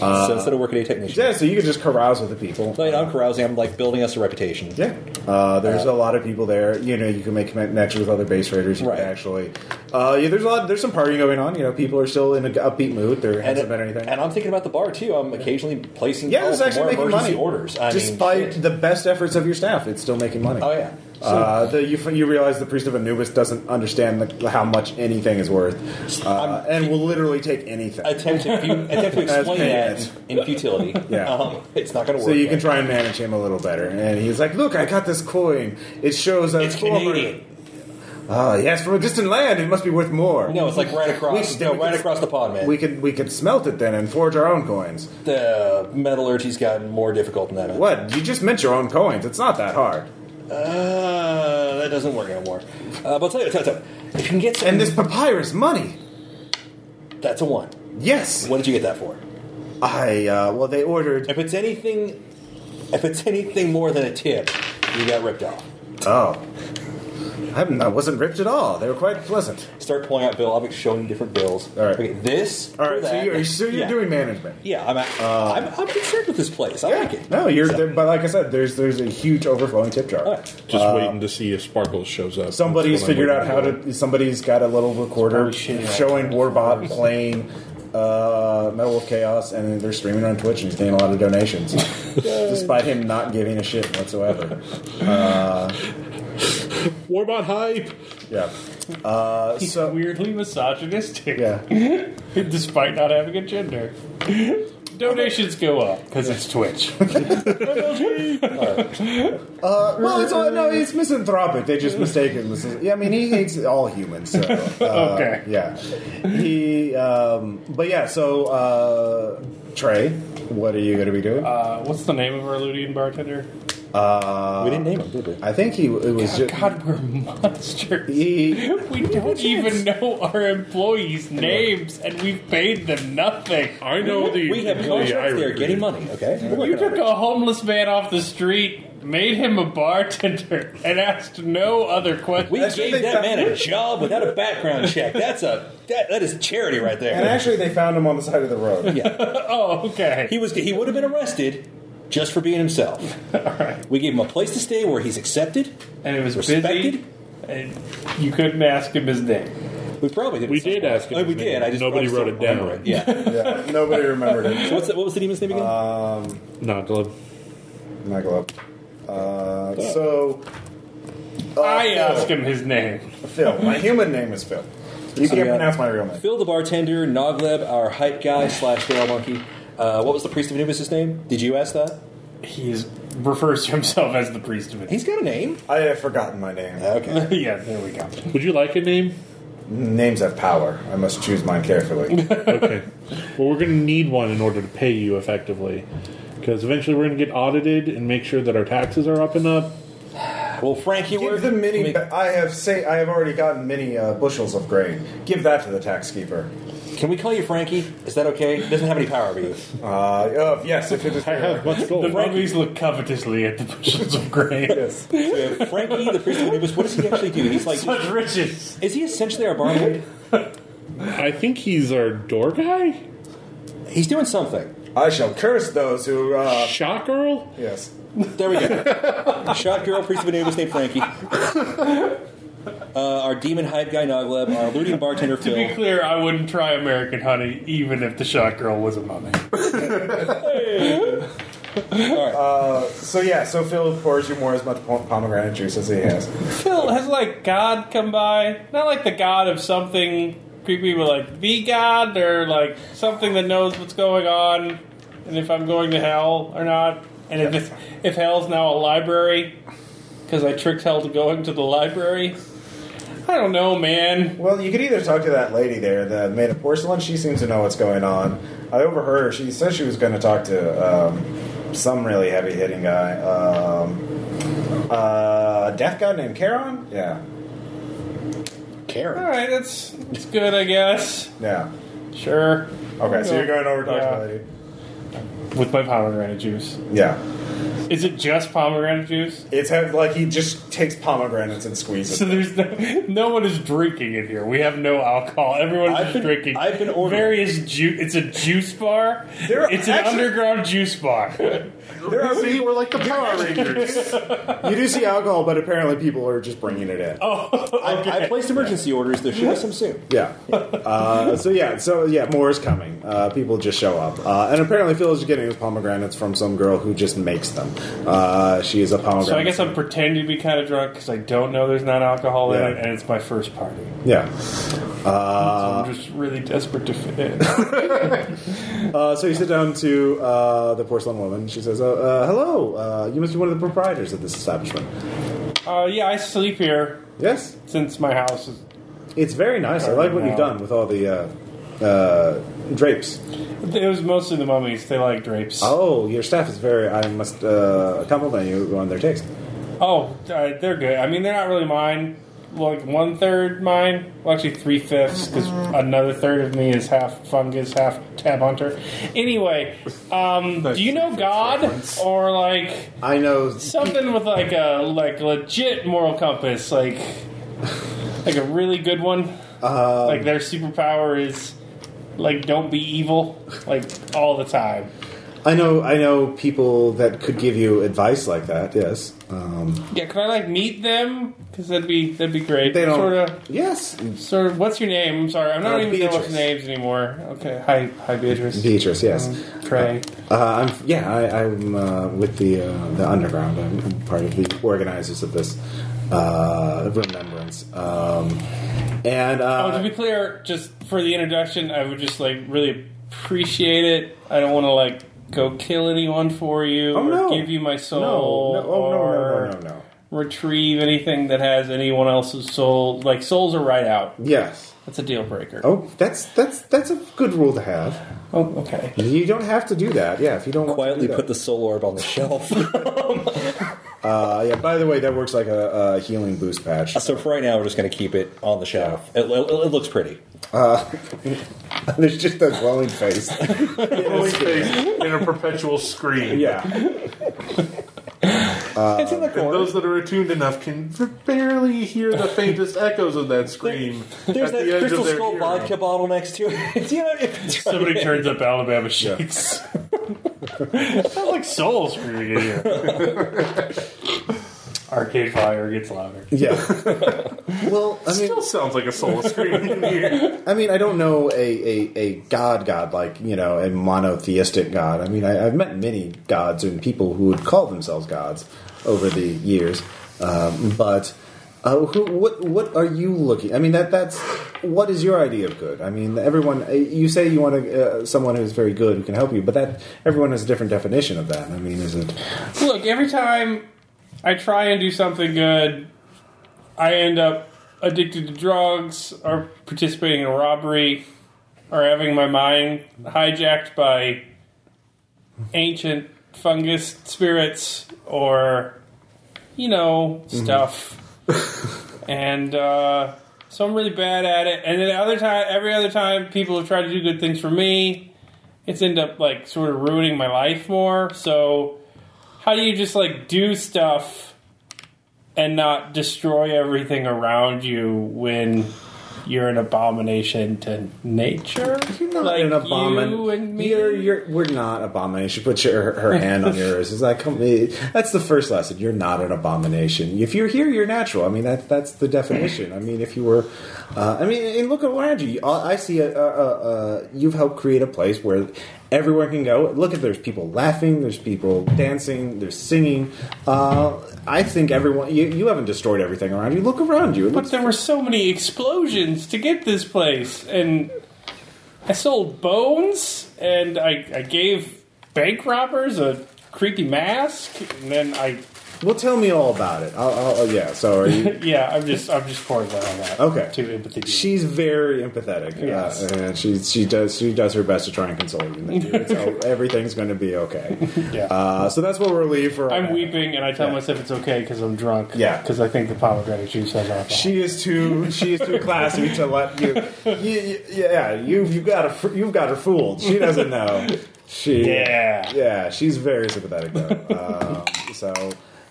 Speaker 3: so instead of working a technician,
Speaker 1: Uh, Yeah, so you can just carouse with the people.
Speaker 3: I mean, I'm carousing. I'm like building us a reputation. Uh,
Speaker 1: Yeah, uh, there's a lot of people there. You know, you can make connections with other base raiders. You
Speaker 3: Right.
Speaker 1: can actually Uh, yeah, there's a lot. There's some partying going on. You know, people are still in an upbeat mood. There
Speaker 3: And,
Speaker 1: hasn't been anything.
Speaker 3: and I'm thinking about the bar too. I'm occasionally placing
Speaker 1: yeah,
Speaker 3: calls
Speaker 1: this is
Speaker 3: for
Speaker 1: actually
Speaker 3: more
Speaker 1: making
Speaker 3: emergency
Speaker 1: money.
Speaker 3: orders. I
Speaker 1: Despite
Speaker 3: mean, shit.
Speaker 1: the best efforts of your staff, it's still making money.
Speaker 3: oh yeah,
Speaker 1: uh, the, you, you realize the priest of Anubis doesn't understand the, how much anything is worth, uh, and will literally take anything.
Speaker 3: attempt to fu- attempt to
Speaker 1: That's
Speaker 3: explain that in futility.
Speaker 1: Yeah.
Speaker 3: um, it's not going to
Speaker 1: so
Speaker 3: work.
Speaker 1: you can
Speaker 3: man.
Speaker 1: try and manage him a little better. And he's like, "Look, I got this coin. It shows that
Speaker 3: It's
Speaker 1: former-
Speaker 3: Canadian.
Speaker 1: Ah, yes, from a distant land. It must be worth more.
Speaker 3: No, it's like right across.
Speaker 1: We-
Speaker 3: no,
Speaker 1: we
Speaker 3: right
Speaker 1: can-
Speaker 3: across the pond, man.
Speaker 1: We could we could smelt it then and forge our own coins.
Speaker 3: the metallurgy's gotten more difficult than that. man.
Speaker 1: What? You just mint your own coins. It's not that hard.
Speaker 3: Uh, that doesn't work anymore. Uh, but I'll tell you, tell you, tell you. if you can get some,
Speaker 1: And this papyrus money.
Speaker 3: that's a one.
Speaker 1: Yes.
Speaker 3: What did you get that for?
Speaker 1: I uh, well, they ordered.
Speaker 3: If it's anything, if it's anything more than a tip, you got ripped off.
Speaker 1: Oh, I'm, I wasn't ripped at all. They were quite pleasant.
Speaker 3: Start pulling out bill. I'll be showing you different bills.
Speaker 1: All right.
Speaker 3: Okay, this.
Speaker 1: All
Speaker 3: or
Speaker 1: right, so
Speaker 3: that.
Speaker 1: you're, so you're
Speaker 3: yeah.
Speaker 1: doing management.
Speaker 3: Yeah, I'm, at, I'm. I'm concerned with this place. I like it.
Speaker 1: No, you're.
Speaker 3: So-
Speaker 1: There, but like I said, there's there's a huge overflowing tip jar.
Speaker 3: All right.
Speaker 4: Just waiting to see if Sparkles shows up.
Speaker 1: Uh, Somebody's
Speaker 4: That's what I'm
Speaker 1: figured out
Speaker 4: waiting
Speaker 1: how
Speaker 4: for.
Speaker 1: to. Somebody's got a little recorder
Speaker 6: shit.
Speaker 1: showing Warbot playing uh, Metal of Chaos, and they're streaming on Twitch, and he's getting a lot of donations, despite him not giving a shit whatsoever.
Speaker 4: Warbot hype.
Speaker 1: Yeah. Uh,
Speaker 2: He's
Speaker 1: so
Speaker 2: weirdly misogynistic,
Speaker 1: yeah,
Speaker 2: despite not having a gender. Donations go up.
Speaker 6: Because it's Twitch.
Speaker 1: Uh, well, it's all, no, it's misanthropic. They just mistaken. This is, yeah, I mean, he hates all humans. So, uh,
Speaker 2: Okay.
Speaker 1: Yeah. He. Um, but yeah. So uh, Trey, what are you going to be doing?
Speaker 2: Uh, what's the name of our Ludian bartender?
Speaker 1: Uh,
Speaker 3: we didn't name him, did we?
Speaker 1: I think he it was just.
Speaker 2: God, we're monsters.
Speaker 1: He,
Speaker 2: We don't even know our employees' names, and we've paid them nothing.
Speaker 4: I know the.
Speaker 3: We have
Speaker 4: the
Speaker 3: contracts. They're
Speaker 4: irony.
Speaker 3: getting money. Okay. We're
Speaker 2: You
Speaker 3: working on
Speaker 2: took
Speaker 3: it.
Speaker 2: a homeless man off the street, made him a bartender, and asked no other
Speaker 3: We
Speaker 2: questions.
Speaker 3: gave
Speaker 1: they
Speaker 3: that
Speaker 1: found-
Speaker 3: man a job without a background check. That's a that, that is charity right there.
Speaker 1: and actually, they found him on the side of the road.
Speaker 2: oh, okay.
Speaker 3: He was he would have been arrested just for being himself. We gave him a place to stay where he's accepted.
Speaker 2: and it was
Speaker 3: Respected?
Speaker 2: busy. And you couldn't ask him his name.
Speaker 3: We probably did.
Speaker 4: We
Speaker 3: at some
Speaker 4: did
Speaker 3: point.
Speaker 4: ask him
Speaker 3: Oh,
Speaker 4: his
Speaker 3: we
Speaker 4: name.
Speaker 3: did. I just
Speaker 4: Nobody
Speaker 3: I just
Speaker 4: wrote
Speaker 3: don't
Speaker 4: it down.
Speaker 3: remember Yeah.
Speaker 1: Yeah, nobody remembered
Speaker 3: So
Speaker 1: him.
Speaker 3: What's the, what was the demon's name again?
Speaker 4: Uh, Not glove.
Speaker 1: Michael up. Uh, so, uh,
Speaker 3: Oh,
Speaker 2: I
Speaker 1: Phil.
Speaker 2: asked him his name.
Speaker 1: Phil. My human name is Phil. You
Speaker 3: So,
Speaker 1: can't
Speaker 3: yeah.
Speaker 1: pronounce my real name.
Speaker 3: Phil the bartender, Nogleb, our hype guy slash Dale monkey. Uh, what was the priest of Anubis' name? Did you ask that?
Speaker 2: He is, refers to himself as the priest of it.
Speaker 3: He's got a name.
Speaker 1: I have forgotten my name.
Speaker 3: Okay.
Speaker 2: yeah, there we go.
Speaker 4: Would you like a name?
Speaker 1: Names have power. I must choose mine carefully.
Speaker 4: Okay. well, we're going to need one in order to pay you effectively. Because eventually we're going to get audited and make sure that our taxes are up and up.
Speaker 3: Well, Frank, you were
Speaker 1: Give the mini.
Speaker 3: I mean,
Speaker 1: I have say. I have already gotten many uh, bushels of grain. Give that to the tax keeper.
Speaker 3: Can we call you Frankie? Is that okay? Doesn't have any power over you.
Speaker 1: Uh, oh, yes, if it is.
Speaker 4: I have much
Speaker 2: The
Speaker 4: gold.
Speaker 2: mummies look covetously at the bushels of grain.
Speaker 3: So we have Frankie, the priest of Anubis. What does he actually do? He's like,
Speaker 2: Such riches.
Speaker 3: is he essentially our barmaid?
Speaker 4: I think he's our door guy?
Speaker 3: He's doing something.
Speaker 1: I shall curse those who. Uh,
Speaker 4: Shot girl?
Speaker 1: yes.
Speaker 3: There we go. Shot girl, priest of Anubis named Frankie. Uh, our demon hype guy Nogleb, our looting bartender
Speaker 2: To be
Speaker 3: Phil.
Speaker 2: clear, I wouldn't try American Honey even if the shot girl was a mummy.
Speaker 1: So yeah, so Phil pours you more as much pom- pomegranate juice as he has.
Speaker 2: Phil, has like God come by? Not like the God of something creepy, but like the God or like something that knows what's going on and if I'm going to hell or not. And if it's, if hell's now a library, because I tricked hell to going to the library. I don't know, man.
Speaker 1: Well, you could either talk to that lady there that made of porcelain. She seems to know what's going on. I overheard her. She said she was going to talk to um, some really heavy hitting guy. Um, uh, death god named Charon. Yeah,
Speaker 2: All
Speaker 3: Karen.
Speaker 2: right, that's it's good, I guess.
Speaker 1: yeah.
Speaker 2: Sure.
Speaker 1: Okay, so you're going over to talk
Speaker 2: Yeah.
Speaker 1: to the lady.
Speaker 2: With my pomegranate juice.
Speaker 1: Yeah.
Speaker 2: Is it just pomegranate juice?
Speaker 1: It's had, like he just takes pomegranates and squeezes.
Speaker 2: So
Speaker 1: them.
Speaker 2: there's no, no one is drinking in here. We have no alcohol. Everyone's
Speaker 3: I've
Speaker 2: just
Speaker 3: been-
Speaker 2: drinking.
Speaker 3: I've been ordering.
Speaker 2: various ju It's a juice bar.
Speaker 1: There are
Speaker 2: it's an
Speaker 1: actually-
Speaker 2: underground juice bar.
Speaker 1: There are-
Speaker 5: See, we're like the Power Rangers.
Speaker 1: you do see alcohol, but apparently people are just bringing it in. Oh,
Speaker 3: I, I placed emergency orders. There should be some soon.
Speaker 1: yeah. Uh, so yeah, so yeah, more is coming. Uh, people just show up, uh, and apparently Phil is getting his pomegranates from some girl who just makes them. Uh, she is a pomegranate.
Speaker 2: So I guess I'm pretending to be kind of drunk because I don't know there's not alcohol
Speaker 1: Yeah.
Speaker 2: in it, and it's my first party.
Speaker 1: yeah.
Speaker 3: Uh,
Speaker 2: so I'm just really desperate to fit in.
Speaker 1: Uh, so you sit down to uh, the porcelain woman. She says, uh, uh, "Hello, uh, you must be one of the proprietors of this establishment."
Speaker 2: uh, yeah, I sleep here
Speaker 1: Yes,
Speaker 2: since my house is.
Speaker 1: it's very nice. I like what you've done with all the uh, uh, drapes.
Speaker 2: It was mostly the mummies. They like drapes.
Speaker 3: Uh-huh.
Speaker 1: Oh, your staff is very. I must uh, compliment you on their taste.
Speaker 2: Oh, uh, they're good. I mean, they're not really mine. Like one third mine. Well, actually three fifths because another third of me is half fungus, half tab hunter. Anyway, um, do you know God or like
Speaker 1: I know.
Speaker 2: something with like a like legit moral compass, like like a really good one?
Speaker 1: Um,
Speaker 2: like their superpower is like don't be evil, like all the time.
Speaker 1: I know. I know people that could give you advice like that. Yes, um,
Speaker 2: Yeah, could I like meet them? Because that'd be that'd be great.
Speaker 1: they don't.
Speaker 2: Sort of.
Speaker 1: Yes,
Speaker 2: Sir, what's your name? I'm sorry, I'm not
Speaker 1: Uh,
Speaker 2: even sure what's
Speaker 1: Beatrice.
Speaker 2: names anymore. Okay, hi, hi, Beatrice.
Speaker 1: Beatrice. Yes.
Speaker 6: Um,
Speaker 2: Cray.
Speaker 1: Uh, I'm yeah. I, I'm uh, with the uh, the underground. I'm, I'm part of the organizers of this uh, remembrance. Um, and
Speaker 2: Oh, to
Speaker 1: uh,
Speaker 2: be clear, just for the introduction, I would just like really appreciate it. I don't want to like go kill anyone for you
Speaker 1: Oh,
Speaker 2: or
Speaker 1: no.
Speaker 2: give you my
Speaker 1: no,
Speaker 2: soul
Speaker 1: no, oh, no,
Speaker 2: or
Speaker 1: no, no, no, no.
Speaker 2: retrieve anything that has anyone else's soul. Like souls are right out.
Speaker 1: Yes.
Speaker 2: That's a deal breaker.
Speaker 1: Oh, that's that's that's a good rule to have.
Speaker 2: Oh, okay.
Speaker 1: You don't have to do that. Yeah, if you don't want
Speaker 3: Quietly
Speaker 1: to do that.
Speaker 3: put the soul orb on the shelf.
Speaker 1: Uh, yeah. By the way, that works like a, a healing boost patch.
Speaker 3: so for right now, we're just going to keep it on the shelf. It, it, it looks pretty.
Speaker 1: There's just a glowing face.
Speaker 5: Holy face in a perpetual scream.
Speaker 1: yeah.
Speaker 3: it's in the
Speaker 5: And
Speaker 3: corner.
Speaker 5: those that are attuned enough can barely hear the faintest echoes of that scream.
Speaker 3: There's
Speaker 5: at the
Speaker 3: that
Speaker 5: edge
Speaker 3: crystal
Speaker 5: of their
Speaker 3: skull
Speaker 5: ear.
Speaker 3: vodka bottle next to it. you know, if
Speaker 2: Somebody turns up Alabama Shakes. Sounds like soul screaming in here. Arcade Fire gets louder.
Speaker 1: Yeah. well, I mean,
Speaker 5: Still sounds like a soul screaming in here.
Speaker 1: I mean, I don't know a, a, a god god like you know a monotheistic god. I mean, I, I've met many gods and people who would call themselves gods over the years, um, but uh, who, what what are you looking? I mean, that that's what is your idea of good? I mean, everyone uh, you say you want a, uh, someone who's very good who can help you, but that everyone has a different definition of that. I mean, is it?
Speaker 2: Look, every time I try and do something good, I end up addicted to drugs or participating in a robbery or having my mind hijacked by ancient fungus spirits or, you know,
Speaker 1: Mm-hmm.
Speaker 2: stuff. and uh, so I'm really bad at it. And then other time, every other time, people have tried to do good things for me. It's end up like sort of ruining my life more. So how do you just like do stuff and not destroy everything around you when you're an abomination to nature?
Speaker 1: You're not
Speaker 2: like
Speaker 1: an abomination.
Speaker 2: You and me.
Speaker 1: You're, you're, we're not abomination. Put your, her hand on yours. It's like come, eh, that's the first lesson. You're not an abomination. If you're here, you're natural. I mean, that that's the definition. I mean, if you were, uh, I mean, and look around you. I I see a, a, a, a you've helped create a place where everyone can go. Look at there's people laughing, there's people dancing, there's singing. Uh, I think everyone. You, you haven't destroyed everything around you. Look around you. It
Speaker 2: But
Speaker 1: looks
Speaker 2: there were so many explosions to get this place, and I sold bones, and I, I gave bank robbers a creepy mask, and then I
Speaker 1: well, tell me all about it. I'll, I'll, yeah. So are you?
Speaker 2: yeah, I'm just I'm just pouring that on that.
Speaker 1: Okay.
Speaker 2: to empathy.
Speaker 1: She's very empathetic,
Speaker 2: Yes.
Speaker 1: uh, and she she does she does her best to try and console you. And they do. It's, all- everything's going to be okay.
Speaker 2: Yeah.
Speaker 1: Uh, so that's what we're leaving for. right
Speaker 2: I'm
Speaker 1: now.
Speaker 2: weeping, and I tell myself it's okay because I'm drunk.
Speaker 1: Yeah.
Speaker 2: because I think the pomegranate juice has alcohol.
Speaker 1: She is too she is too classy to let you. you, you yeah, you you got a fr- you've got her fooled. She doesn't know. She
Speaker 2: Yeah.
Speaker 1: yeah. She's very sympathetic though. Um, So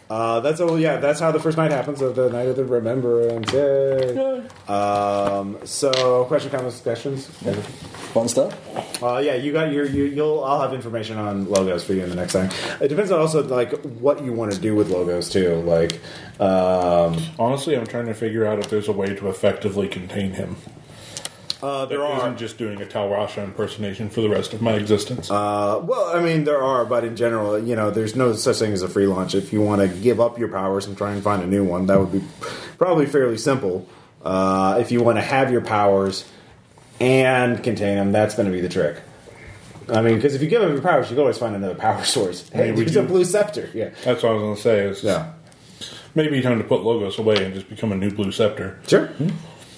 Speaker 1: uh, that's all. Yeah, that's how the first night happens of the night of the remembrance. Yay. Um, so question, comments, questions.
Speaker 3: Fun stuff.
Speaker 1: Uh, yeah, you got your. You, you'll. I'll have information on logos for you in the next time. It depends on also like what you want to do with logos too. Like, um,
Speaker 5: Honestly, I'm trying to figure out if there's a way to effectively contain him.
Speaker 1: uh, there
Speaker 5: That
Speaker 1: are.
Speaker 5: isn't just doing a Tal Rasha impersonation for the rest of my existence.
Speaker 1: Uh, well, I mean, there are, but in general, you know, there's no such thing as a free launch. If you want to give up your powers and try and find a new one, that would be probably fairly simple. Uh, if you want to have your powers and contain them, that's going to be the trick. I mean, because if you give up your powers, you can always find another power source. Hey,
Speaker 5: we
Speaker 1: there's
Speaker 5: do.
Speaker 1: a blue scepter. Yeah.
Speaker 5: That's what I was going to say. Is
Speaker 1: Yeah.
Speaker 5: Maybe time to put logos away and just become a new blue scepter.
Speaker 1: Sure. Hmm.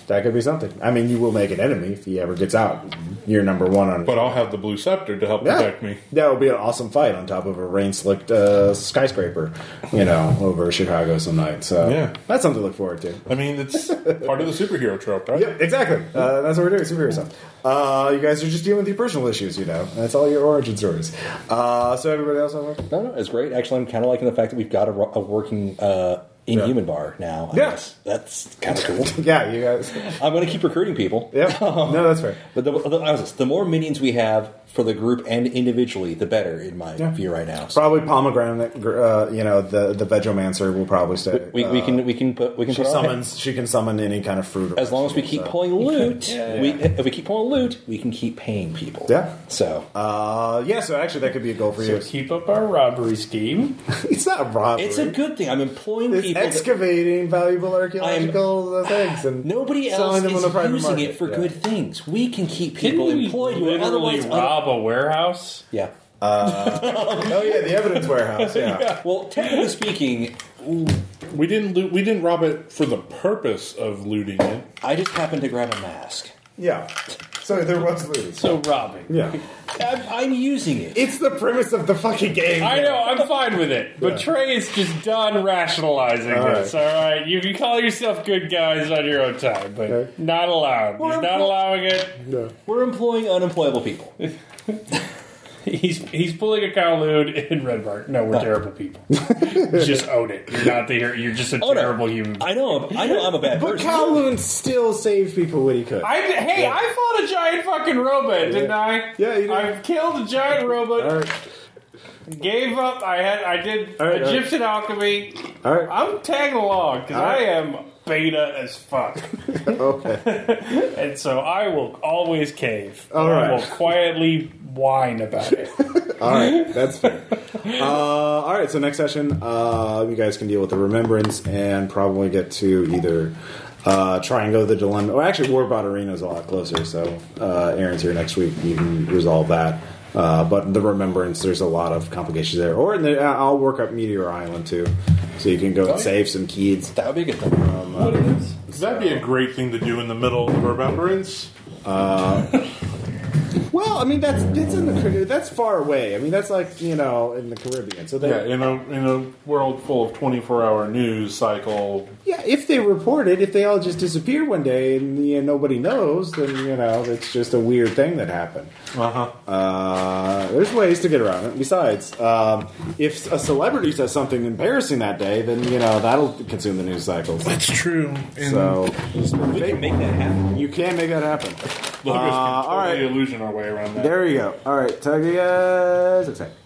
Speaker 1: That could be something. I mean, you will make an enemy if he ever gets out. You're number one on.
Speaker 5: But I'll have the blue scepter to help protect me.
Speaker 1: That would be an awesome fight on top of a rain slicked uh, skyscraper, you know, over Chicago some night. So
Speaker 5: Yeah.
Speaker 1: that's something to look forward to.
Speaker 5: I mean, it's part of the superhero trope, right?
Speaker 1: Yep, exactly. Uh, that's what we're doing, superhero stuff. Uh, you guys are just dealing with your personal issues, you know. That's all your origin stories. Uh, so everybody else, on
Speaker 3: No, no, it's great. Actually, I'm kind of liking the fact that we've got a, ro- a working uh, Inhuman bar now. I
Speaker 1: Yeah.
Speaker 3: guess. that's kind of cool.
Speaker 1: yeah, you guys.
Speaker 3: I'm going to keep recruiting people.
Speaker 1: Yep. No, that's fair.
Speaker 3: But the, the, I was just- the more minions we have for the group and individually, the better, in my
Speaker 1: Yeah.
Speaker 3: view right now. So
Speaker 1: Probably pomegranate. Uh, you know, the the Vegomancer will probably stay.
Speaker 3: we, we can we can put we can
Speaker 1: uh, She
Speaker 3: put our head-
Speaker 1: summons. She can summon any kind of fruit. or
Speaker 3: as long as we keep
Speaker 1: vegetable, so.
Speaker 3: pulling loot. We, if we keep pulling loot, we can keep paying people.
Speaker 1: Yeah.
Speaker 3: So
Speaker 1: Uh, yeah, so actually, that could be a goal for
Speaker 2: So
Speaker 1: you.
Speaker 2: keep up our robbery scheme.
Speaker 1: It's not robbery.
Speaker 3: it's a good thing. I'm employing
Speaker 1: It's
Speaker 3: people. that-
Speaker 1: excavating valuable archaeological uh, things and
Speaker 3: Nobody else
Speaker 1: selling them
Speaker 3: is
Speaker 1: on the private
Speaker 3: using
Speaker 1: market.
Speaker 3: it for
Speaker 1: Yeah.
Speaker 3: good things. We can keep
Speaker 2: Didn't
Speaker 3: people
Speaker 2: we
Speaker 3: employed who are
Speaker 2: literally
Speaker 3: otherwise un-
Speaker 2: rob a warehouse?
Speaker 3: yeah.
Speaker 1: Oh yeah, the evidence warehouse. Yeah.
Speaker 3: Well, technically speaking,
Speaker 5: We didn't loot, we didn't rob it for the purpose of looting it.
Speaker 3: I just happened to grab a mask.
Speaker 1: yeah, So there was loot.
Speaker 2: So robbing.
Speaker 1: Yeah.
Speaker 3: I'm, I'm using it.
Speaker 1: It's the premise of the fucking game.
Speaker 2: I know, I'm fine with it. But Trey is just done rationalizing
Speaker 1: All
Speaker 2: this, alright? You can call yourself good guys on your own time, but
Speaker 1: Okay.
Speaker 2: not allowed.
Speaker 3: Well,
Speaker 2: He's
Speaker 3: I'm
Speaker 2: not
Speaker 3: cool.
Speaker 2: allowing it.
Speaker 1: No.
Speaker 3: We're employing unemployable people.
Speaker 2: He's he's pulling a Kowloon in Red Bark. No, we're
Speaker 1: Oh.
Speaker 2: terrible people. just own it. You're not the hero. You're just a
Speaker 3: Oh, no.
Speaker 2: terrible human. being.
Speaker 3: I know. I know. I'm a bad
Speaker 1: But
Speaker 3: person.
Speaker 1: Kowloon still saved people when he could.
Speaker 2: I, hey, I fought a giant fucking robot, didn't I?
Speaker 1: Yeah, you did.
Speaker 2: I killed a giant robot.
Speaker 1: all right.
Speaker 2: Gave up. I had. I did
Speaker 1: All right, all right.
Speaker 2: Egyptian alchemy.
Speaker 1: All right.
Speaker 2: I'm tagging along because I
Speaker 1: right.
Speaker 2: am beta as fuck,
Speaker 1: Okay.
Speaker 2: and so I will always cave.
Speaker 1: All right.
Speaker 2: I will quietly whine about it.
Speaker 1: All right. That's fair. Uh, all right. So next session, uh, you guys can deal with the remembrance and probably get to either. Uh, try and go the dilemma. Well, actually, Warbot Arena is a lot closer, so uh, Aaron's here next week. You can resolve that. Uh, but the remembrance, there's a lot of complications there. Or in the, I'll work up Meteor Island too, so you can go
Speaker 5: Oh,
Speaker 1: and save some kids.
Speaker 3: That would be a good thing.
Speaker 5: That'd be a great thing to do in the middle of Remembrance.
Speaker 1: Well, I mean that's that's in the Car- that's far away. I mean that's like you know in the Caribbean. So
Speaker 5: Yeah,
Speaker 1: they, yeah.
Speaker 5: in a in a world full of 24 hour news cycle.
Speaker 1: if they report it, if they all just disappear one day and you know, nobody knows, then you know it's just a weird thing that happened.
Speaker 5: Uh
Speaker 3: Uh-huh.
Speaker 5: huh.
Speaker 1: Uh, there's ways to get around it. Besides, um, if a celebrity says something embarrassing that day, then you know that'll consume the news cycles.
Speaker 5: That's true. And
Speaker 1: So
Speaker 3: We can make that happen.
Speaker 1: you can make that happen.
Speaker 5: Logos
Speaker 1: Uh,
Speaker 5: can
Speaker 1: all
Speaker 5: totally
Speaker 1: right.
Speaker 5: illusion our way around that.
Speaker 1: There you go. All right, talk to you guys. next time.